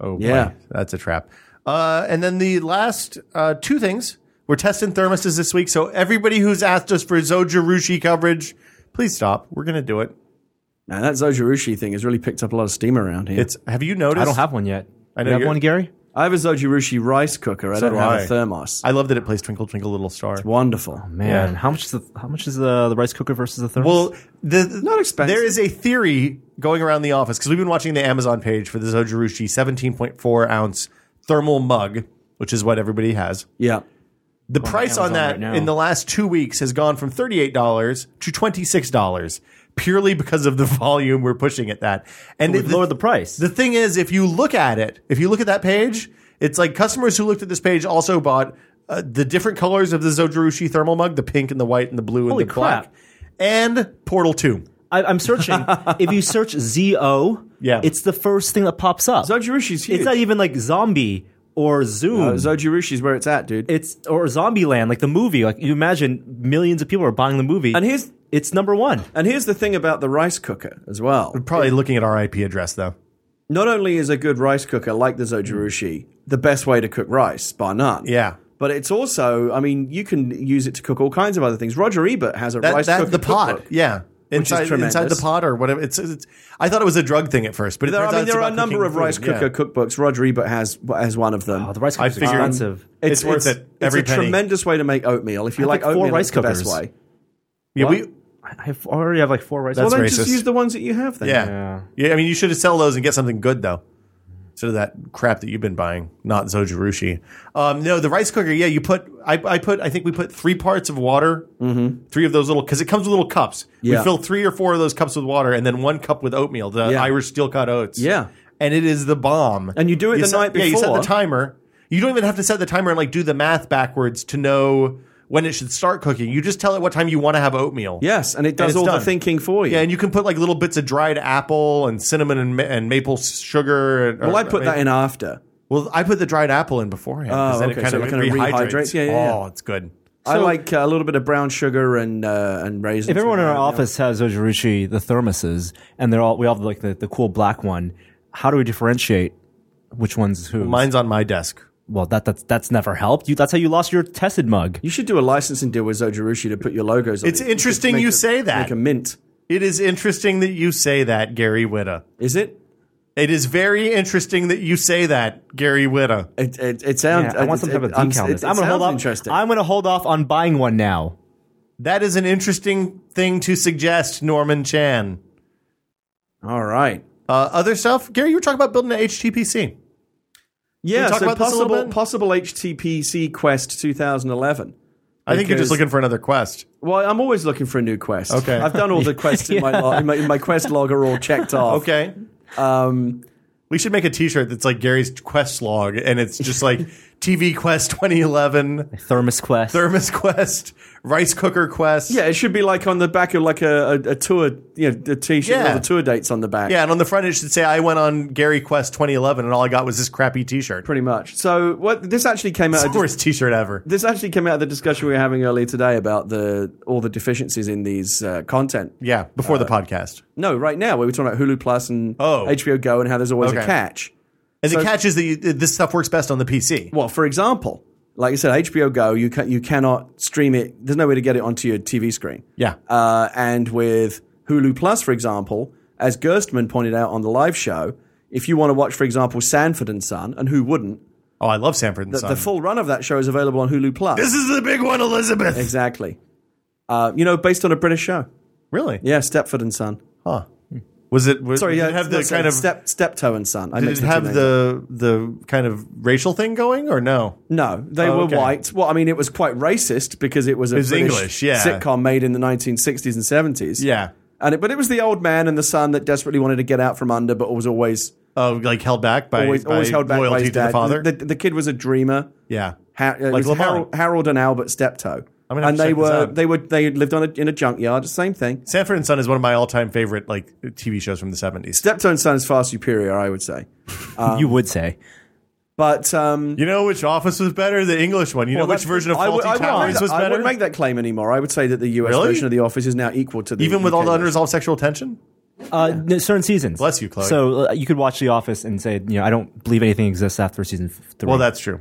Speaker 1: Oh,
Speaker 3: Yeah.
Speaker 1: boy. That's a trap. Uh, and then the last uh, two things we're testing thermoses this week. So, everybody who's asked us for Zoja Rushi coverage, please stop. We're going to do it.
Speaker 3: Now that Zojirushi thing has really picked up a lot of steam around here.
Speaker 1: It's Have you noticed?
Speaker 2: I don't have one yet.
Speaker 1: I know
Speaker 2: you have
Speaker 1: you're-
Speaker 2: one, Gary.
Speaker 3: I have a Zojirushi rice cooker. I
Speaker 1: So
Speaker 3: don't
Speaker 1: do
Speaker 3: have a
Speaker 1: I.
Speaker 3: thermos.
Speaker 1: I Oh, love that it plays Twinkle Twinkle Little Star.
Speaker 3: Wonderful.
Speaker 2: Man,
Speaker 1: Yeah.
Speaker 2: how much is the how much is the, the rice cooker versus the thermos?
Speaker 1: Well, the,
Speaker 3: Not expensive.
Speaker 1: There is a theory going around the office because we've been watching the Amazon page for the Zoja Rushi 17.4 ounce thermal mug, which is what everybody has.
Speaker 3: Yeah.
Speaker 1: The price on
Speaker 2: Amazon
Speaker 1: that
Speaker 2: right now.
Speaker 1: in the last two weeks has gone from $38 to $26 purely because of the volume we're pushing at that. And
Speaker 2: we've
Speaker 1: it- the,
Speaker 2: lowered the price.
Speaker 1: the thing is, if you look at it, if you look at that page, it's like customers who looked at this page also bought uh, the different colors of the Zojirushi thermal mug, the pink and the white and the blue and
Speaker 2: Holy
Speaker 1: the
Speaker 2: crap.
Speaker 1: black, and Portal 2.
Speaker 2: I, I'm searching. if you search ZO,
Speaker 1: Yeah.
Speaker 2: it's the first thing that pops up.
Speaker 3: Zojarushi's huge.
Speaker 2: It's not even like zombie or Zoom.
Speaker 3: Uh, Zojarushi's where it's at, dude.
Speaker 2: it's or Zombieland, like the movie. Like you imagine, millions of people are buying the movie,
Speaker 3: and here's
Speaker 2: it's number one.
Speaker 3: and here's the thing about the rice cooker as well.
Speaker 1: Probably looking at our IP address, though.
Speaker 3: Not only is a good rice cooker like the Zojirushi the best way to cook rice, bar none.
Speaker 1: Yeah.
Speaker 3: But it's also, I mean, you can use it to cook all kinds of other things. Roger Ebert has a
Speaker 1: That,
Speaker 3: rice
Speaker 1: that-
Speaker 3: cooker
Speaker 1: the pod,
Speaker 3: cookbook.
Speaker 1: yeah.
Speaker 3: is
Speaker 1: Inside, inside the
Speaker 3: tremendous.
Speaker 1: pod or whatever. It's, it's. I thought it was a drug thing at first, but it
Speaker 3: There,
Speaker 1: turns
Speaker 3: I
Speaker 1: out
Speaker 3: mean,
Speaker 1: it's
Speaker 3: there are a
Speaker 1: about
Speaker 3: number
Speaker 1: cooking
Speaker 3: of rice
Speaker 1: food, yeah.
Speaker 3: cooker cookbooks. Roger Ebert has has one of them.
Speaker 2: Oh, the rice
Speaker 1: I
Speaker 2: cooker's
Speaker 1: figured-
Speaker 2: expensive.
Speaker 1: It's worth it, every
Speaker 3: it's a
Speaker 1: penny.
Speaker 3: tremendous way to make oatmeal. If you
Speaker 2: I
Speaker 3: like
Speaker 2: think four
Speaker 3: oatmeal,
Speaker 2: rice
Speaker 3: it's the best
Speaker 2: cookers.
Speaker 3: way.
Speaker 1: Yeah, we,
Speaker 3: What?
Speaker 2: I have already have like four rice.
Speaker 1: That's
Speaker 3: well, then
Speaker 1: racist.
Speaker 3: just use the ones that you have. Then.
Speaker 1: Yeah. yeah. I mean, you should sell those and get something good, though. Instead of that crap that you've been buying, not Zojirushi. Um, no, the rice cooker, yeah, you put, I, I put, I think we put three parts of water, three of those little, because it comes with little cups.
Speaker 3: Mm-hmm. Yeah.
Speaker 1: We fill three or four of those cups with water and then one cup with oatmeal, the
Speaker 3: Yeah.
Speaker 1: Irish steel cut oats.
Speaker 3: Yeah.
Speaker 1: And it is the bomb.
Speaker 3: And you do it the
Speaker 1: set-
Speaker 3: night
Speaker 1: Yeah, you set the
Speaker 3: before.
Speaker 1: timer. You don't even have to set the timer and like do the math backwards to know when it should start cooking. You just tell it what time you want to have oatmeal.
Speaker 3: Yes, and it does
Speaker 1: it's
Speaker 3: all
Speaker 1: done.
Speaker 3: the thinking for you.
Speaker 1: Yeah, and you can put like little bits of dried apple and cinnamon and, ma- and maple sugar. and- or-
Speaker 3: well, I put that in after.
Speaker 1: Well, I put the dried apple in beforehand. 'cause
Speaker 3: Oh,
Speaker 1: then
Speaker 3: okay,
Speaker 1: It kind
Speaker 3: so
Speaker 1: of,
Speaker 3: it kinda
Speaker 1: rehydrates.
Speaker 3: rehydrates. Yeah, yeah,
Speaker 1: Oh,
Speaker 3: yeah.
Speaker 1: it's good.
Speaker 3: I like uh, a little bit of brown sugar and uh, and raisins.
Speaker 2: If everyone in
Speaker 3: with
Speaker 2: our
Speaker 3: that.
Speaker 2: office has Zojirushi, the thermoses, and they're all we all have like the, the cool black one, how do we differentiate which one's who?
Speaker 1: Mine's on my desk.
Speaker 2: well, that that's that's never helped. You that's how you lost your tested mug.
Speaker 3: you should do a licensing deal with Zojirushi to put your logos. on
Speaker 1: It's
Speaker 3: it. could
Speaker 1: interesting
Speaker 3: make
Speaker 1: you
Speaker 3: a-
Speaker 1: say that.
Speaker 3: Make a mint.
Speaker 1: It is interesting that you say that, Gary Witta.
Speaker 3: Is it?
Speaker 1: It is very interesting that you say that, Gary Witta.
Speaker 3: It, it, it sounds.
Speaker 2: I want some
Speaker 3: it-
Speaker 2: type of
Speaker 3: it- I'm-
Speaker 2: decal. on
Speaker 3: it-
Speaker 2: this.
Speaker 3: it
Speaker 2: I'm gonna hold
Speaker 3: sounds
Speaker 2: off.
Speaker 3: Interesting.
Speaker 2: I'm gonna hold off on buying one now.
Speaker 1: That is an interesting thing to suggest, Norman Chan.
Speaker 3: All right.
Speaker 1: Uh, other stuff, Gary, you were talking about building an HTPC.
Speaker 3: Yeah.
Speaker 1: talk
Speaker 3: So
Speaker 1: about this a little
Speaker 3: possible
Speaker 1: bit?
Speaker 3: possible HTPC Quest 2011.
Speaker 1: I think you're just
Speaker 3: Because-
Speaker 1: looking for another quest.
Speaker 3: Well, I'm always looking for a new quest.
Speaker 1: Okay.
Speaker 3: I've done all the quests in, my, lo- in my in my quest log are all checked off.
Speaker 1: Okay.
Speaker 3: Um,
Speaker 1: We should make a T-shirt that's like Gary's quest log, and it's just like TV Quest 2011,
Speaker 2: Thermos Quest.
Speaker 1: Thermos Quest, Rice Cooker Quest.
Speaker 3: yeah, it should be like on the back of like a, a, a tour, you know, the t-shirt with
Speaker 1: Yeah.
Speaker 3: all the tour dates on the back.
Speaker 1: yeah. And on the front, it should say, "I went on Gary Quest 2011, and all I got was this crappy T-shirt,
Speaker 3: pretty much. So what this actually came
Speaker 1: It's
Speaker 3: out. Of
Speaker 1: the
Speaker 3: dis-
Speaker 1: worst T-shirt ever."
Speaker 3: this actually came out of the discussion we were having earlier today about the all the deficiencies in these uh, content.
Speaker 1: Yeah, before
Speaker 3: Uh,
Speaker 1: the podcast,
Speaker 3: No, right now we were talking about Hulu Plus and
Speaker 1: Oh.
Speaker 3: HBO Go and how there's always
Speaker 1: Okay.
Speaker 3: a catch.
Speaker 1: and
Speaker 3: so-
Speaker 1: the catch is that you, this stuff works best on the PC.
Speaker 3: Well, for example, like I said, HBO Go, you can, you cannot stream it. There's no way to get it onto your TV screen.
Speaker 1: Yeah.
Speaker 3: Uh, and with Hulu Plus, for example, as Gerstmann pointed out on the live show, if you want to watch, for example, Sanford and Son, and who wouldn't,
Speaker 1: Oh, I love Sanford and
Speaker 3: the,
Speaker 1: Son.
Speaker 3: the full run of that show is available on Hulu Plus.
Speaker 1: this is the big one, Elizabeth.
Speaker 3: exactly. Uh, you know, based on a British show.
Speaker 1: really?
Speaker 3: Yeah, Stepford and Son.
Speaker 1: Huh. Was it? Was,
Speaker 3: Sorry,
Speaker 1: did
Speaker 3: yeah,
Speaker 1: it have the
Speaker 3: that's
Speaker 1: kind
Speaker 3: it,
Speaker 1: of
Speaker 3: step Steptoe and Son. I
Speaker 1: did it
Speaker 3: mixed the two
Speaker 1: have
Speaker 3: names.
Speaker 1: the the kind of racial thing going or no?
Speaker 3: No, they
Speaker 1: Oh,
Speaker 3: were
Speaker 1: okay.
Speaker 3: white. Well, I mean, it was quite racist because it was a
Speaker 1: was
Speaker 3: British
Speaker 1: English, yeah.
Speaker 3: sitcom made in the 1960s and 70s.
Speaker 1: Yeah.
Speaker 3: and it, but it was the old man and the son that desperately wanted to get out from under, but was always
Speaker 1: Oh, like held back by,
Speaker 3: always,
Speaker 1: by
Speaker 3: always held back by
Speaker 1: loyalty
Speaker 3: his
Speaker 1: to the
Speaker 3: dad.
Speaker 1: father.
Speaker 3: The, the kid was a dreamer.
Speaker 1: yeah.
Speaker 3: Ha- uh, it
Speaker 1: Like
Speaker 3: was
Speaker 1: Lamar.
Speaker 3: Harold, Harold and Albert Steptoe,
Speaker 1: I'm gonna have
Speaker 3: and
Speaker 1: to
Speaker 3: they
Speaker 1: check this
Speaker 3: were
Speaker 1: out.
Speaker 3: they were they lived on a, in a junkyard. Same thing.
Speaker 1: Sanford and Son is one of my all-time favorite like TV shows from the seventies.
Speaker 3: Steptoe and son is far superior, I would say.
Speaker 1: Um,
Speaker 2: you would say.
Speaker 3: But um,
Speaker 1: You know which office was better? The English one. You know which
Speaker 3: that's-
Speaker 1: version of
Speaker 3: I would-
Speaker 1: Faulty
Speaker 3: I would-
Speaker 1: Towers was
Speaker 3: I
Speaker 1: better?
Speaker 3: wouldn't make that claim anymore. I would say that the U.S.
Speaker 1: Really?
Speaker 3: version of The Office is now equal to the
Speaker 1: Even with
Speaker 3: UK
Speaker 1: all the
Speaker 3: version.
Speaker 1: unresolved sexual tension?
Speaker 2: Uh, n- certain seasons.
Speaker 1: Bless you, Chloe.
Speaker 2: So uh, you could watch The Office and say, you know, I don't believe anything exists after season f- three.
Speaker 1: Well, that's true.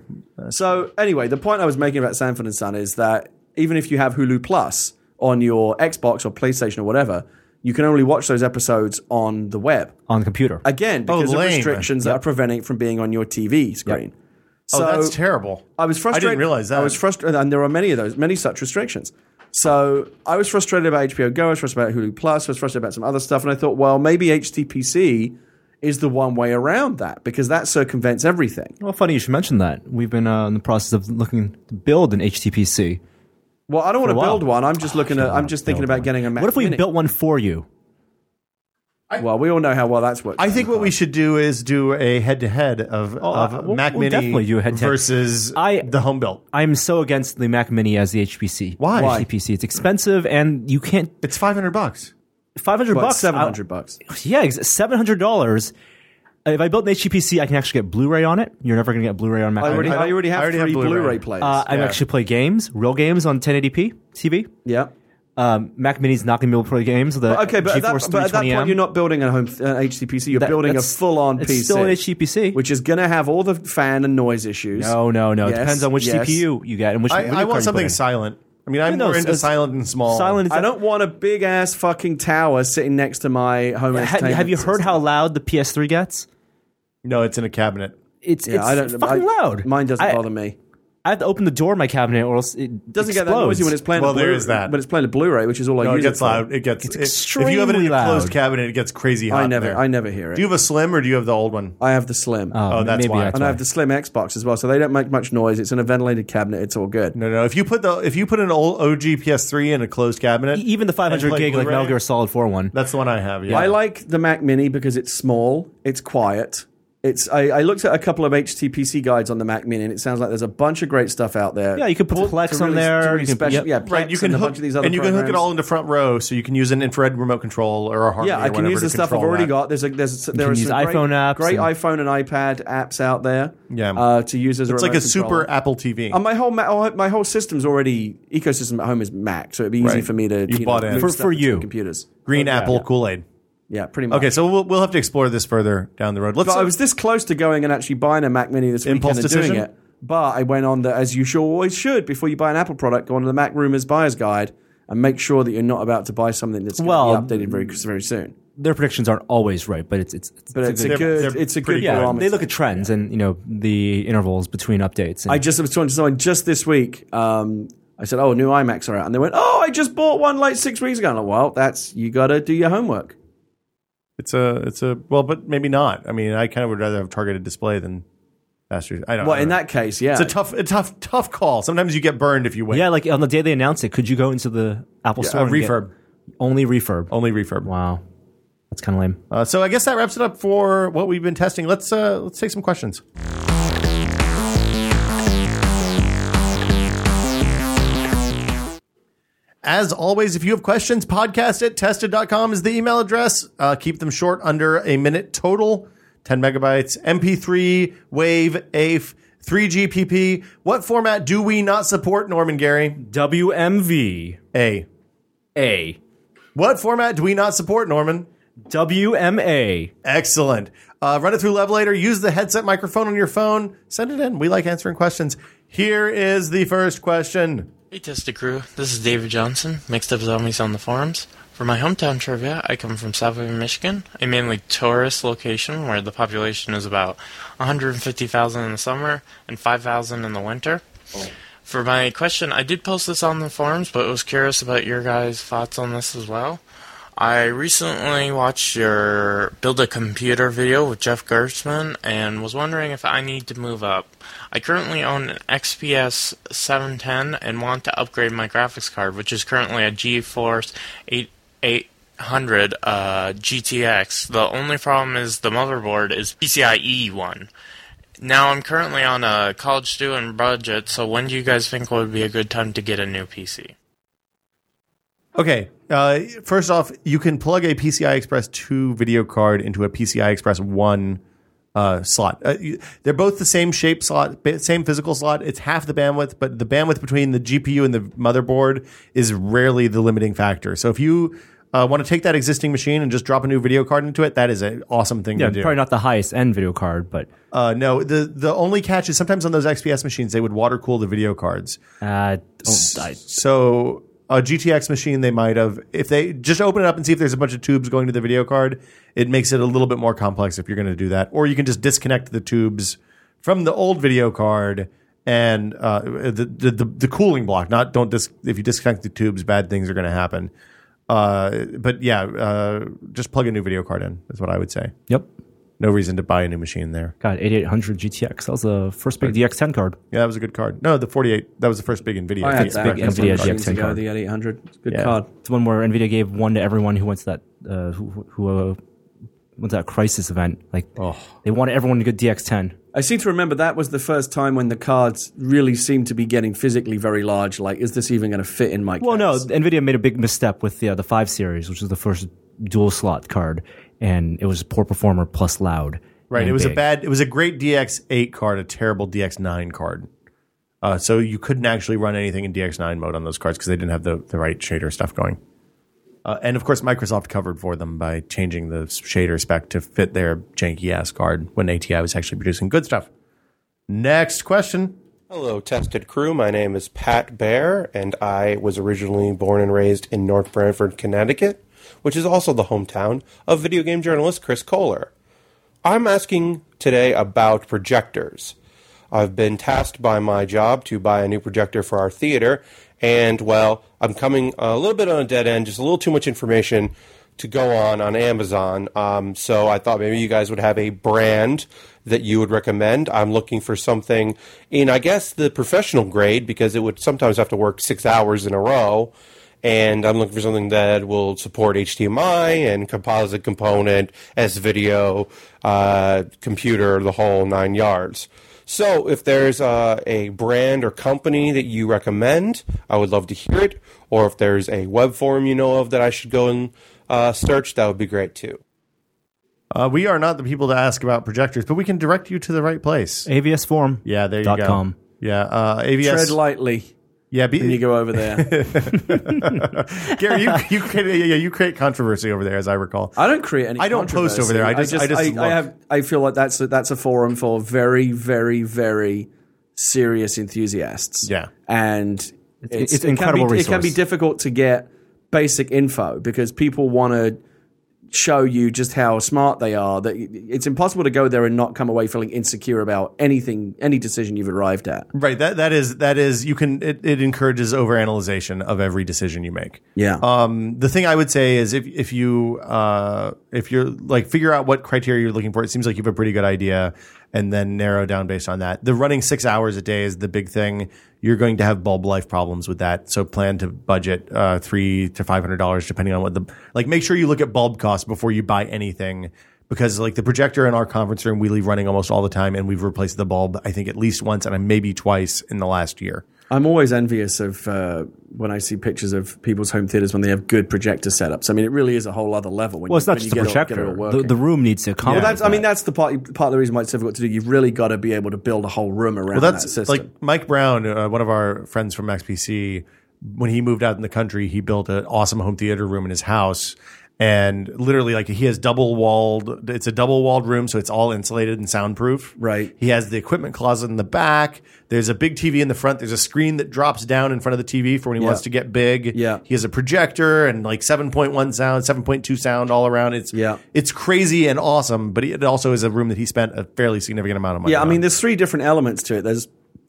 Speaker 3: So anyway, the point I was making about Sanford and Son is that even if you have Hulu Plus on your Xbox or PlayStation or whatever, you can only watch those episodes on the web.
Speaker 2: on the computer.
Speaker 3: Again, because of
Speaker 1: Oh, lame.
Speaker 3: restrictions that are preventing it from being on your TV screen.
Speaker 1: Oh,
Speaker 3: So
Speaker 1: that's terrible.
Speaker 3: I was frustrated.
Speaker 1: I didn't realize that.
Speaker 3: I was frustrated, and there are many of those, many such restrictions. So I was frustrated about HBO Go. I was frustrated about Hulu Plus. I was frustrated about some other stuff, and I thought, well, maybe HTPC is the one way around that because that circumvents everything.
Speaker 2: well, funny you should mention that. We've been uh, in the process of looking to build an HTPC.
Speaker 3: Well, I don't want
Speaker 2: a
Speaker 3: to
Speaker 2: while.
Speaker 3: build one. I'm just looking at. I'm just thinking about getting a Mac.
Speaker 2: What if we
Speaker 3: Mini.
Speaker 2: built one for you?
Speaker 3: Well, we all know how well that's worked.
Speaker 1: I think what we should do is do a head-to-head of,
Speaker 3: Oh,
Speaker 1: of
Speaker 2: uh, we'll-
Speaker 1: Mac
Speaker 2: we'll
Speaker 1: Mini
Speaker 2: definitely do a head-to-head.
Speaker 1: versus
Speaker 2: I-
Speaker 1: the home built.
Speaker 2: I'm so against the Mac Mini as the HPC.
Speaker 1: Why? Why?
Speaker 2: HTPC? It's expensive, and you can't.
Speaker 1: It's five hundred bucks.
Speaker 2: Five hundred
Speaker 3: But
Speaker 2: bucks. uh,
Speaker 3: seven
Speaker 2: I'll-
Speaker 3: hundred bucks.
Speaker 2: Yeah, ex- seven hundred dollars. If I built an HTPC, I can actually get Blu-ray on it. You're never going to get Blu-ray on Mac.
Speaker 3: I
Speaker 2: Mini.
Speaker 3: already,
Speaker 1: I
Speaker 3: I
Speaker 1: don't-
Speaker 3: already have
Speaker 1: I already have
Speaker 3: three
Speaker 1: Blu-ray.
Speaker 3: Blu-ray players.
Speaker 2: uh, I
Speaker 1: yeah.
Speaker 2: actually play games, real games on 1080p TV.
Speaker 3: yeah.
Speaker 2: Um, Mac Mini's not going to be able to play games. The
Speaker 3: Okay, but at, that,
Speaker 2: GeForce
Speaker 3: but at that
Speaker 2: 320M.
Speaker 3: point, you're not building a home uh, an HTPC. You're
Speaker 2: That-
Speaker 3: building a
Speaker 2: that's-
Speaker 3: full-on
Speaker 2: it's
Speaker 3: PC,
Speaker 2: still an HTPC.
Speaker 3: which is going to have all the fan and noise issues.
Speaker 2: no, no, no.
Speaker 3: Yes,
Speaker 2: it depends on which
Speaker 3: yes.
Speaker 2: CPU you get and which.
Speaker 1: I,
Speaker 2: video
Speaker 1: I
Speaker 2: card you
Speaker 1: want
Speaker 2: put
Speaker 1: something
Speaker 2: in.
Speaker 1: silent. I mean, I'm
Speaker 2: No,
Speaker 1: more
Speaker 2: no,
Speaker 1: into
Speaker 2: it's-
Speaker 1: silent and small.
Speaker 2: silent. Is
Speaker 3: I
Speaker 2: that-
Speaker 3: don't want a big ass fucking tower sitting next to my home.
Speaker 2: Ha-
Speaker 3: entertainment
Speaker 2: have you heard
Speaker 3: system.
Speaker 2: how loud the PS3 gets?
Speaker 1: No, it's in a cabinet.
Speaker 2: It's
Speaker 3: Yeah,
Speaker 2: it's
Speaker 3: I don't.
Speaker 2: fucking
Speaker 3: I-
Speaker 2: loud.
Speaker 3: Mine doesn't
Speaker 2: I-
Speaker 3: bother me.
Speaker 2: I have to open the door of my cabinet, or else it
Speaker 3: Doesn't get that
Speaker 2: explodes.
Speaker 3: noisy when it's playing.
Speaker 1: Well,
Speaker 3: a Blu-
Speaker 1: there is that.
Speaker 3: When it's playing a Blu-ray, which is all I
Speaker 1: No, it
Speaker 3: use.
Speaker 1: gets
Speaker 3: for.
Speaker 1: loud. It gets
Speaker 2: It's
Speaker 1: it- If you have it in
Speaker 2: extremely
Speaker 1: a closed
Speaker 2: loud.
Speaker 1: cabinet, it gets crazy hot.
Speaker 3: I
Speaker 1: in
Speaker 3: never,
Speaker 1: there.
Speaker 3: I never hear it.
Speaker 1: Do you have a slim or do you have the old one?
Speaker 3: I have the slim.
Speaker 1: Oh, that's
Speaker 2: maybe
Speaker 1: why.
Speaker 2: that's
Speaker 3: and I have the slim Xbox as well, so they don't make much noise. It's in a ventilated cabinet. It's all good.
Speaker 1: No, no. If you put the if you put an old OG PS3 in a closed cabinet,
Speaker 2: even the 500
Speaker 1: play
Speaker 2: gig like
Speaker 1: Blu-ray?
Speaker 2: Metal Gear Solid 4 one.
Speaker 1: that's the one I have. Yeah,
Speaker 3: E, I like the Mac Mini because it's small, it's quiet. It's. I, I looked at a couple of HTPC guides on the Mac Mini, and it sounds like there's a bunch of great stuff out there.
Speaker 2: Yeah, you could put Plex
Speaker 3: to really-
Speaker 2: on
Speaker 3: to
Speaker 2: there.
Speaker 3: really
Speaker 2: you can-
Speaker 3: special-
Speaker 2: yep.
Speaker 3: yeah,
Speaker 1: Right, you can
Speaker 3: a
Speaker 1: hook,
Speaker 3: bunch of these other
Speaker 1: and you can hook it
Speaker 3: programs.
Speaker 1: all into front row, so you can use an infrared remote control or a harmony.
Speaker 3: Yeah, I
Speaker 1: or
Speaker 3: can
Speaker 1: whatever
Speaker 3: use
Speaker 1: to
Speaker 3: the stuff I've
Speaker 1: control
Speaker 3: already
Speaker 1: that.
Speaker 3: got. There's a, there's a, there are
Speaker 2: use
Speaker 3: some great,
Speaker 2: iPhone apps
Speaker 3: great
Speaker 2: and-
Speaker 3: iPhone and iPad apps out there.
Speaker 1: Yeah.
Speaker 3: uh, to use as a
Speaker 1: It's like a
Speaker 3: remote
Speaker 1: super
Speaker 3: controller.
Speaker 1: Apple TV.
Speaker 3: And my whole ma- oh, my whole system's already ecosystem at home is Mac, so it'd be easy
Speaker 1: Right.
Speaker 3: for me to
Speaker 1: You bought
Speaker 3: know,
Speaker 1: in.
Speaker 3: move
Speaker 1: For-
Speaker 3: stuff
Speaker 2: for
Speaker 3: between
Speaker 2: you.
Speaker 3: computers.
Speaker 1: Green Apple Kool Aid.
Speaker 3: Yeah, pretty much.
Speaker 1: Okay, so we'll we'll have to explore this further down the road. Let's.
Speaker 3: But I was this close to going and actually buying a Mac Mini this weekend
Speaker 1: Impulse
Speaker 3: and doing
Speaker 1: decision?
Speaker 3: it. But I went on the, as you sure always should, before you buy an Apple product, go on to the Mac Rumors Buyer's Guide and make sure that you're not about to buy something that's going
Speaker 2: Well-
Speaker 3: to be updated very, very soon.
Speaker 2: Their predictions aren't always right, but it's it's, it's
Speaker 3: But it's, a
Speaker 1: good-
Speaker 3: good,
Speaker 1: they're
Speaker 3: it's a good
Speaker 1: pretty good.
Speaker 2: yeah,
Speaker 3: barometer.
Speaker 2: they look at trends and you know the intervals between updates. And
Speaker 3: I just was talking to someone just this week. Um, I said, "Oh, new iMacs are out," and they went, "Oh, I just bought one like six weeks ago." And I'm like, well, that's you got to do your homework.
Speaker 1: it's a it's a well, but maybe not. I mean, I kind of would rather have targeted display than faster. I don't.
Speaker 3: Well,
Speaker 1: I don't
Speaker 3: in
Speaker 1: know.
Speaker 3: that case, yeah,
Speaker 1: it's a tough, a tough, tough call. Sometimes you get burned if you wait.
Speaker 2: yeah, like on the day they announced it, could you go into the Apple Store?
Speaker 1: uh,
Speaker 2: and get-
Speaker 1: refurb.
Speaker 2: only refurb. Oh,
Speaker 1: only refurb.
Speaker 2: Wow, that's kind of lame.
Speaker 1: Uh, so I guess that wraps it up for what we've been testing. Let's uh, let's take some questions. As always, if you have questions, podcast at tested.com is the email address. Uh, keep them short, under a minute total, 10 megabytes, MP3, WAVE, AIF, 3GPP. What format do we not support, Norman Gary?
Speaker 2: WMV
Speaker 1: A.
Speaker 2: A
Speaker 1: What format do we not support, Norman?
Speaker 2: WMA.
Speaker 1: Excellent. Uh, Uh, run it through Levelator. Use the headset microphone on your phone. Send it in. We like answering questions. Here is the first question.
Speaker 4: Hey, Testa Crew. This is David Johnson, Mixed Up Zombies on the Forums. For my hometown trivia, I come from Salvador, Michigan, a mainly tourist location where the population is about 150,000 in the summer and 5,000 in the winter. For my question, I did post this on the forums, but was curious about your guys' thoughts on this as well. I recently watched your Build a Computer video with Jeff Gerstmann and was wondering if I need to move up. I currently own an XPS 710 and want to upgrade my graphics card, which is currently a GeForce 8, 800 uh, GTX. The only problem is the motherboard is PCIe 1. Now I'm currently on a college student budget, so when do you guys think would be a good time to get a new PC?
Speaker 1: Okay. Uh, first off, you can plug a PCI Express 2 video card into a PCI Express 1 uh, slot. Uh, you- they're both the same shape slot, ba- same physical slot. It's half the bandwidth, but the bandwidth between the GPU and the motherboard is rarely the limiting factor. So if you uh, want to take that existing machine and just drop a new video card into it, that is an awesome thing
Speaker 2: Yeah,
Speaker 1: to do.
Speaker 2: probably not the highest end video card, but
Speaker 1: Uh, no, the, the only catch is sometimes on those XPS machines, they would water cool the video cards.
Speaker 2: uh, oh, I,
Speaker 1: So a GTX machine, they might have. If they just open it up and see if there's a bunch of tubes going to the video card, it makes it a little bit more complex if you're going to do that. Or you can just disconnect the tubes from the old video card and uh, the, the the the cooling block. Not don't dis- if you disconnect the tubes, bad things are going to happen. Uh, but yeah, uh, just plug a new video card in. That's what I would say.
Speaker 2: yep.
Speaker 1: No reason to buy a new machine there.
Speaker 2: God, 8800 GTX. That was the first big DX10 card.
Speaker 1: Yeah, that was a good card. No, the 48. That was the first big NVIDIA.
Speaker 3: I had that
Speaker 2: big
Speaker 3: a couple
Speaker 2: NVIDIA
Speaker 3: of machines
Speaker 2: GX10
Speaker 3: ago,
Speaker 2: card.
Speaker 3: The 800, good
Speaker 1: Yeah.
Speaker 3: card.
Speaker 2: It's the one where Nvidia gave one to everyone who went to that uh, who who uh, went to that crisis event. Like they wanted everyone to get DX10.
Speaker 3: I seem to remember that was the first time when the cards really seemed to be getting physically very large. Like, is this even going to fit in my?
Speaker 2: Well, no,
Speaker 3: case?
Speaker 2: Nvidia made a big misstep with the uh, the five series, which was the first dual slot card, and it was poor performer plus loud.
Speaker 1: Right.
Speaker 2: and
Speaker 1: It was a
Speaker 2: big.
Speaker 1: bad. It was a great DX8 card, a terrible DX9 card. Uh, so you couldn't actually run anything in DX9 mode on those cards because they didn't have the, the right shader stuff going. Uh, and of course, Microsoft covered for them by changing the shader spec to fit their janky ass card when ATI was actually producing good stuff. Next question.
Speaker 5: Hello, Tested Crew. My name is Pat Bear, and I was originally born and raised in North Branford, Connecticut, which is also the hometown of video game journalist Chris Kohler. I'm asking today about projectors. I've been tasked by my job to buy a new projector for our theater, and well, I'm coming a little bit on a dead end, just a little too much information to go on on Amazon. Um, so I thought maybe you guys would have a brand that you would recommend. I'm looking for something in, I guess, the professional grade because it would sometimes have to work six hours in a row and I'm looking for something that will support HDMI and composite component, S video, uh, computer, the whole nine yards. So, if there's uh, a brand or company that you recommend, I would love to hear it. Or if there's a web forum you know of that I should go and uh, search, that would be great too.
Speaker 1: Uh, we are not the people to ask about projectors, but we can direct you to the right place.
Speaker 2: AVS form.
Speaker 1: Yeah, there you
Speaker 2: Dot
Speaker 1: go.
Speaker 2: com.
Speaker 1: Yeah, uh, AVS.
Speaker 3: tread lightly.
Speaker 1: yeah, be,
Speaker 3: Then you go over there.
Speaker 1: Gary, you you, create, yeah, you create controversy over there, as I recall.
Speaker 3: I don't create any.
Speaker 1: I don't post
Speaker 3: controversy.
Speaker 1: over there. I just- I just look.
Speaker 3: have. I feel like that's a, that's a forum for very, very, very serious enthusiasts.
Speaker 1: Yeah.
Speaker 3: and
Speaker 2: it's
Speaker 3: it's, it can
Speaker 2: incredible
Speaker 3: Be, it can be
Speaker 2: resource.
Speaker 3: difficult to get basic info because people want to show you just how smart they are. That it's impossible to go there and not come away feeling insecure about anything, any decision you've arrived at.
Speaker 1: Right. That that is that is you can it, it encourages overanalyzation of every decision you make.
Speaker 3: Yeah.
Speaker 1: Um, the thing I would say is if if you uh, if you're like figure out what criteria you're looking for, it seems like you have a pretty good idea, and then narrow down based on that. The running six hours a day is the big thing. You're going to have bulb life problems with that, so plan to budget uh, three to five hundred dollars depending on what the like. Make sure you look at bulb costs before you buy anything. Because like the projector in our conference room, we leave running almost all the time, and we've replaced the bulb I think at least once and maybe twice in the last year.
Speaker 3: I'm always envious of uh, when I see pictures of people's home theaters when they have good projector setups. I mean, it really is a whole other level. When
Speaker 2: Well, it's
Speaker 3: you,
Speaker 2: not
Speaker 3: when
Speaker 2: just
Speaker 3: you
Speaker 2: the
Speaker 3: get it- get it all
Speaker 2: projector. The,
Speaker 3: working.
Speaker 2: the room needs to accommodate.
Speaker 3: Well, that's, I
Speaker 2: that.
Speaker 3: mean, that's the part. Part of the reason why it's difficult to do. You've really got to be able to build a whole room around
Speaker 1: Well,
Speaker 3: that
Speaker 1: that's
Speaker 3: system.
Speaker 1: like Mike Brown, uh, one of our friends from MaxPC. When he moved out in the country, he built an awesome home theater room in his house, and literally like he has double walled. It's a double walled room, so it's all insulated and soundproof.
Speaker 3: Right.
Speaker 1: He has the equipment closet in the back. There's a big TV in the front. There's a screen that drops down in front of the TV for when he
Speaker 3: Yeah.
Speaker 1: wants to get big.
Speaker 3: Yeah.
Speaker 1: He has a projector and like 7.1 sound, 7.2 sound all around. It's
Speaker 3: Yeah.
Speaker 1: It's crazy and awesome, but it also is a room that he spent a fairly significant amount of money.
Speaker 3: Yeah, I
Speaker 1: on.
Speaker 3: mean, there's three different elements to it. There's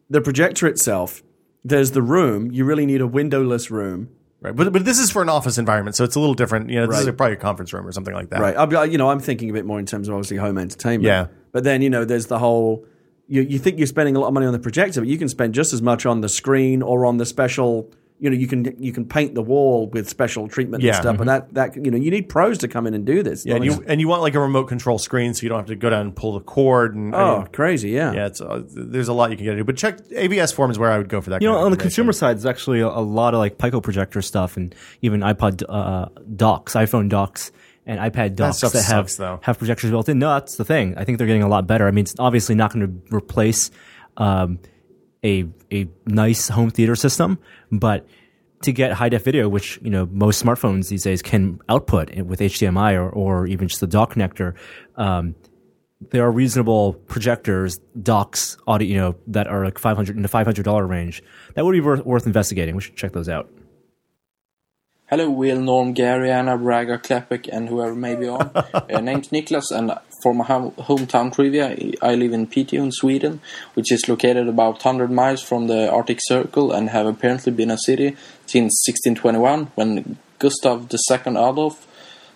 Speaker 3: the projector itself. There's the room. You really need a windowless room.
Speaker 1: Right, but but this is for an office environment, so it's a little different. You know, this is
Speaker 3: Right.
Speaker 1: probably a conference room or something like that.
Speaker 3: Right. I'll be, you know, I'm thinking a bit more in terms of obviously home entertainment.
Speaker 1: Yeah.
Speaker 3: But then, you know, there's the whole you, you think you're spending a lot of money on the projector, but you can spend just as much on the screen or on the special you know, you can you can paint the wall with special treatment
Speaker 1: Yeah. Mm-hmm.
Speaker 3: and stuff, but that that you know, you need pros to come in and do this.
Speaker 1: Yeah, and you and you want like a remote control screen, so you don't have to go down and pull the cord. And I
Speaker 3: oh,
Speaker 1: mean,
Speaker 3: crazy, yeah.
Speaker 1: yeah, it's uh, there's a lot you can get to do. But check ABS form is where I would go for that.
Speaker 2: You know,
Speaker 1: kind of
Speaker 2: on the
Speaker 1: information.
Speaker 2: consumer side, there's actually a, a lot of like Pico projector stuff and even iPod uh, docks, iPhone docks, and iPad docks
Speaker 1: stuff
Speaker 2: that, have
Speaker 1: sucks, though.
Speaker 2: have projectors built in. No, that's the thing. I think they're getting a lot better. I mean, it's obviously not going to replace um, a a nice home theater system, but to get high def video, which you know most smartphones these days can output with HDMI or, or even just the dock connector, um, there are reasonable projectors, docks, audio, you know, that are like five hundred in the five hundred dollar range. That would be worth, worth investigating. We should check those out.
Speaker 6: Hello, Will, Norm, Gary, Anna, Braga, Klepek, and whoever may be on. uh, name's Niklas, and for my hom- hometown trivia, I live in Piteå in Sweden, which is located about 100 miles from the Arctic Circle and have apparently been a city since 1621 when Gustav II Adolf,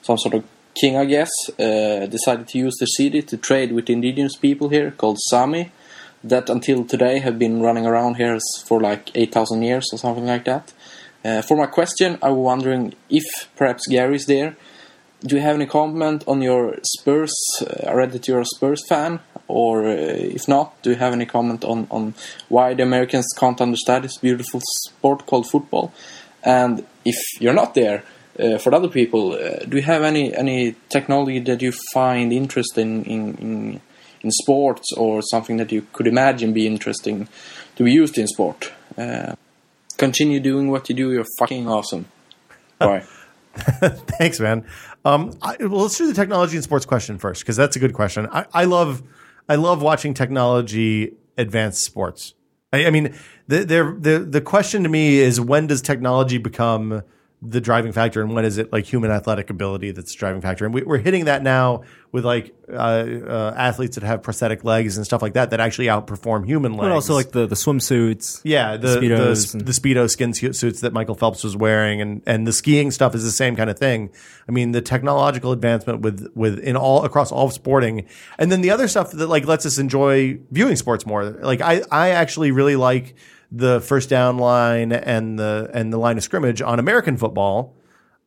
Speaker 6: some sort of king, I guess, uh, decided to use the city to trade with indigenous people here called Sami that until today have been running around here s- for like 8,000 years or something like that. Uh, for my question, I was wondering if perhaps Gary's there. Do you have any comment on your Spurs? Uh, I read that you're a Spurs fan, or uh, if not, do you have any comment on, on why the Americans can't understand this beautiful sport called football? And if you're not there, uh, for other people, uh, do you have any, any technology that you find interesting in, in in sports or something that you could imagine be interesting to be used in sport. Uh, continue doing what you do. You're fucking awesome. Bye.
Speaker 1: Thanks, man. Um, I, well, let's do the technology and sports question first because that's a good question. I, I love, I love watching technology advance sports. I, I mean, the, the the the question to me is when does technology become the driving factor, and when is it like human athletic ability that's the driving factor? And we, we're hitting that now with like uh, uh, athletes that have prosthetic legs and stuff like that that actually outperform human legs.
Speaker 2: But also like the the swimsuits.
Speaker 1: Yeah, the the,
Speaker 2: Speedos
Speaker 1: the,
Speaker 2: and-
Speaker 1: speedo skin su- suits that Michael Phelps was wearing, and and the skiing stuff is the same kind of thing. I mean, the technological advancement with with in all across all of sporting, and then the other stuff that like lets us enjoy viewing sports more. Like I I actually really like the first down line and the and the line of scrimmage on American football.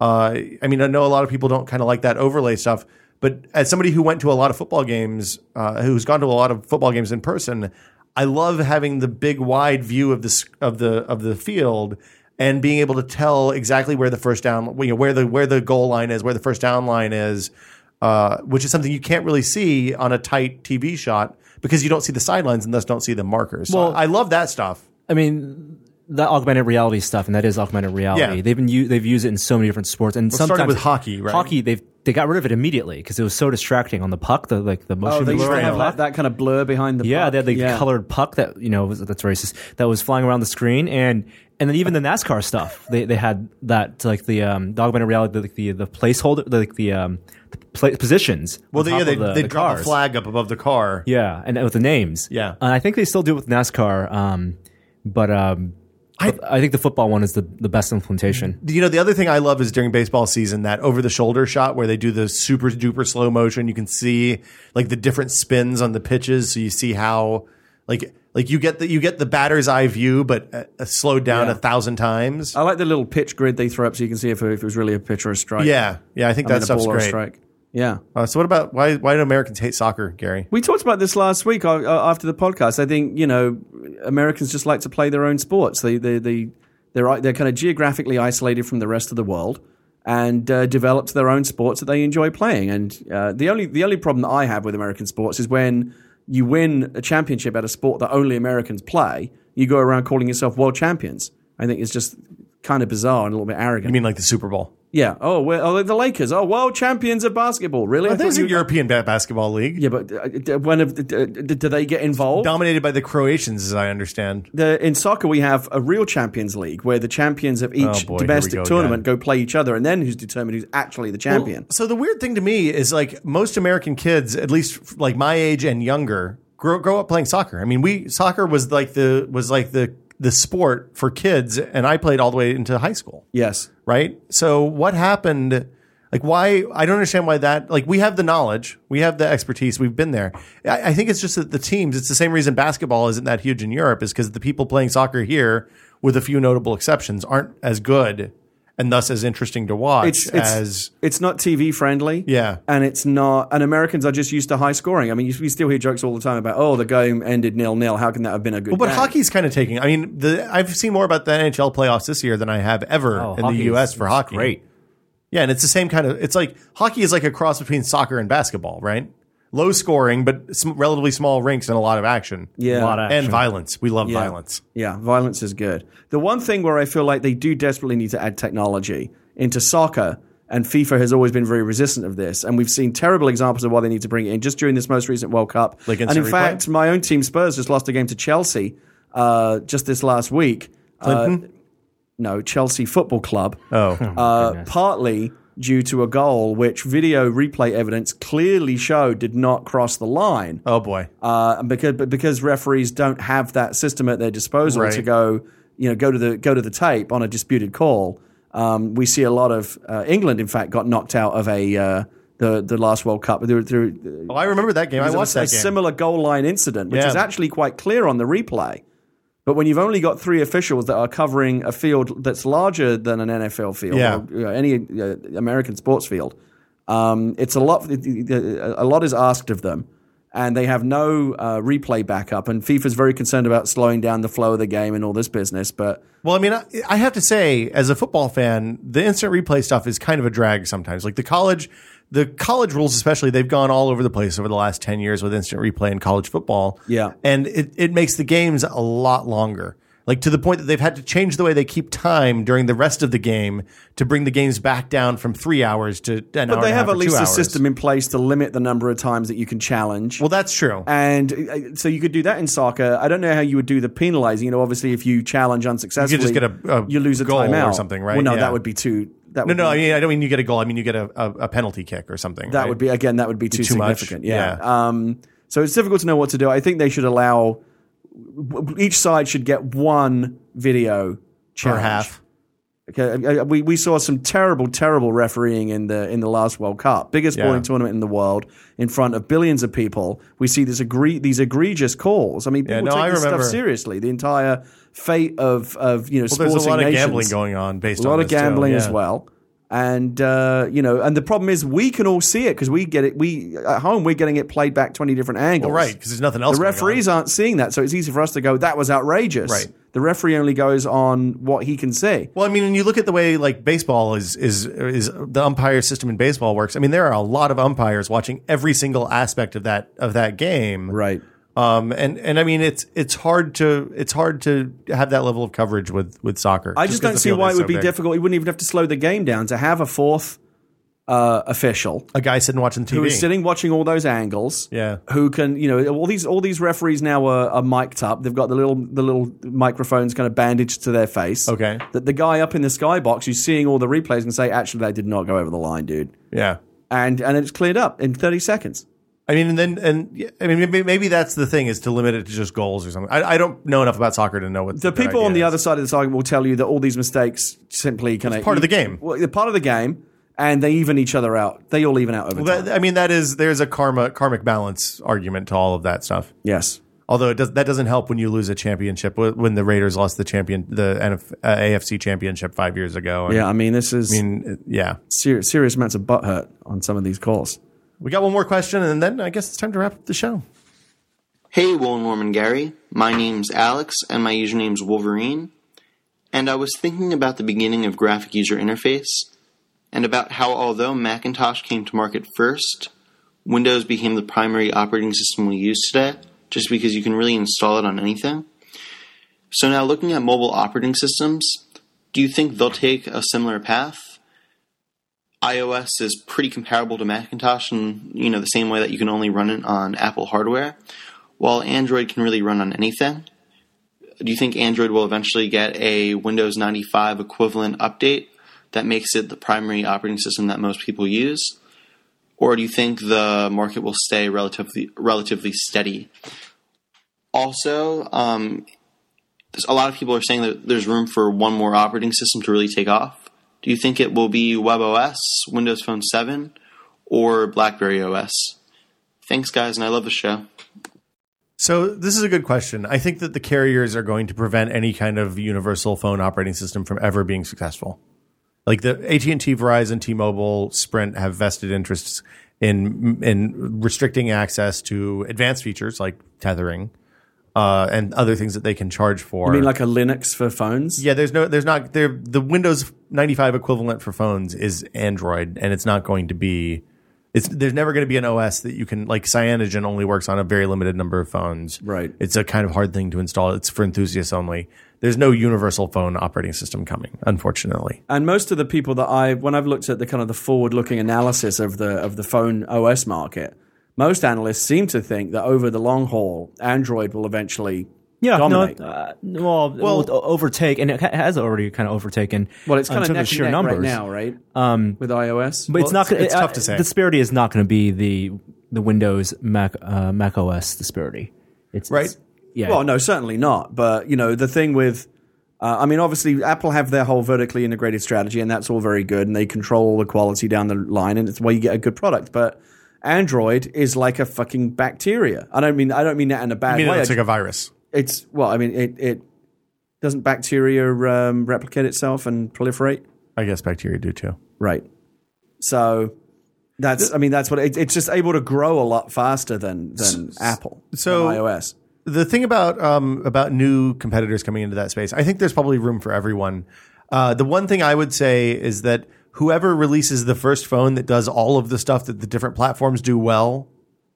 Speaker 1: Uh, I mean, I know a lot of people don't kind of like that overlay stuff, but as somebody who went to a lot of football games, uh, who's gone to a lot of football games in person, I love having the big wide view of the s- of the of the field and being able to tell exactly where the first down, you know, where the where the goal line is, where the first down line is, uh, which is something you can't really see on a tight TV shot because you don't see the sidelines and thus don't see the markers. So
Speaker 2: Well-
Speaker 1: I love that stuff.
Speaker 2: I mean that augmented reality stuff, and that is augmented reality.
Speaker 1: Yeah.
Speaker 2: They've been u- they've used it in so many different sports, and
Speaker 1: started
Speaker 2: sometimes
Speaker 1: with hockey, right?
Speaker 2: Hockey they've they got rid of it immediately because it was so distracting on the puck, the like the motion.
Speaker 3: Oh, they used
Speaker 2: blur
Speaker 3: to
Speaker 2: on the
Speaker 3: have
Speaker 2: puck.
Speaker 3: that, that kind of blur behind the
Speaker 2: Yeah,
Speaker 3: puck.
Speaker 2: they had the
Speaker 3: Yeah.
Speaker 2: colored puck that you know was, that's racist that was flying around the screen, and and then even the NASCAR stuff they they had that like the um, the augmented reality the the, the placeholder the, like the um the pla- positions. on
Speaker 1: Well, they,
Speaker 2: top
Speaker 1: yeah,
Speaker 2: of
Speaker 1: they,
Speaker 2: the,
Speaker 1: they
Speaker 2: the
Speaker 1: drop a
Speaker 2: cars.
Speaker 1: flag up above the car.
Speaker 2: Yeah, and uh, with the names.
Speaker 1: Yeah.
Speaker 2: and I think they still do it with NASCAR, um, but um, I, I think the football one is the the best implementation.
Speaker 1: you know the other thing I love is during baseball season that over the shoulder shot where they do the super duper slow motion. You can see like the different spins on the pitches, so you see how like like you get the you get the batter's eye view, but uh, uh, slowed down a thousand times.
Speaker 3: I like the little pitch grid they throw up so you can see if, if it was really a pitch or a strike.
Speaker 1: yeah, yeah, I think
Speaker 3: I mean,
Speaker 1: that
Speaker 3: a ball
Speaker 1: stuff's
Speaker 3: or a
Speaker 1: great.
Speaker 3: strike. Yeah.
Speaker 1: Uh, so what about why why do Americans hate soccer, Gary?
Speaker 3: We talked about this last week uh, uh, after the podcast. I think you know Americans just like to play their own sports. They they they they're i- they're kind of geographically isolated from the rest of the world and uh, developed their own sports that they enjoy playing. And uh, the only the only problem that I have with American sports is when you win a championship at a sport that only Americans play, you go around calling yourself world champions. I think it's just kind of bizarre and a little bit
Speaker 1: I
Speaker 3: arrogant.
Speaker 1: mean, like the Super Bowl.
Speaker 3: Yeah. Oh, well, oh, the Lakers. Oh, world champions of basketball. Really? I
Speaker 1: But
Speaker 3: thought
Speaker 1: there's a
Speaker 3: you-
Speaker 1: European ba- basketball league
Speaker 3: Yeah, but uh, uh, when of uh, do do they get involved?
Speaker 1: dominated by the Croatians, as I understand.
Speaker 3: the, in soccer we have a real champions league where the champions of
Speaker 1: Oh, boy,
Speaker 3: each
Speaker 1: here we
Speaker 3: domestic
Speaker 1: go
Speaker 3: tournament go play each other and then who's determined who's actually the champion
Speaker 1: So the weird thing to me is like most American kids, at least like my age and younger, grow, grow up playing soccer. I mean, we soccer was like the was like the the sport for kids, and I played all the way into high school.
Speaker 3: yes
Speaker 1: right? So what happened? Like why? I don't understand why that. Like we have the knowledge, we have the expertise, we've been there. I, I think it's just that the teams. It's the same reason basketball isn't that huge in Europe is because the people playing soccer here, with a few notable exceptions, aren't as good and thus as interesting to watch
Speaker 3: it's it's,
Speaker 1: as.
Speaker 3: it's not tv friendly
Speaker 1: Yeah.
Speaker 3: and it's not and americans are just used to high scoring i mean you, we still hear jokes all the time about oh the game ended nil nil how can that have been a good
Speaker 1: But
Speaker 3: game?
Speaker 1: hockey's kind of taking. I mean, the I've seen more about the NHL playoffs this year than I have ever
Speaker 2: Oh,
Speaker 1: in the
Speaker 2: hockey
Speaker 1: U.S.
Speaker 2: is-
Speaker 1: for
Speaker 2: is
Speaker 1: hockey.
Speaker 2: great.
Speaker 1: Yeah, and it's the same kind of. It's like hockey is like a cross between soccer and basketball, right? Low scoring, but sm- relatively small rinks and a lot of action.
Speaker 3: yeah
Speaker 2: A lot of
Speaker 1: and
Speaker 2: action.
Speaker 1: violence. We love
Speaker 3: Yeah.
Speaker 1: violence.
Speaker 3: Yeah, violence is good. The one thing where I feel like they do desperately need to add technology into soccer, and FIFA has always been very resistant of this, and we've seen terrible examples of why they need to bring it in just during this most recent World Cup.
Speaker 1: Like
Speaker 3: and in
Speaker 1: instant replay?
Speaker 3: fact, my own team Spurs just lost a game to Chelsea uh, just this last week. Uh, no, Chelsea Football Club.
Speaker 1: Oh,
Speaker 3: Uh, partly due to a goal which video replay evidence clearly showed did not cross the line
Speaker 1: oh boy.
Speaker 3: uh, and because but because referees don't have that system at their disposal
Speaker 1: Right.
Speaker 3: to go you know go to the go to the tape on a disputed call. Um, we see a lot of uh, England, in fact, got knocked out of a uh, the the last World Cup. There, there,
Speaker 1: oh, I remember that game. I
Speaker 3: there
Speaker 1: watched
Speaker 3: was
Speaker 1: that
Speaker 3: a,
Speaker 1: game.
Speaker 3: similar goal line incident, which
Speaker 1: Yeah.
Speaker 3: is actually quite clear on the replay. But when you've only got three officials that are covering a field that's larger than an NFL field,
Speaker 1: Yeah.
Speaker 3: or, you know, any uh, American sports field, um, it's a lot. A lot is asked of them, and they have no uh, replay backup. And FIFA's very concerned about slowing down the flow of the game and all this business. But
Speaker 1: Well, I mean, I, I have to say, as a football fan, the instant replay stuff is kind of a drag sometimes. Like the college, the college rules, especially, they've gone all over the place over the last ten years with instant replay in college football.
Speaker 3: Yeah.
Speaker 1: and it it makes the games a lot longer. Like to the point that they've had to change the way they keep time during the rest of the game to bring the games back down from three hours to an hour.
Speaker 3: but they
Speaker 1: and
Speaker 3: have
Speaker 1: half
Speaker 3: at
Speaker 1: or two
Speaker 3: least a
Speaker 1: hours.
Speaker 3: system in place to limit the number of times that you can challenge.
Speaker 1: Well, that's true.
Speaker 3: And uh, so you could do that in soccer. I don't know how you would do the penalizing. You know, obviously, if you challenge unsuccessfully,
Speaker 1: get a- a
Speaker 3: you lose a
Speaker 1: goal or
Speaker 3: timeout
Speaker 1: something, right?
Speaker 3: Well, no,
Speaker 1: Yeah.
Speaker 3: that would be too. That
Speaker 1: No,
Speaker 3: would
Speaker 1: no,
Speaker 3: be,
Speaker 1: I mean, I don't mean you get a goal. I mean you get a, a, a penalty kick or something.
Speaker 3: that
Speaker 1: right?
Speaker 3: would be again. That would be too,
Speaker 1: too much.
Speaker 3: significant. Yeah. Um, so it's difficult to know what to do. I think they should allow w- each side should get one video
Speaker 1: per
Speaker 3: challenge.
Speaker 1: half.
Speaker 3: Okay, I- I- we we saw some terrible, terrible refereeing in the in the last World Cup, biggest
Speaker 1: Yeah.
Speaker 3: sporting tournament in the world, in front of billions of people. We see this agree these egregious calls. I mean, people
Speaker 1: no,
Speaker 3: take
Speaker 1: I
Speaker 3: this
Speaker 1: remember.
Speaker 3: stuff seriously. The entire fate of of you know
Speaker 1: Well,
Speaker 3: sporting
Speaker 1: there's a lot
Speaker 3: nations,
Speaker 1: of gambling going on based
Speaker 3: a lot
Speaker 1: on
Speaker 3: of
Speaker 1: this, too.
Speaker 3: gambling as
Speaker 1: Yeah.
Speaker 3: well. And uh, you know, and the problem is we can all see it because we get it. We at home we're getting it played back twenty different angles.
Speaker 1: Well, Oh, right, because there's nothing else.
Speaker 3: The
Speaker 1: going on.
Speaker 3: referees aren't seeing that, so it's easy for us to go, "That was outrageous."
Speaker 1: Right.
Speaker 3: The referee only goes on what he can see.
Speaker 1: Well, I mean, and you look at the way like baseball is is is the umpire system in baseball works. I mean, there are a lot of umpires watching every single aspect of that of that game.
Speaker 3: Right.
Speaker 1: Um. And and I mean, it's it's hard to it's hard to have that level of coverage with with soccer.
Speaker 3: I just,
Speaker 1: 'cause
Speaker 3: don't
Speaker 1: the
Speaker 3: see
Speaker 1: field
Speaker 3: why
Speaker 1: is
Speaker 3: it would
Speaker 1: so
Speaker 3: be
Speaker 1: big.
Speaker 3: difficult. You wouldn't even have to slow the game down to have a fourth uh, official
Speaker 1: A guy sitting watching TV.
Speaker 3: who is sitting watching all those angles.
Speaker 1: Yeah.
Speaker 3: Who can you know all these all these referees now are, are mic'd up. They've got the little the little microphones kind of bandaged to their face.
Speaker 1: Okay.
Speaker 3: That the guy up in the skybox who's seeing all the replays can say, actually, they did not go over the line, dude.
Speaker 1: yeah.
Speaker 3: And and it's cleared up in thirty seconds.
Speaker 1: I mean, and then and yeah, I mean, maybe, maybe that's the thing is to limit it to just goals or something. I, I don't know enough about soccer to know what
Speaker 3: The
Speaker 1: that
Speaker 3: people
Speaker 1: idea
Speaker 3: on the
Speaker 1: is.
Speaker 3: other side of this argument will tell you that all these mistakes simply kind of
Speaker 1: part of the game.
Speaker 3: Well, they're part of the game, and they even each other out. They all even out over
Speaker 1: Well,
Speaker 3: time.
Speaker 1: that, I mean, that is there's a karma karmic balance argument to all of that stuff.
Speaker 3: yes.
Speaker 1: Although it does, that doesn't help when you lose a championship. wh- When the Raiders lost the champion, the NF, uh, AFC championship five years ago. And,
Speaker 3: Yeah, I mean, this is
Speaker 1: I mean, it- yeah.
Speaker 3: serious, serious amounts of butthurt on some of these calls.
Speaker 1: We got one more question, and then I guess it's time to wrap up the show.
Speaker 7: Hey, Will and Norman Gary. My name's Alex, and my username's Wolverine. And I was thinking about the beginning of graphic user interface, and about how although Macintosh came to market first, Windows became the primary operating system we use today, just because you can really install it on anything. So now, looking at mobile operating systems, do you think they'll take a similar path? iOS is pretty comparable to Macintosh in you know the same way that you can only run it on Apple hardware, while Android can really run on anything. Do you think Android will eventually get a Windows 95 equivalent update that makes it the primary operating system that most people use? Or do you think the market will stay relatively relatively steady? Also, um, there's- a lot of people are saying that there's room for one more operating system to really take off. Do you think it will be WebOS, Windows Phone 7, or BlackBerry OS? Thanks, guys, and I love the show.
Speaker 1: So this is a good question. I think that the carriers are going to prevent any kind of universal phone operating system from ever being successful. Like the AT&T, Verizon, T-Mobile, Sprint have vested interests in in restricting access to advanced features like tethering uh, and other things that they can charge for.
Speaker 3: I mean, like a Linux for phones.
Speaker 1: Yeah, there's no, there's not there. The Windows 95 equivalent for phones is Android, and it's not going to be. It's there's never going to be an OS that you can like. Cyanogen only works on a very limited number of phones.
Speaker 3: Right.
Speaker 1: It's a kind of hard thing to install. It's for enthusiasts only. There's no universal phone operating system coming, unfortunately.
Speaker 3: and most of the people that I when I've looked at the kind of the forward looking analysis of the of the phone OS market, most analysts seem to think that over the long haul, Android will eventually
Speaker 2: Yeah,
Speaker 3: dominate.
Speaker 2: no, uh, well, well, overtake, and it ha- has already kind of overtaken.
Speaker 3: well, it's
Speaker 2: in
Speaker 3: kind of
Speaker 2: terms
Speaker 3: neck and
Speaker 2: sheer
Speaker 3: neck
Speaker 2: numbers
Speaker 3: right now, right?
Speaker 2: Um,
Speaker 3: With iOS,
Speaker 2: but it's
Speaker 1: Well,
Speaker 2: not. Gonna,
Speaker 1: it's- it's
Speaker 2: uh,
Speaker 1: tough to say.
Speaker 2: Disparity is not going to be the the Windows Mac uh, Mac OS disparity. It's
Speaker 1: Right.
Speaker 2: it's- yeah.
Speaker 3: Well, no, certainly not. But you know, the thing with, uh, I mean, obviously, Apple have their whole vertically integrated strategy, and that's all very good, and they control the quality down the line, and it's why you get a good product. But Android is like a fucking bacteria. I don't mean I don't mean that in a bad
Speaker 1: I mean,
Speaker 3: way.
Speaker 1: it's like a virus.
Speaker 3: it's well, I mean, it it doesn't bacteria um, replicate itself and proliferate,
Speaker 1: I guess bacteria do too.
Speaker 3: right? So. That's, I mean, that's what it, it's just able to grow a lot faster than than Apple,
Speaker 1: so-
Speaker 3: than iOS.
Speaker 1: the thing about um, about new competitors coming into that space, I think there's probably room for everyone. Uh, the one thing I would say is that whoever releases the first phone that does all of the stuff that the different platforms do well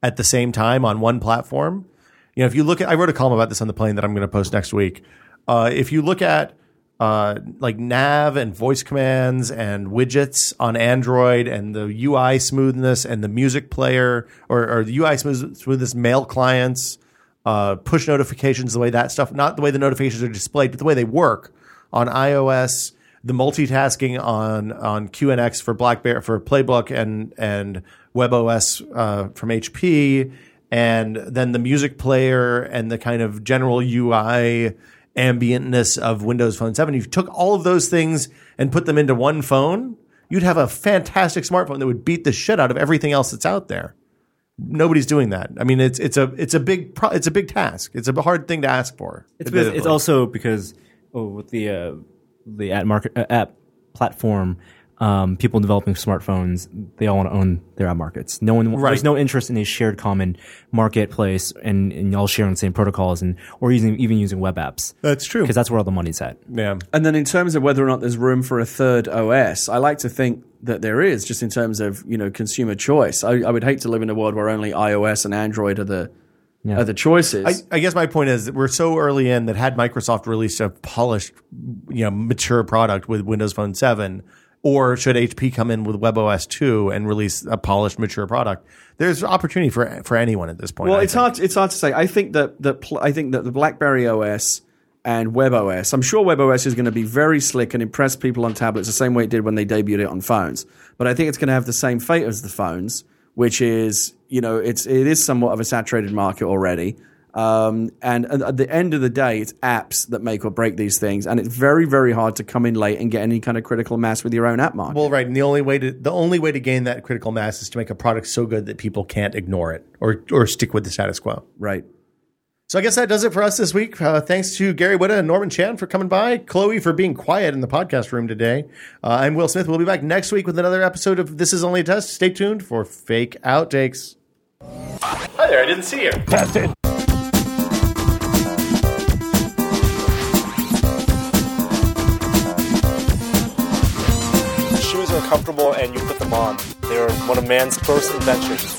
Speaker 1: at the same time on one platform, you know, if you look at, I wrote a column about this on the plane that I'm going to post next week. Uh, if you look at uh, like nav and voice commands and widgets on Android and the UI smoothness and the music player or, or the UI smooth, smoothness mail clients, uh, push notifications, the way that stuff, not the way the notifications are displayed, but the way they work on iOS, the multitasking on on QNX for BlackBerry for Playbook and and WebOS uh, from HP, and then the music player and the kind of general UI ambientness of Windows Phone 7. If you took all of those things and put them into one phone, you'd have a fantastic smartphone that would beat the shit out of everything else that's out there nobody's doing that. I mean, it's it's a it's a big pro- it's a big task. It's a hard thing to ask for.
Speaker 2: It's, because, it's also because oh, with the uh, the app market uh, app platform, um, people developing smartphones they all want to own their app markets. No one
Speaker 1: Right.
Speaker 2: there's no interest in a shared common marketplace and, and all sharing the same protocols and or using even using web apps
Speaker 1: that's true.
Speaker 2: because that's where all the money's at.
Speaker 1: Yeah,
Speaker 3: And then in terms of whether or not there's room for a third OS, I like to think that there is, just in terms of you know consumer choice. I, I would hate to live in a world where only iOS and Android are the are the choices.
Speaker 1: I, I guess my point is that we're so early in that had Microsoft released a polished, you know, mature product with Windows Phone Seven, or should HP come in with WebOS two and release a polished, mature product? There's opportunity for for anyone at this point.
Speaker 3: well,
Speaker 1: I
Speaker 3: it's
Speaker 1: think.
Speaker 3: hard. It's hard to say. I think that that pl- I think that the BlackBerry OS and WebOS. I'm sure WebOS is going to be very slick and impress people on tablets the same way it did when they debuted it on phones. But I think it's going to have the same fate as the phones, which is you know it's it is somewhat of a saturated market already. Um, and at at the end of the day, it's apps that make or break these things, and it's very very hard to come in late and get any kind of critical mass with your own app market.
Speaker 1: Well, right, and the only way to the only way to gain that critical mass is to make a product so good that people can't ignore it or or stick with the status quo.
Speaker 3: right.
Speaker 1: So I guess that does it for us this week. Uh, thanks to Gary Witta and Norman Chan for coming by, Chloe for being quiet in the podcast room today. Uh, I'm Will Smith. We'll be back next week with another episode of This Is Only a Test. Stay tuned for fake outtakes. Hi there, I didn't see you.
Speaker 8: Shoes are comfortable and you put them on. They are one of man's first inventions.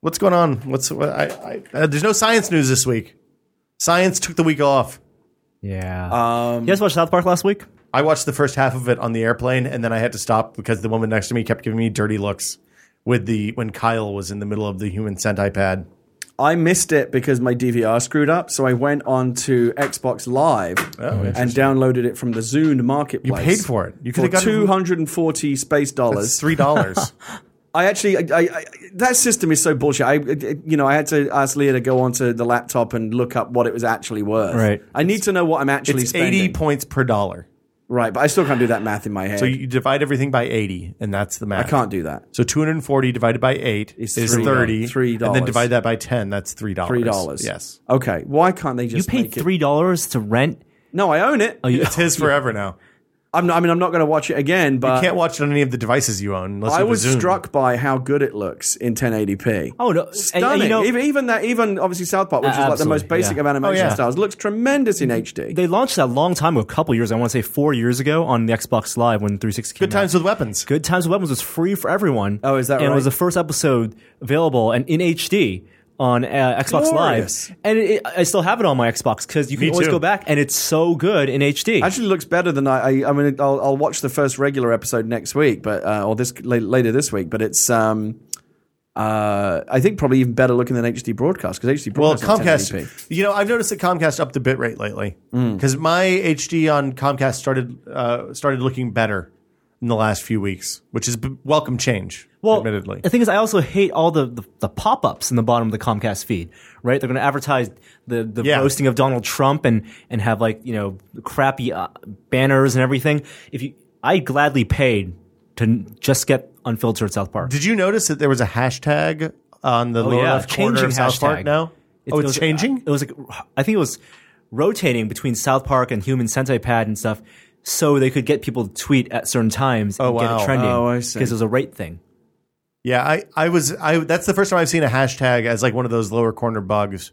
Speaker 1: What's going on? What's what, I, I, uh, there's no science news this week. Science took the week off.
Speaker 2: Yeah. Um, you guys watched South Park last week?
Speaker 1: I watched the first half of it on the airplane, and then I had to stop because the woman next to me kept giving me dirty looks with the when Kyle was in the middle of the human centipede.
Speaker 3: I missed it because my DVR screwed up, so I went on to Xbox Live and downloaded it from the Zune marketplace.
Speaker 1: paid for it. Oh, You
Speaker 3: You
Speaker 1: could have
Speaker 3: could for
Speaker 1: gotten-
Speaker 3: two hundred and forty space
Speaker 1: It's
Speaker 3: dollars.
Speaker 1: three dollars.
Speaker 3: I actually, I, I, I, that system is so bullshit. I, I- you know, I had to ask Leah to go onto the laptop and look up what it was actually worth.
Speaker 2: Right.
Speaker 3: I need to know what I'm actually
Speaker 1: it's
Speaker 3: spending.
Speaker 1: eighty points per dollar.
Speaker 3: right, but I still can't do that math in my head.
Speaker 1: So you divide everything by eighty, and that's the
Speaker 3: I
Speaker 1: math.
Speaker 3: can't do that.
Speaker 1: So 240 divided by 8
Speaker 3: Is
Speaker 1: is,
Speaker 3: three-
Speaker 1: 30.
Speaker 3: three
Speaker 1: And
Speaker 3: dollars.
Speaker 1: then divide that by 10, that's $3.
Speaker 3: Three dollars.
Speaker 1: Yes.
Speaker 3: Okay. Why can't they
Speaker 2: You
Speaker 3: just
Speaker 2: paid
Speaker 3: make it-
Speaker 2: three dollars to rent.
Speaker 3: No, I own it.
Speaker 2: you-
Speaker 1: It's his forever now.
Speaker 3: I'm not, I mean, I'm not going to watch it again. But
Speaker 1: You can't watch it on any of the devices you own unless you
Speaker 3: I
Speaker 1: have a
Speaker 3: was
Speaker 1: Zoom.
Speaker 3: struck by how good it looks in 1080p.
Speaker 2: Oh, no. And- and you
Speaker 3: stunning!
Speaker 2: know-
Speaker 3: even, even that, even obviously South Park, which
Speaker 2: Uh,
Speaker 3: is like the most
Speaker 2: absolutely,
Speaker 3: basic
Speaker 2: yeah.
Speaker 3: of animation
Speaker 1: Oh, yeah.
Speaker 3: styles, looks tremendous in HD.
Speaker 2: They launched that a long time ago, a couple years. I want to say four years ago on the Xbox Live when 360 came
Speaker 1: Good
Speaker 2: out.
Speaker 1: times with weapons.
Speaker 2: Good Times with Weapons was free for everyone.
Speaker 3: Oh, is that
Speaker 2: and
Speaker 3: right?
Speaker 2: it was the first episode available and in HD on uh, Xbox
Speaker 3: Glorious.
Speaker 2: Live. And it, it, I still have it on my Xbox because you can
Speaker 1: Me
Speaker 2: always
Speaker 1: too.
Speaker 2: go back and it's so good in HD.
Speaker 3: actually looks better than I. I, I mean, I'll, I'll watch the first regular episode next week, but uh, or this la- later this week. But it's, um, uh, I think probably even better looking than HD broadcast because HD
Speaker 1: Well,
Speaker 3: broadcast. is 1080p.
Speaker 1: Comcast, you know, I've noticed that Comcast upped the bit rate lately
Speaker 3: Mm.
Speaker 1: because my HD on Comcast started uh, started looking better in the last few weeks, which is b- welcome change,
Speaker 2: well,
Speaker 1: admittedly.
Speaker 2: the thing is, I also hate all the, the, the pop ups in the bottom of the Comcast feed. Right? They're going to advertise the the
Speaker 1: Yeah.
Speaker 2: roasting of Donald Trump and and have like you know crappy uh, banners and everything. If you, I gladly paid to n- just get unfiltered South Park.
Speaker 1: Did you notice that there was a hashtag on the lower
Speaker 2: Oh, yeah,
Speaker 1: left Oh, corner
Speaker 2: changing
Speaker 1: of South Park
Speaker 2: hashtag. uh,
Speaker 1: now?
Speaker 2: It-
Speaker 1: oh,
Speaker 2: it
Speaker 1: it's
Speaker 2: was-
Speaker 1: changing?
Speaker 2: It was like I think it was rotating between South Park and Human Centipede and stuff, so they could get people to tweet at certain times and
Speaker 1: Oh,
Speaker 2: get
Speaker 1: wow.
Speaker 2: it trending.
Speaker 3: Oh, I see.
Speaker 2: Because it was a rate thing.
Speaker 1: Yeah, I, I was I that's the first time I've seen a hashtag as like one of those lower corner bugs.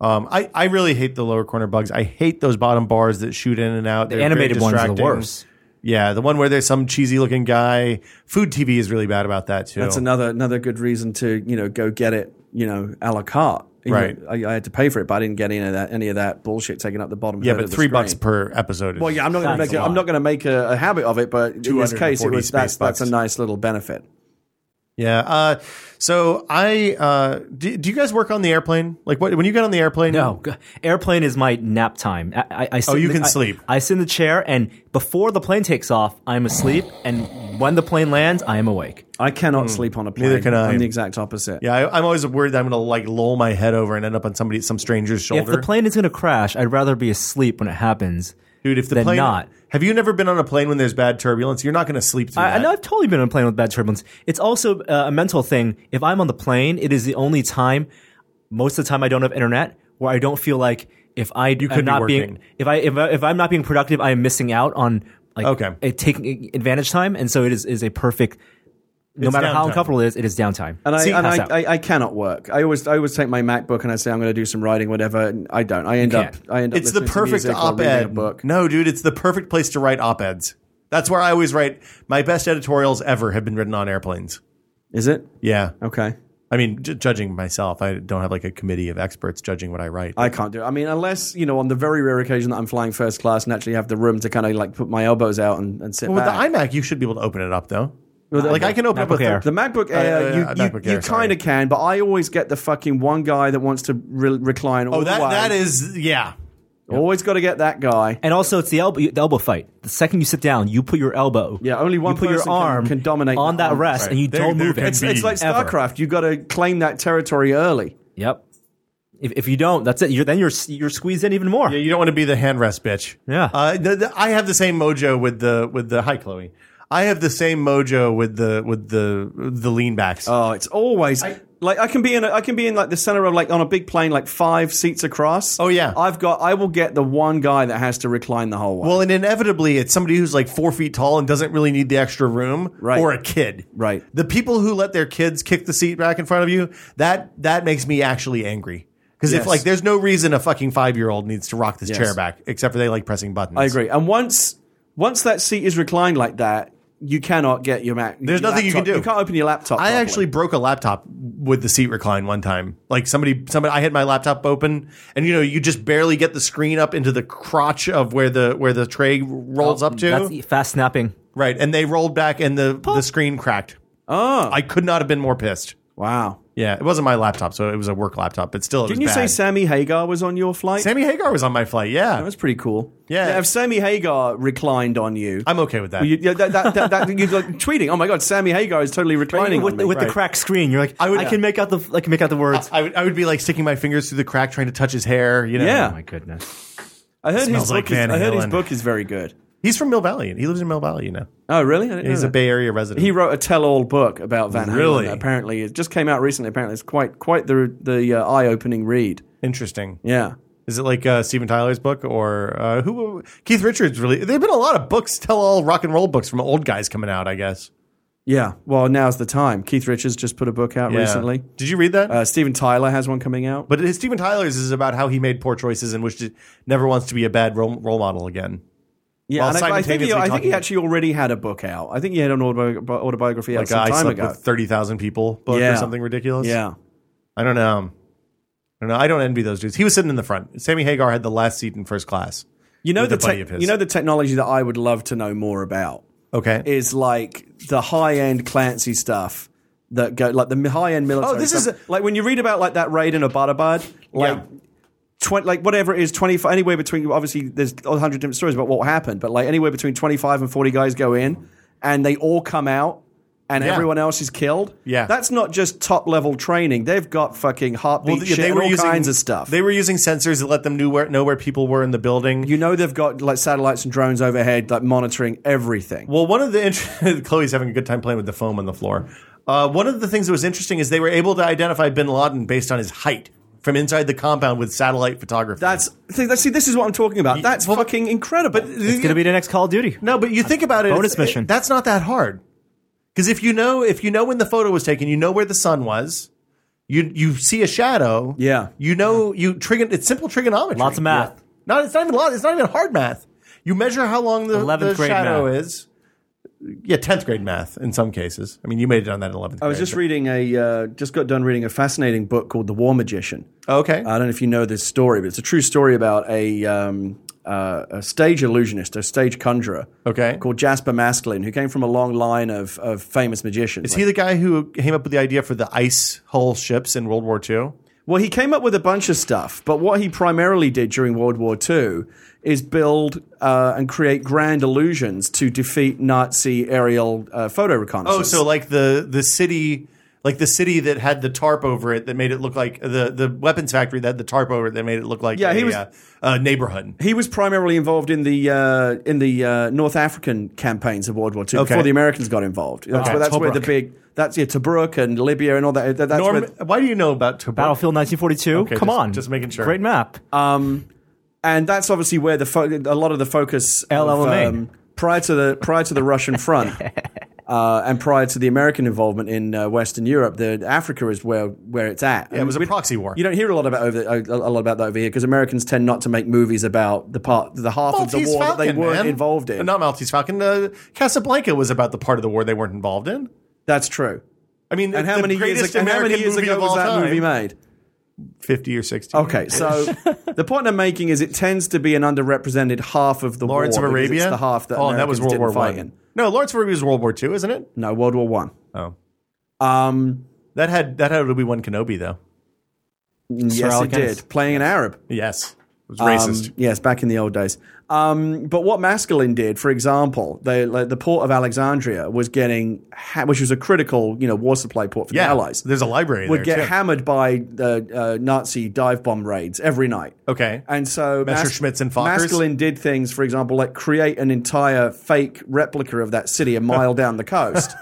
Speaker 1: Um, I, I really hate the lower corner bugs. I hate those bottom bars that shoot in and out.
Speaker 2: The
Speaker 1: They're
Speaker 2: animated
Speaker 1: very
Speaker 2: ones are the
Speaker 1: distracting.
Speaker 2: worst.
Speaker 1: Yeah, the one where there's some cheesy looking guy. Food TV is really bad about that too.
Speaker 3: That's another another good reason to you know go get it you know a la carte. You
Speaker 1: Right.
Speaker 3: know, I, I had to pay for it, but I didn't get any of that any of that bullshit taking up the bottom.
Speaker 1: yeah,
Speaker 3: third
Speaker 1: but
Speaker 3: of the
Speaker 1: three
Speaker 3: screen.
Speaker 1: bucks per episode. Is,
Speaker 3: Well, yeah, I'm not going to
Speaker 2: That's
Speaker 3: make
Speaker 2: a
Speaker 3: a, I'm
Speaker 2: lot.
Speaker 3: not going to make a, a habit of it, but in this case, it
Speaker 1: 240
Speaker 3: was that's
Speaker 1: space
Speaker 3: that's a
Speaker 1: bucks.
Speaker 3: nice little benefit.
Speaker 1: yeah. Uh, so I uh, do, do. you guys work on the airplane? Like what, when you get on the airplane?
Speaker 2: No, g- airplane is my nap time. I, I, I sit
Speaker 1: Oh,
Speaker 2: in
Speaker 1: you
Speaker 2: the-
Speaker 1: can
Speaker 2: I-
Speaker 1: sleep.
Speaker 2: I sit in the chair, and before the plane takes off, I'm asleep, and when the plane lands, I am awake.
Speaker 3: I cannot sleep on a plane.
Speaker 1: Hmm. Neither can I.
Speaker 3: I'm the exact opposite.
Speaker 1: Yeah, I, I'm always worried that I'm going to like loll my head over and end up on somebody, some stranger's shoulder.
Speaker 2: If the plane is going to crash, I'd rather be asleep when it happens.
Speaker 1: Dude, if the
Speaker 2: than
Speaker 1: plane
Speaker 2: not.
Speaker 1: have you never been on a plane when there's bad turbulence? You're not going to sleep through
Speaker 2: I, I
Speaker 1: that.
Speaker 2: know I've totally been on a plane with bad turbulence. It's also uh, a mental thing. If I'm on the plane, it is the only time, most of the time, I don't have internet where I don't feel like if I you
Speaker 1: could be
Speaker 2: not being
Speaker 1: working.
Speaker 2: if I, if I if I'm not being productive, I am missing out on like
Speaker 1: Okay.
Speaker 2: a, taking advantage time, and so it is is a perfect. No
Speaker 1: It's
Speaker 2: matter how
Speaker 1: downtime.
Speaker 2: uncomfortable it is, it is downtime.
Speaker 3: And I
Speaker 2: See,
Speaker 3: and
Speaker 2: pass
Speaker 3: I,
Speaker 2: out.
Speaker 3: I, I cannot work. I always I always take my MacBook and I say I'm going to do some writing, whatever. And I don't. I end up
Speaker 2: can't.
Speaker 3: I end up.
Speaker 1: it's the
Speaker 3: listening to
Speaker 1: perfect
Speaker 3: music or reading a
Speaker 1: op-ed.
Speaker 3: book.
Speaker 1: No, dude, it's the perfect place to write op-eds. That's where I always write. My best editorials ever have been written on airplanes.
Speaker 3: Is it
Speaker 1: Yeah,
Speaker 3: okay?
Speaker 1: I mean, j- judging myself, I don't have like a committee of experts judging what I write.
Speaker 3: I can't do it. I mean, unless you know, on the very rare occasion that I'm flying first class and actually have the room to kind of like put my elbows out and, and sit
Speaker 1: Well, with
Speaker 3: back.
Speaker 1: the iMac, you should be able to open it up though.
Speaker 3: the-
Speaker 1: like I can open up
Speaker 2: MacBook
Speaker 1: a
Speaker 2: Air.
Speaker 1: third-
Speaker 3: The MacBook Air,
Speaker 1: Uh,
Speaker 3: you,
Speaker 1: uh,
Speaker 3: you,
Speaker 1: MacBook
Speaker 3: you
Speaker 1: Air, sorry.
Speaker 3: kind of can, but I always get the fucking one guy that wants to re- recline. All
Speaker 1: Oh, that
Speaker 3: the way.
Speaker 1: that is yeah.
Speaker 3: always got to get that guy.
Speaker 2: and also, it's the elbow, the elbow fight. The second you sit down, you put your elbow.
Speaker 3: Yeah, only one
Speaker 2: You put your
Speaker 3: person can-
Speaker 2: arm
Speaker 3: can dominate
Speaker 2: on
Speaker 3: that
Speaker 2: that
Speaker 3: one.
Speaker 2: rest,
Speaker 1: Right.
Speaker 2: and you
Speaker 1: There-
Speaker 2: don't
Speaker 1: there
Speaker 2: move it.
Speaker 1: can
Speaker 3: It's, it's like
Speaker 2: Ever.
Speaker 3: StarCraft. You got to claim that territory early.
Speaker 2: Yep. If, if you don't, that's it. You're then you're you're squeezed in even more.
Speaker 1: Yeah, you don't want to be the hand rest bitch.
Speaker 2: Yeah.
Speaker 1: Uh, the, the, I have the same mojo with the with the hi Chloe. I have the same mojo with the with the the lean backs.
Speaker 3: Oh, it's always like I can be in. A, I can be in like the center of like on a big plane, like five seats across.
Speaker 1: Oh, yeah.
Speaker 3: I've got. I will get the one guy that has to recline the whole way.
Speaker 1: Well, and inevitably, it's somebody who's like four feet tall and doesn't really need the extra room,
Speaker 3: Right.
Speaker 1: or a kid.
Speaker 3: Right.
Speaker 1: The people who let their kids kick the seat back in front of you that that makes me actually angry because
Speaker 3: Yes.
Speaker 1: if like there's no reason a fucking five year old needs to rock this
Speaker 3: Yes.
Speaker 1: chair back except for they like pressing buttons.
Speaker 3: I agree. And once once that seat is reclined like that, you cannot get your Mac.
Speaker 1: There's
Speaker 3: your
Speaker 1: nothing you can
Speaker 3: laptop-
Speaker 1: do.
Speaker 3: You can't open your laptop.
Speaker 1: I
Speaker 3: properly.
Speaker 1: actually broke a laptop with the seat recline one time. Like somebody, somebody, I had my laptop open, and you know, you just barely get the screen up into the crotch of where the where the tray
Speaker 3: Oh,
Speaker 1: rolls up to,
Speaker 2: That's e, fast snapping.
Speaker 1: right? And they rolled back, and the the screen cracked.
Speaker 3: Oh
Speaker 1: I could not have been more pissed.
Speaker 3: wow!
Speaker 1: Yeah, it wasn't my laptop, so it was a work laptop, but still, it
Speaker 3: Didn't you
Speaker 1: was
Speaker 3: say
Speaker 1: bad.
Speaker 3: Sammy Hagar was on your flight?
Speaker 1: Sammy Hagar was on my flight?
Speaker 3: that
Speaker 1: Yeah,
Speaker 3: was pretty cool.
Speaker 1: Yeah.
Speaker 3: if Sammy Hagar reclined on you,
Speaker 1: I'm okay with that.
Speaker 3: you yeah, that, that, that, that, you're like tweeting. Oh my god, Sammy Hagar is totally reclining
Speaker 2: with
Speaker 3: on me."
Speaker 2: with
Speaker 1: right.
Speaker 2: the cracked screen, you're like, I,
Speaker 1: I would-
Speaker 2: can make out the I can make out the words.
Speaker 1: I would, I would be like sticking my fingers through the crack, trying to touch his hair. You know,
Speaker 3: Yeah.
Speaker 2: oh my goodness.
Speaker 3: I heard his
Speaker 1: smells
Speaker 3: book.
Speaker 1: like
Speaker 3: is,
Speaker 1: Van
Speaker 3: I heard his
Speaker 1: Halen.
Speaker 3: book is very good.
Speaker 1: he's from Mill Valley. He lives in Mill Valley. You know,
Speaker 3: Oh really? I didn't
Speaker 1: he's
Speaker 3: know
Speaker 1: a
Speaker 3: that.
Speaker 1: Bay Area resident.
Speaker 3: he wrote a tell-all book about Van Halen.
Speaker 1: Really?
Speaker 3: that Apparently, it just came out recently. Apparently, it's quite quite the the uh, eye-opening read.
Speaker 1: Interesting.
Speaker 3: Yeah.
Speaker 1: Is it like uh, Steven Tyler's book or uh, who? Keith Richards really. There've been a lot of books, tell all rock and roll books from old guys coming out. I guess.
Speaker 3: Yeah. Well, now's the time. Keith Richards just put a book out
Speaker 1: Yeah.
Speaker 3: recently.
Speaker 1: Did you read that?
Speaker 3: Uh, Steven Tyler has one coming out.
Speaker 1: but his Steven Tyler's is about how he made poor choices and wished it never wants to be a bad role, role model again.
Speaker 3: yeah,
Speaker 1: while
Speaker 3: and I, I think he,
Speaker 1: simultaneously
Speaker 3: I think he
Speaker 1: talking-
Speaker 3: actually already had a book out. I think he had an autobi- autobiography out
Speaker 1: Like
Speaker 3: some
Speaker 1: I
Speaker 3: time
Speaker 1: slept
Speaker 3: ago.
Speaker 1: with thirty thousand people book
Speaker 3: Yeah.
Speaker 1: or something ridiculous.
Speaker 3: yeah.
Speaker 1: I don't know. I don't know. I don't envy those dudes. He was sitting in the front. Sammy Hagar had the last seat in first class.
Speaker 3: You know
Speaker 1: With
Speaker 3: the
Speaker 1: a buddy
Speaker 3: tech-
Speaker 1: of his.
Speaker 3: you know the technology that I would love to know more about
Speaker 1: Okay.
Speaker 3: is like the high end Clancy stuff that go like the high end military.
Speaker 1: Oh, this
Speaker 3: stuff.
Speaker 1: is
Speaker 3: like when you read about like that raid in Abbottabad, like.
Speaker 1: Yeah.
Speaker 3: 20, like whatever it is, 25, anywhere between, obviously there's a hundred different stories about what happened, but like anywhere between 25 and 40 guys go in and they all come out and
Speaker 1: Yeah.
Speaker 3: everyone else is killed.
Speaker 1: Yeah.
Speaker 3: That's not just top level training. They've got fucking heartbeat
Speaker 1: th-
Speaker 3: shit and all kinds of stuff.
Speaker 1: They were using sensors that let them knew where, know where people were in the building.
Speaker 3: you know, they've got like satellites and drones overhead, like monitoring everything.
Speaker 1: Well, one of the int- Chloe's having a good time playing with the foam on the floor. Uh, one of the things that was interesting is they were able to identify Bin Laden based on his height from inside the compound with satellite photography.
Speaker 3: That's see, that's- see, this is what I'm talking about. That's
Speaker 1: well,
Speaker 3: fucking incredible.
Speaker 2: It's gonna be the next Call of Duty.
Speaker 1: no, but you think about it.
Speaker 2: bonus
Speaker 1: it's-
Speaker 2: mission.
Speaker 1: it- that's not that hard because if you know if you know when the photo was taken, you know where the sun was. You you see a shadow.
Speaker 3: Yeah.
Speaker 1: You know you trigon. It's simple trigonometry.
Speaker 2: Lots of math.
Speaker 1: Yeah. Not it's not even lot. It's not even hard math. You measure how long the,
Speaker 2: 11th
Speaker 1: the
Speaker 2: grade
Speaker 1: shadow
Speaker 2: math.
Speaker 1: is. Yeah, tenth grade math in some cases. I mean, you made it on that in eleventh.
Speaker 3: I was just reading a uh, just got done reading a fascinating book called The War Magician.
Speaker 1: Okay.
Speaker 2: Uh,
Speaker 3: I don't know if you know this story, but it's a true story about a um, uh, a stage illusionist, a stage conjurer,
Speaker 1: Okay.
Speaker 3: called Jasper Maskelyne, who came from a long line of, of famous magicians.
Speaker 1: Is he the guy who came up with the idea for the ice hull ships in World War II?
Speaker 3: Well, he came up with a bunch of stuff, but what he primarily did during World War II is build uh, and create grand illusions to defeat Nazi aerial uh, photo reconnaissance.
Speaker 1: Oh, so like the the city, like the city that had the tarp over it that made it look like the the weapons factory that had the tarp over it that made it look like
Speaker 3: Yeah,
Speaker 1: a,
Speaker 3: he was-
Speaker 1: uh, uh, neighborhood.
Speaker 3: He was primarily involved in the uh, in the uh, North African campaigns of World War II before
Speaker 1: Okay.
Speaker 3: the Americans got involved. That's, where, that's where the
Speaker 1: Tobruk.
Speaker 3: big that's yeah Tobruk and Libya and all that. that- that's
Speaker 1: Norm,
Speaker 3: where,
Speaker 1: why do you know about Tobruk?
Speaker 2: Battlefield 1942.
Speaker 1: Okay,
Speaker 2: Come
Speaker 1: just-
Speaker 2: on,
Speaker 1: just making sure. Uh,
Speaker 2: Great map.
Speaker 3: and that's obviously where the fo- a lot of the focus
Speaker 2: El
Speaker 3: of, um,
Speaker 2: Alamein.
Speaker 3: prior to the prior to the Russian front uh, and prior to the American involvement in uh, Western Europe, the Africa is where where it's at.
Speaker 1: Yeah, it was a proxy war.
Speaker 3: You don't hear a lot about over a, a lot about that over here because Americans tend not to make movies about the part the half of
Speaker 1: Maltese
Speaker 3: the war
Speaker 1: Falcon,
Speaker 3: that they weren't
Speaker 1: man.
Speaker 3: involved in.
Speaker 1: Not Maltese Falcon. Uh, Casablanca was about the part of the war they weren't involved in.
Speaker 3: That's true.
Speaker 1: I mean,
Speaker 3: And how
Speaker 1: the
Speaker 3: many years
Speaker 1: greatest
Speaker 3: ago, and how
Speaker 1: American
Speaker 3: many years
Speaker 1: movie
Speaker 3: ago
Speaker 1: of
Speaker 3: was
Speaker 1: all
Speaker 3: that
Speaker 1: time,
Speaker 3: movie made?
Speaker 1: Fifty or sixty.
Speaker 3: Okay, so the point I'm making is it tends to be an underrepresented half of the
Speaker 1: Lawrence
Speaker 3: war
Speaker 1: of
Speaker 3: because
Speaker 1: Arabia.
Speaker 3: It's the half that
Speaker 1: oh, and that was
Speaker 3: Americans
Speaker 1: World
Speaker 3: didn't
Speaker 1: War
Speaker 3: fight
Speaker 1: One.
Speaker 3: in.
Speaker 1: No, Lawrence of Arabia was World War Two, isn't it?
Speaker 3: No, World War One.
Speaker 1: Oh,
Speaker 3: Um,
Speaker 1: that had that had Obi Wan Kenobi though.
Speaker 3: yes,
Speaker 2: Alec
Speaker 3: it did.
Speaker 2: Guinness.
Speaker 3: Playing an Arab.
Speaker 1: Yes, it was
Speaker 3: Um,
Speaker 1: racist.
Speaker 3: yes, back in the old days. Um, but what Maskelyne did, for example, they, like, the port of Alexandria was getting, ha- which was a critical, you know, war supply port for
Speaker 1: yeah,
Speaker 3: the Allies,
Speaker 1: There's a library
Speaker 3: would
Speaker 1: there
Speaker 3: get
Speaker 1: too.
Speaker 3: hammered by the uh, Nazi dive bomb raids every night.
Speaker 1: okay,
Speaker 3: And so
Speaker 1: Messerschmitts and Fokkers?
Speaker 3: Maskelyne did things, for example, like create an entire fake replica of that city a mile down the coast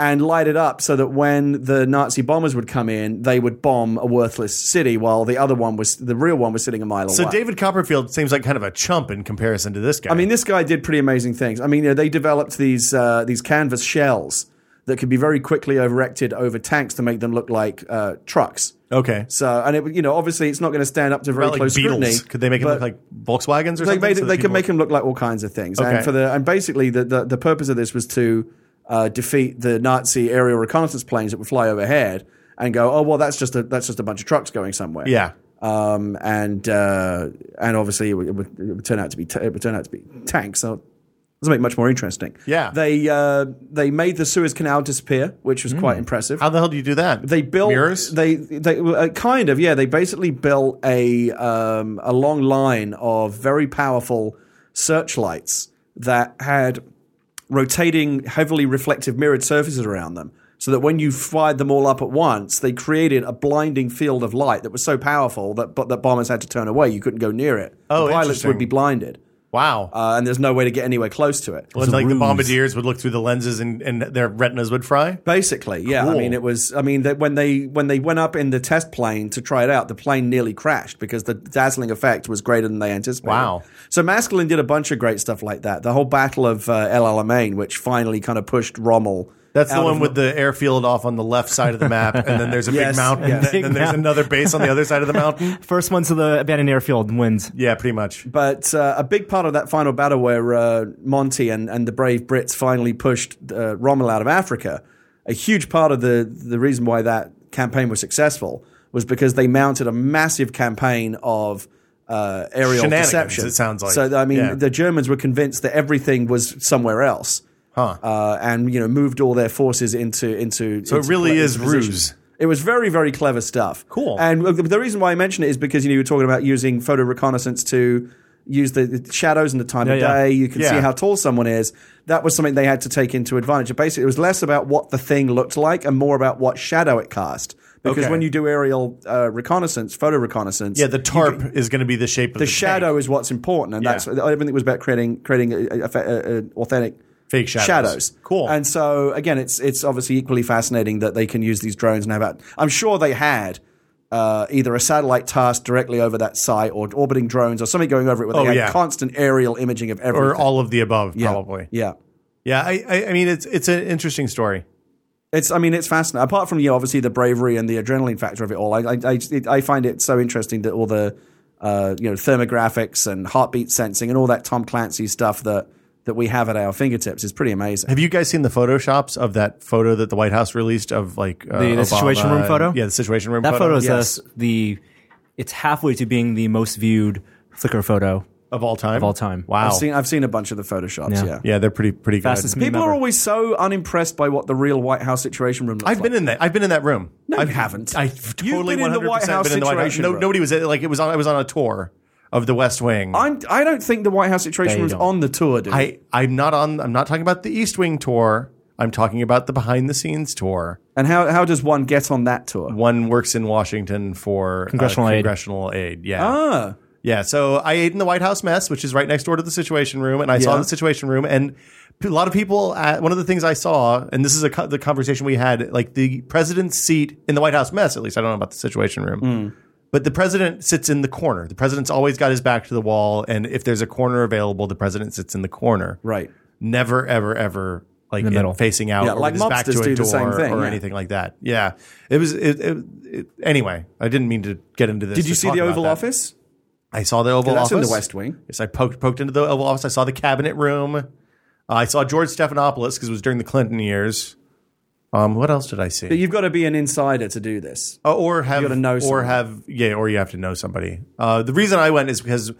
Speaker 3: and light it up so that when the Nazi bombers would come in, they would bomb a worthless city while the other one was the real one was sitting a mile
Speaker 1: so
Speaker 3: away.
Speaker 1: David Copperfield seems like kind of a chump in comparison to this guy.
Speaker 3: I mean, this guy did pretty amazing things. I mean, you know, they developed these uh, these canvas shells that could be very quickly erected over tanks to make them look like uh, trucks.
Speaker 1: Okay.
Speaker 3: So, and it, you know, obviously, it's not going to stand up to very
Speaker 1: About, like
Speaker 3: close
Speaker 1: Beetles.
Speaker 3: scrutiny.
Speaker 1: Could they make it look
Speaker 3: but-
Speaker 1: like Volkswagens or
Speaker 3: they
Speaker 1: something?
Speaker 3: made
Speaker 1: so that
Speaker 3: it, they can
Speaker 1: people-
Speaker 3: make him look like all kinds of things.
Speaker 1: Okay.
Speaker 3: And for the and basically the, the, the purpose of this was to uh, defeat the Nazi aerial reconnaissance planes that would fly overhead and go, oh well, that's just a that's just a bunch of trucks going somewhere.
Speaker 1: Yeah.
Speaker 3: Um, and uh, and obviously it would, it would, it would turn out to be t- it would turn out to be tanks. So doesn't make much more interesting.
Speaker 1: Yeah.
Speaker 3: They uh, they made the Suez Canal disappear, which was quite impressive.
Speaker 1: Mm. How the hell do you do that?
Speaker 3: They built
Speaker 1: mirrors.
Speaker 3: They they uh, kind of yeah. They basically built a um, a long line of very powerful searchlights that had rotating, heavily reflective mirrored surfaces around them, so that when you fired them all up at once, they created a blinding field of light that was so powerful that but that bombers had to turn away. You couldn't go near it.
Speaker 1: Oh,
Speaker 3: the pilots
Speaker 1: interesting.
Speaker 3: would be blinded,
Speaker 1: wow.
Speaker 3: uh, and there's no way to get anywhere close to it.
Speaker 1: Well, it's like the bombardiers would look through the lenses and, and their retinas would fry.
Speaker 3: Basically, yeah. I
Speaker 1: Cool.
Speaker 3: mean, it was. I mean, that when they when they went up in the test plane to try it out, the plane nearly crashed because the dazzling effect was greater than they anticipated.
Speaker 1: Wow.
Speaker 3: So Maskelyne did a bunch of great stuff like that. The whole battle of uh, El Alamein, which finally kind of pushed Rommel.
Speaker 1: That's the
Speaker 3: out
Speaker 1: one
Speaker 3: of-
Speaker 1: with the airfield off on the left side of the map, and then there's a
Speaker 3: Yes,
Speaker 1: big mountain,
Speaker 3: yes.
Speaker 1: and then there's another base on the other side of the mountain.
Speaker 2: First one to the abandoned airfield wins.
Speaker 1: Yeah, pretty much.
Speaker 3: But uh, a big part of that final battle where uh, Monty and, and the brave Brits finally pushed uh, Rommel out of Africa, a huge part of the, the reason why that campaign was successful was because they mounted a massive campaign of uh, aerial
Speaker 1: Shenanigans,
Speaker 3: deception.
Speaker 1: it sounds like.
Speaker 3: So, I mean,
Speaker 1: Yeah.
Speaker 3: the Germans were convinced that everything was somewhere else.
Speaker 1: Huh.
Speaker 3: Uh, and you know, moved all their forces into into.
Speaker 1: So it
Speaker 3: into
Speaker 1: really
Speaker 3: pla-
Speaker 1: is
Speaker 3: into position.
Speaker 1: ruse.
Speaker 3: It was very, very clever stuff.
Speaker 1: Cool.
Speaker 3: And the- the reason why I mention it is because you know you were talking about using photo reconnaissance to use the, the shadows and the time of
Speaker 2: Yeah, yeah.
Speaker 3: day. You can see
Speaker 1: Yeah.
Speaker 3: how tall someone is. That was something they had to take into advantage. Basically, it was less about what the thing looked like and more about what shadow it cast. Because
Speaker 1: Okay.
Speaker 3: when you do aerial uh, reconnaissance, photo reconnaissance,
Speaker 1: yeah, the tarp is going to be the shape of the,
Speaker 3: the shadow
Speaker 1: tank.
Speaker 3: is what's important, and
Speaker 1: Yeah.
Speaker 3: that's everything was about creating creating a, a, a, a authentic
Speaker 1: Fake shadows. Cool.
Speaker 3: And so again, it's it's obviously equally fascinating that they can use these drones and have that. I'm sure they had. Uh, either a satellite task directly over that site, or orbiting drones, or something going over it, where they
Speaker 1: Oh,
Speaker 3: had
Speaker 1: yeah.
Speaker 3: constant aerial imaging of everything.
Speaker 1: or all of the above,
Speaker 3: yeah.
Speaker 1: probably.
Speaker 3: Yeah,
Speaker 1: Yeah, I, I, I mean, it's it's an interesting story.
Speaker 3: it's. I mean, it's fascinating. Apart from you, know, obviously the bravery and the adrenaline factor of it all, I, I, I, it, I find it so interesting that all the, uh, you know, thermographics and heartbeat sensing and all that Tom Clancy stuff that that we have at our fingertips is pretty amazing.
Speaker 1: Have you guys seen the photoshops of the photo that the White House released of like uh,
Speaker 2: The- the
Speaker 1: Obama
Speaker 2: situation room
Speaker 1: and-
Speaker 2: photo?
Speaker 1: Yeah, the situation room.
Speaker 2: That
Speaker 1: photo,
Speaker 2: photo is
Speaker 1: yes,
Speaker 2: us- the. It's halfway to being the most viewed Flickr photo.
Speaker 1: of all time. Of
Speaker 2: all time.
Speaker 1: Wow.
Speaker 3: I've seen I've seen a bunch of the photoshops.
Speaker 2: Yeah.
Speaker 3: Yeah.
Speaker 1: yeah, they're pretty pretty
Speaker 2: Fastest
Speaker 1: good.
Speaker 2: meme
Speaker 3: People
Speaker 2: ever.
Speaker 3: are always so unimpressed by what the real White House situation room looks
Speaker 1: I've been
Speaker 3: like.
Speaker 1: in that. I've been in that room.
Speaker 3: No,
Speaker 1: I've,
Speaker 3: you haven't.
Speaker 1: I
Speaker 3: You've
Speaker 1: totally
Speaker 3: been
Speaker 1: one
Speaker 3: in the
Speaker 1: hundred
Speaker 3: White
Speaker 1: percent
Speaker 3: House
Speaker 1: been in the White House.
Speaker 3: Situation
Speaker 1: No,
Speaker 3: Room.
Speaker 1: nobody was at, like it was on. I was on a tour of the West Wing.
Speaker 3: I'm, I don't think the White House situation
Speaker 2: They
Speaker 3: room's
Speaker 2: don't.
Speaker 3: on the tour, dude.
Speaker 1: I I'm not on. I'm not talking about the East Wing tour. I'm talking about the behind the scenes tour.
Speaker 3: and how, how does one get on that tour?
Speaker 1: One works in Washington for uh,
Speaker 2: Congressional aid.
Speaker 1: congressional aid. Yeah.
Speaker 3: Ah,
Speaker 1: Yeah, so I ate in the White House mess, which is right next door to the Situation Room, and I saw
Speaker 3: Yeah.
Speaker 1: the Situation Room, and p- a lot of people. At, one of the things I saw, and this is a, co- the conversation we had, like the president's seat in the White House mess. At least I don't know about the Situation Room,
Speaker 3: Hmm.
Speaker 1: but the president sits in the corner. The president's always got his back to the wall, and if there's a corner available, the president sits in the corner.
Speaker 3: right.
Speaker 1: Never, ever, ever. Like in
Speaker 2: middle.
Speaker 1: facing out,
Speaker 3: Yeah,
Speaker 1: or
Speaker 3: like
Speaker 1: with his back
Speaker 3: mobsters
Speaker 1: to a
Speaker 3: do the
Speaker 1: door
Speaker 3: same thing,
Speaker 1: or
Speaker 3: yeah.
Speaker 1: anything like that. Yeah, it was. It, it, it, anyway, I didn't mean to get into this.
Speaker 3: Did you
Speaker 1: or
Speaker 3: see
Speaker 1: talk
Speaker 3: the
Speaker 1: about
Speaker 3: Oval
Speaker 1: that.
Speaker 3: Office?
Speaker 1: I saw the Oval
Speaker 3: Yeah, that's
Speaker 1: Office.
Speaker 3: in the West Wing.
Speaker 1: Yes, I poked poked into the Oval Office. I saw the Cabinet Room. Uh, I saw George Stephanopoulos because it was during the Clinton years. Um, what else did I see?
Speaker 3: You've got to be an insider to do this.
Speaker 1: Uh, or have
Speaker 3: gotta know
Speaker 1: or
Speaker 3: someone.
Speaker 1: have yeah, or you have to know somebody. Uh, the reason I went is because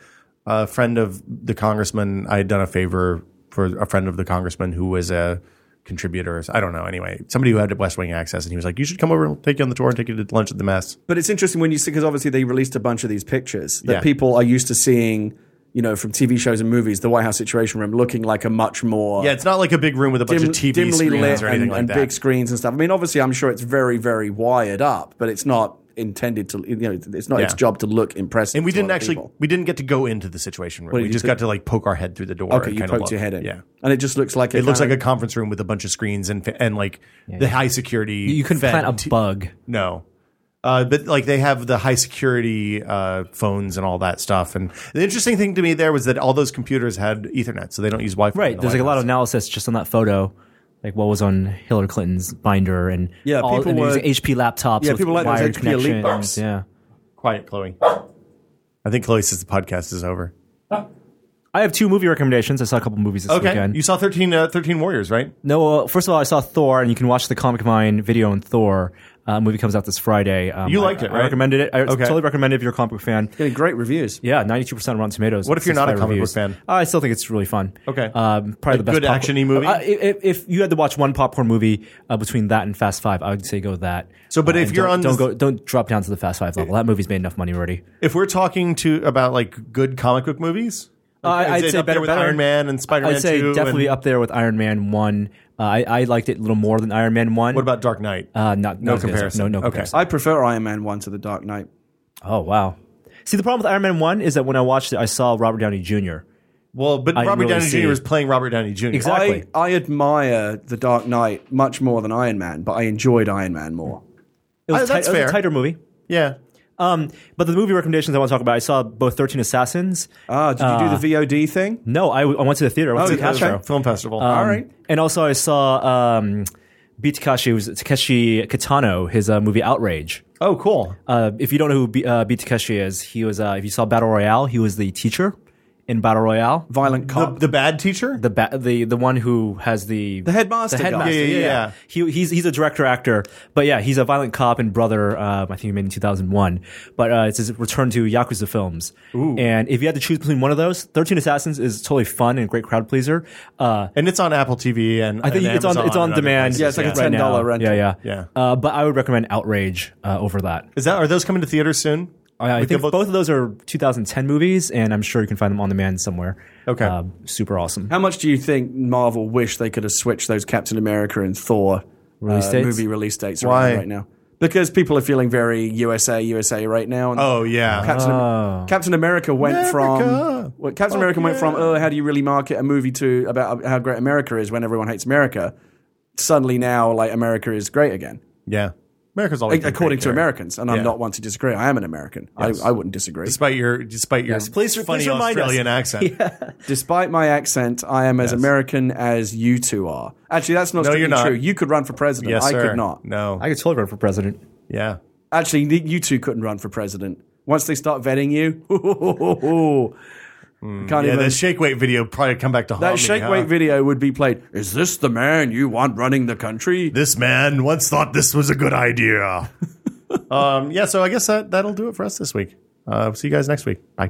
Speaker 1: a friend of the congressman I had done a favor for a friend of the congressman who was a contributor. I don't know. Anyway, somebody who had West Wing access, and he was like, "You should come over and we'll take you on the tour and take you to lunch at the mess."
Speaker 3: But it's interesting when you see, because obviously they released a bunch of these pictures that
Speaker 1: Yeah.
Speaker 3: people are used to seeing, you know, from TV shows and movies, the White House situation room looking like a much more.
Speaker 1: Yeah, it's not like a big room with a bunch
Speaker 3: dim-
Speaker 1: of TV
Speaker 3: dimly
Speaker 1: screens
Speaker 3: lit
Speaker 1: or anything
Speaker 3: and,
Speaker 1: like
Speaker 3: and
Speaker 1: that.
Speaker 3: big screens and stuff. I mean, obviously, I'm sure it's very, very wired up, but it's not intended to. You know, it's not its
Speaker 1: Yeah.
Speaker 3: job to look impressive.
Speaker 1: And we
Speaker 3: to a
Speaker 1: didn't
Speaker 3: lot of
Speaker 1: actually
Speaker 3: people.
Speaker 1: we didn't get to go into the situation room.
Speaker 3: did
Speaker 1: We
Speaker 3: you
Speaker 1: just
Speaker 3: put-
Speaker 1: got to like poke our head through the door.
Speaker 3: Okay,
Speaker 1: and
Speaker 3: you
Speaker 1: kinda
Speaker 3: poked
Speaker 1: look.
Speaker 3: your head in,
Speaker 1: Yeah.
Speaker 3: and it just looks like
Speaker 1: It looks like
Speaker 3: kinda-
Speaker 1: a conference room with a bunch of screens and and like the high security.
Speaker 2: You can
Speaker 1: fed
Speaker 2: plant a
Speaker 1: t-
Speaker 2: bug.
Speaker 1: No. Uh, but like they have the high security uh, phones and all that stuff. And the interesting thing to me there was that all those computers had Ethernet, so they don't use Wi-Fi. in
Speaker 2: Right.
Speaker 1: the
Speaker 2: There's like a
Speaker 1: White
Speaker 2: lot of
Speaker 1: House.
Speaker 2: analysis just on that photo like what was on Hillary Clinton's binder and
Speaker 3: Yeah,
Speaker 2: all,
Speaker 3: people
Speaker 2: and
Speaker 3: were-
Speaker 2: using HP laptops.
Speaker 3: Yeah,
Speaker 2: with
Speaker 3: people like those
Speaker 2: wired
Speaker 3: HP Elite
Speaker 2: connections.
Speaker 3: books.
Speaker 2: Yeah,
Speaker 1: Quiet, Chloe. I think Chloe says the podcast is over.
Speaker 2: I have two movie recommendations. I saw a couple movies this
Speaker 1: Okay.
Speaker 2: weekend.
Speaker 1: You saw 13, uh, 13 Warriors, right?
Speaker 2: no, uh, first of all, I saw Thor, and you can watch the Comic Vine video on Thor. Uh, movie comes out this Friday. Um,
Speaker 1: You
Speaker 2: I-
Speaker 1: liked it,
Speaker 2: I,
Speaker 1: right?
Speaker 2: recommended it. I
Speaker 1: Okay.
Speaker 2: totally recommend it if you're a comic book fan.
Speaker 3: Getting great reviews.
Speaker 2: Yeah, ninety-two percent on Rotten Tomatoes.
Speaker 1: What if you're not a
Speaker 2: 65
Speaker 1: comic book
Speaker 2: reviews.
Speaker 1: fan?
Speaker 2: I still think it's really fun.
Speaker 1: Okay.
Speaker 2: um, probably the best
Speaker 1: good
Speaker 2: pop-
Speaker 1: action-y movie?
Speaker 2: Uh, i- if, if you had to watch one popcorn movie uh, between that and Fast Five, I would say go with that.
Speaker 1: So, but
Speaker 2: Uh,
Speaker 1: if
Speaker 2: and
Speaker 1: you're
Speaker 2: don't-
Speaker 1: on
Speaker 2: don't
Speaker 1: this-
Speaker 2: go, don't drop down to the Fast Five level. That movie's made enough money already.
Speaker 1: If we're talking to about like good comic book movies,
Speaker 2: Uh, I-
Speaker 1: is
Speaker 2: I'd
Speaker 1: it
Speaker 2: say
Speaker 1: up there
Speaker 2: better-
Speaker 1: with
Speaker 2: better-
Speaker 1: Iron Man and Spider Man.
Speaker 2: I'd say
Speaker 1: 2
Speaker 2: definitely
Speaker 1: and-
Speaker 2: up there with Iron Man One. Uh, I, I liked it a little more than Iron Man One.
Speaker 1: What about Dark Knight?
Speaker 2: Uh,
Speaker 1: No
Speaker 2: not, not as good as-
Speaker 1: comparison.
Speaker 2: No, no
Speaker 1: Okay.
Speaker 2: comparison.
Speaker 3: I prefer Iron Man 1 to The Dark Knight.
Speaker 2: oh wow. See, the problem with Iron Man One is that when I watched it, I saw Robert Downey Jr.
Speaker 1: well, but
Speaker 2: I
Speaker 1: Robert
Speaker 2: really
Speaker 1: Downey
Speaker 2: see.
Speaker 1: Jr. is playing Robert Downey Jr.
Speaker 2: Exactly.
Speaker 3: I, I admire The Dark Knight much more than Iron Man, but I enjoyed Iron Man more.
Speaker 2: It was,
Speaker 1: Uh, that's
Speaker 2: tight- it was
Speaker 1: fair.
Speaker 2: a tighter movie.
Speaker 1: Yeah.
Speaker 2: Um, but the movie recommendations I want to talk about, I saw both Thirteen Assassins.
Speaker 3: Ah, did you do the VOD thing?
Speaker 2: No, I, I went to the theater. I went
Speaker 3: Oh,
Speaker 2: to the
Speaker 3: yeah,
Speaker 2: Castro.
Speaker 3: okay.
Speaker 1: Film festival.
Speaker 3: All
Speaker 2: Um,
Speaker 3: right.
Speaker 2: And also, I saw um, B. Takashi, was Takeshi Kitano, his uh, movie Outrage.
Speaker 1: Oh, cool.
Speaker 2: Uh, if you don't know who B. Uh, B. Takeshi is, he was, uh, if you saw Battle Royale, he was the teacher in Battle Royale.
Speaker 3: Violent
Speaker 1: The,
Speaker 2: uh-huh.
Speaker 3: Cop.
Speaker 1: the bad teacher.
Speaker 2: The, ba- the the one who has the the
Speaker 3: headmaster
Speaker 2: the
Speaker 3: guy.
Speaker 2: headmaster
Speaker 1: Yeah, yeah, yeah.
Speaker 2: he he's he's a director actor but yeah he's a violent cop and brother um, I think he made in two thousand one but uh, it's his return to yakuza films and if you had to choose between one of those Thirteen Assassins is totally fun and a great crowd pleaser uh,
Speaker 1: and it's on Apple TV and
Speaker 2: I think
Speaker 1: and
Speaker 2: it's on
Speaker 1: Amazon
Speaker 2: it's on
Speaker 1: and other
Speaker 2: demand.
Speaker 1: places,
Speaker 3: Yeah, it's like a
Speaker 2: right now.
Speaker 3: $10 rental.
Speaker 2: Yeah,
Speaker 1: Yeah.
Speaker 2: yeah, Uh, but I would recommend Outrage uh, over that.
Speaker 1: Is that are those coming to theaters soon?
Speaker 2: I, I
Speaker 1: With
Speaker 2: think
Speaker 1: Gimble-
Speaker 2: both of those are 2010 movies, and I'm sure you can find them on demand somewhere.
Speaker 1: Okay.
Speaker 2: Um, super awesome.
Speaker 3: How much do you think Marvel wish they could have switched those Captain America and Thor
Speaker 2: Release
Speaker 3: uh,
Speaker 2: dates?
Speaker 3: movie release dates around
Speaker 1: Why?
Speaker 3: right now? Because people are feeling very USA, USA right now. And
Speaker 1: Oh yeah.
Speaker 3: Captain,
Speaker 2: Ah.
Speaker 3: Am- Captain America went
Speaker 1: America.
Speaker 3: from well, Captain America went from oh how do you really market a movie to about how great America is when everyone hates America. Suddenly now like America is great again
Speaker 1: yeah. America's always
Speaker 3: A-
Speaker 1: been
Speaker 3: according
Speaker 1: great
Speaker 3: to
Speaker 1: there.
Speaker 3: Americans, and
Speaker 1: Yeah.
Speaker 3: I'm not one to disagree. I am an American. I, I wouldn't disagree.
Speaker 1: Despite your despite your
Speaker 2: Please-
Speaker 1: funny
Speaker 2: please remind us.
Speaker 1: Australian accent.
Speaker 3: Despite my accent, I am as American as you two are. Actually, that's not
Speaker 1: No,
Speaker 3: strictly
Speaker 1: you're not.
Speaker 3: true. You could run for president.
Speaker 1: Yes,
Speaker 3: I
Speaker 1: sir.
Speaker 3: could not.
Speaker 1: No.
Speaker 2: I could totally run for president.
Speaker 1: yeah.
Speaker 3: Actually, the- you two couldn't run for president. Once they start vetting you, can't
Speaker 1: Hmm. Yeah,
Speaker 3: even.
Speaker 1: the shake weight video probably come back to haunt
Speaker 3: that
Speaker 1: me,
Speaker 3: shake
Speaker 1: huh?
Speaker 3: weight video would be played. Is this the man you want running the country?
Speaker 1: This man once thought this was a good idea. um, yeah, so I guess that, that'll do it for us this week. Uh, see you guys next week. Bye.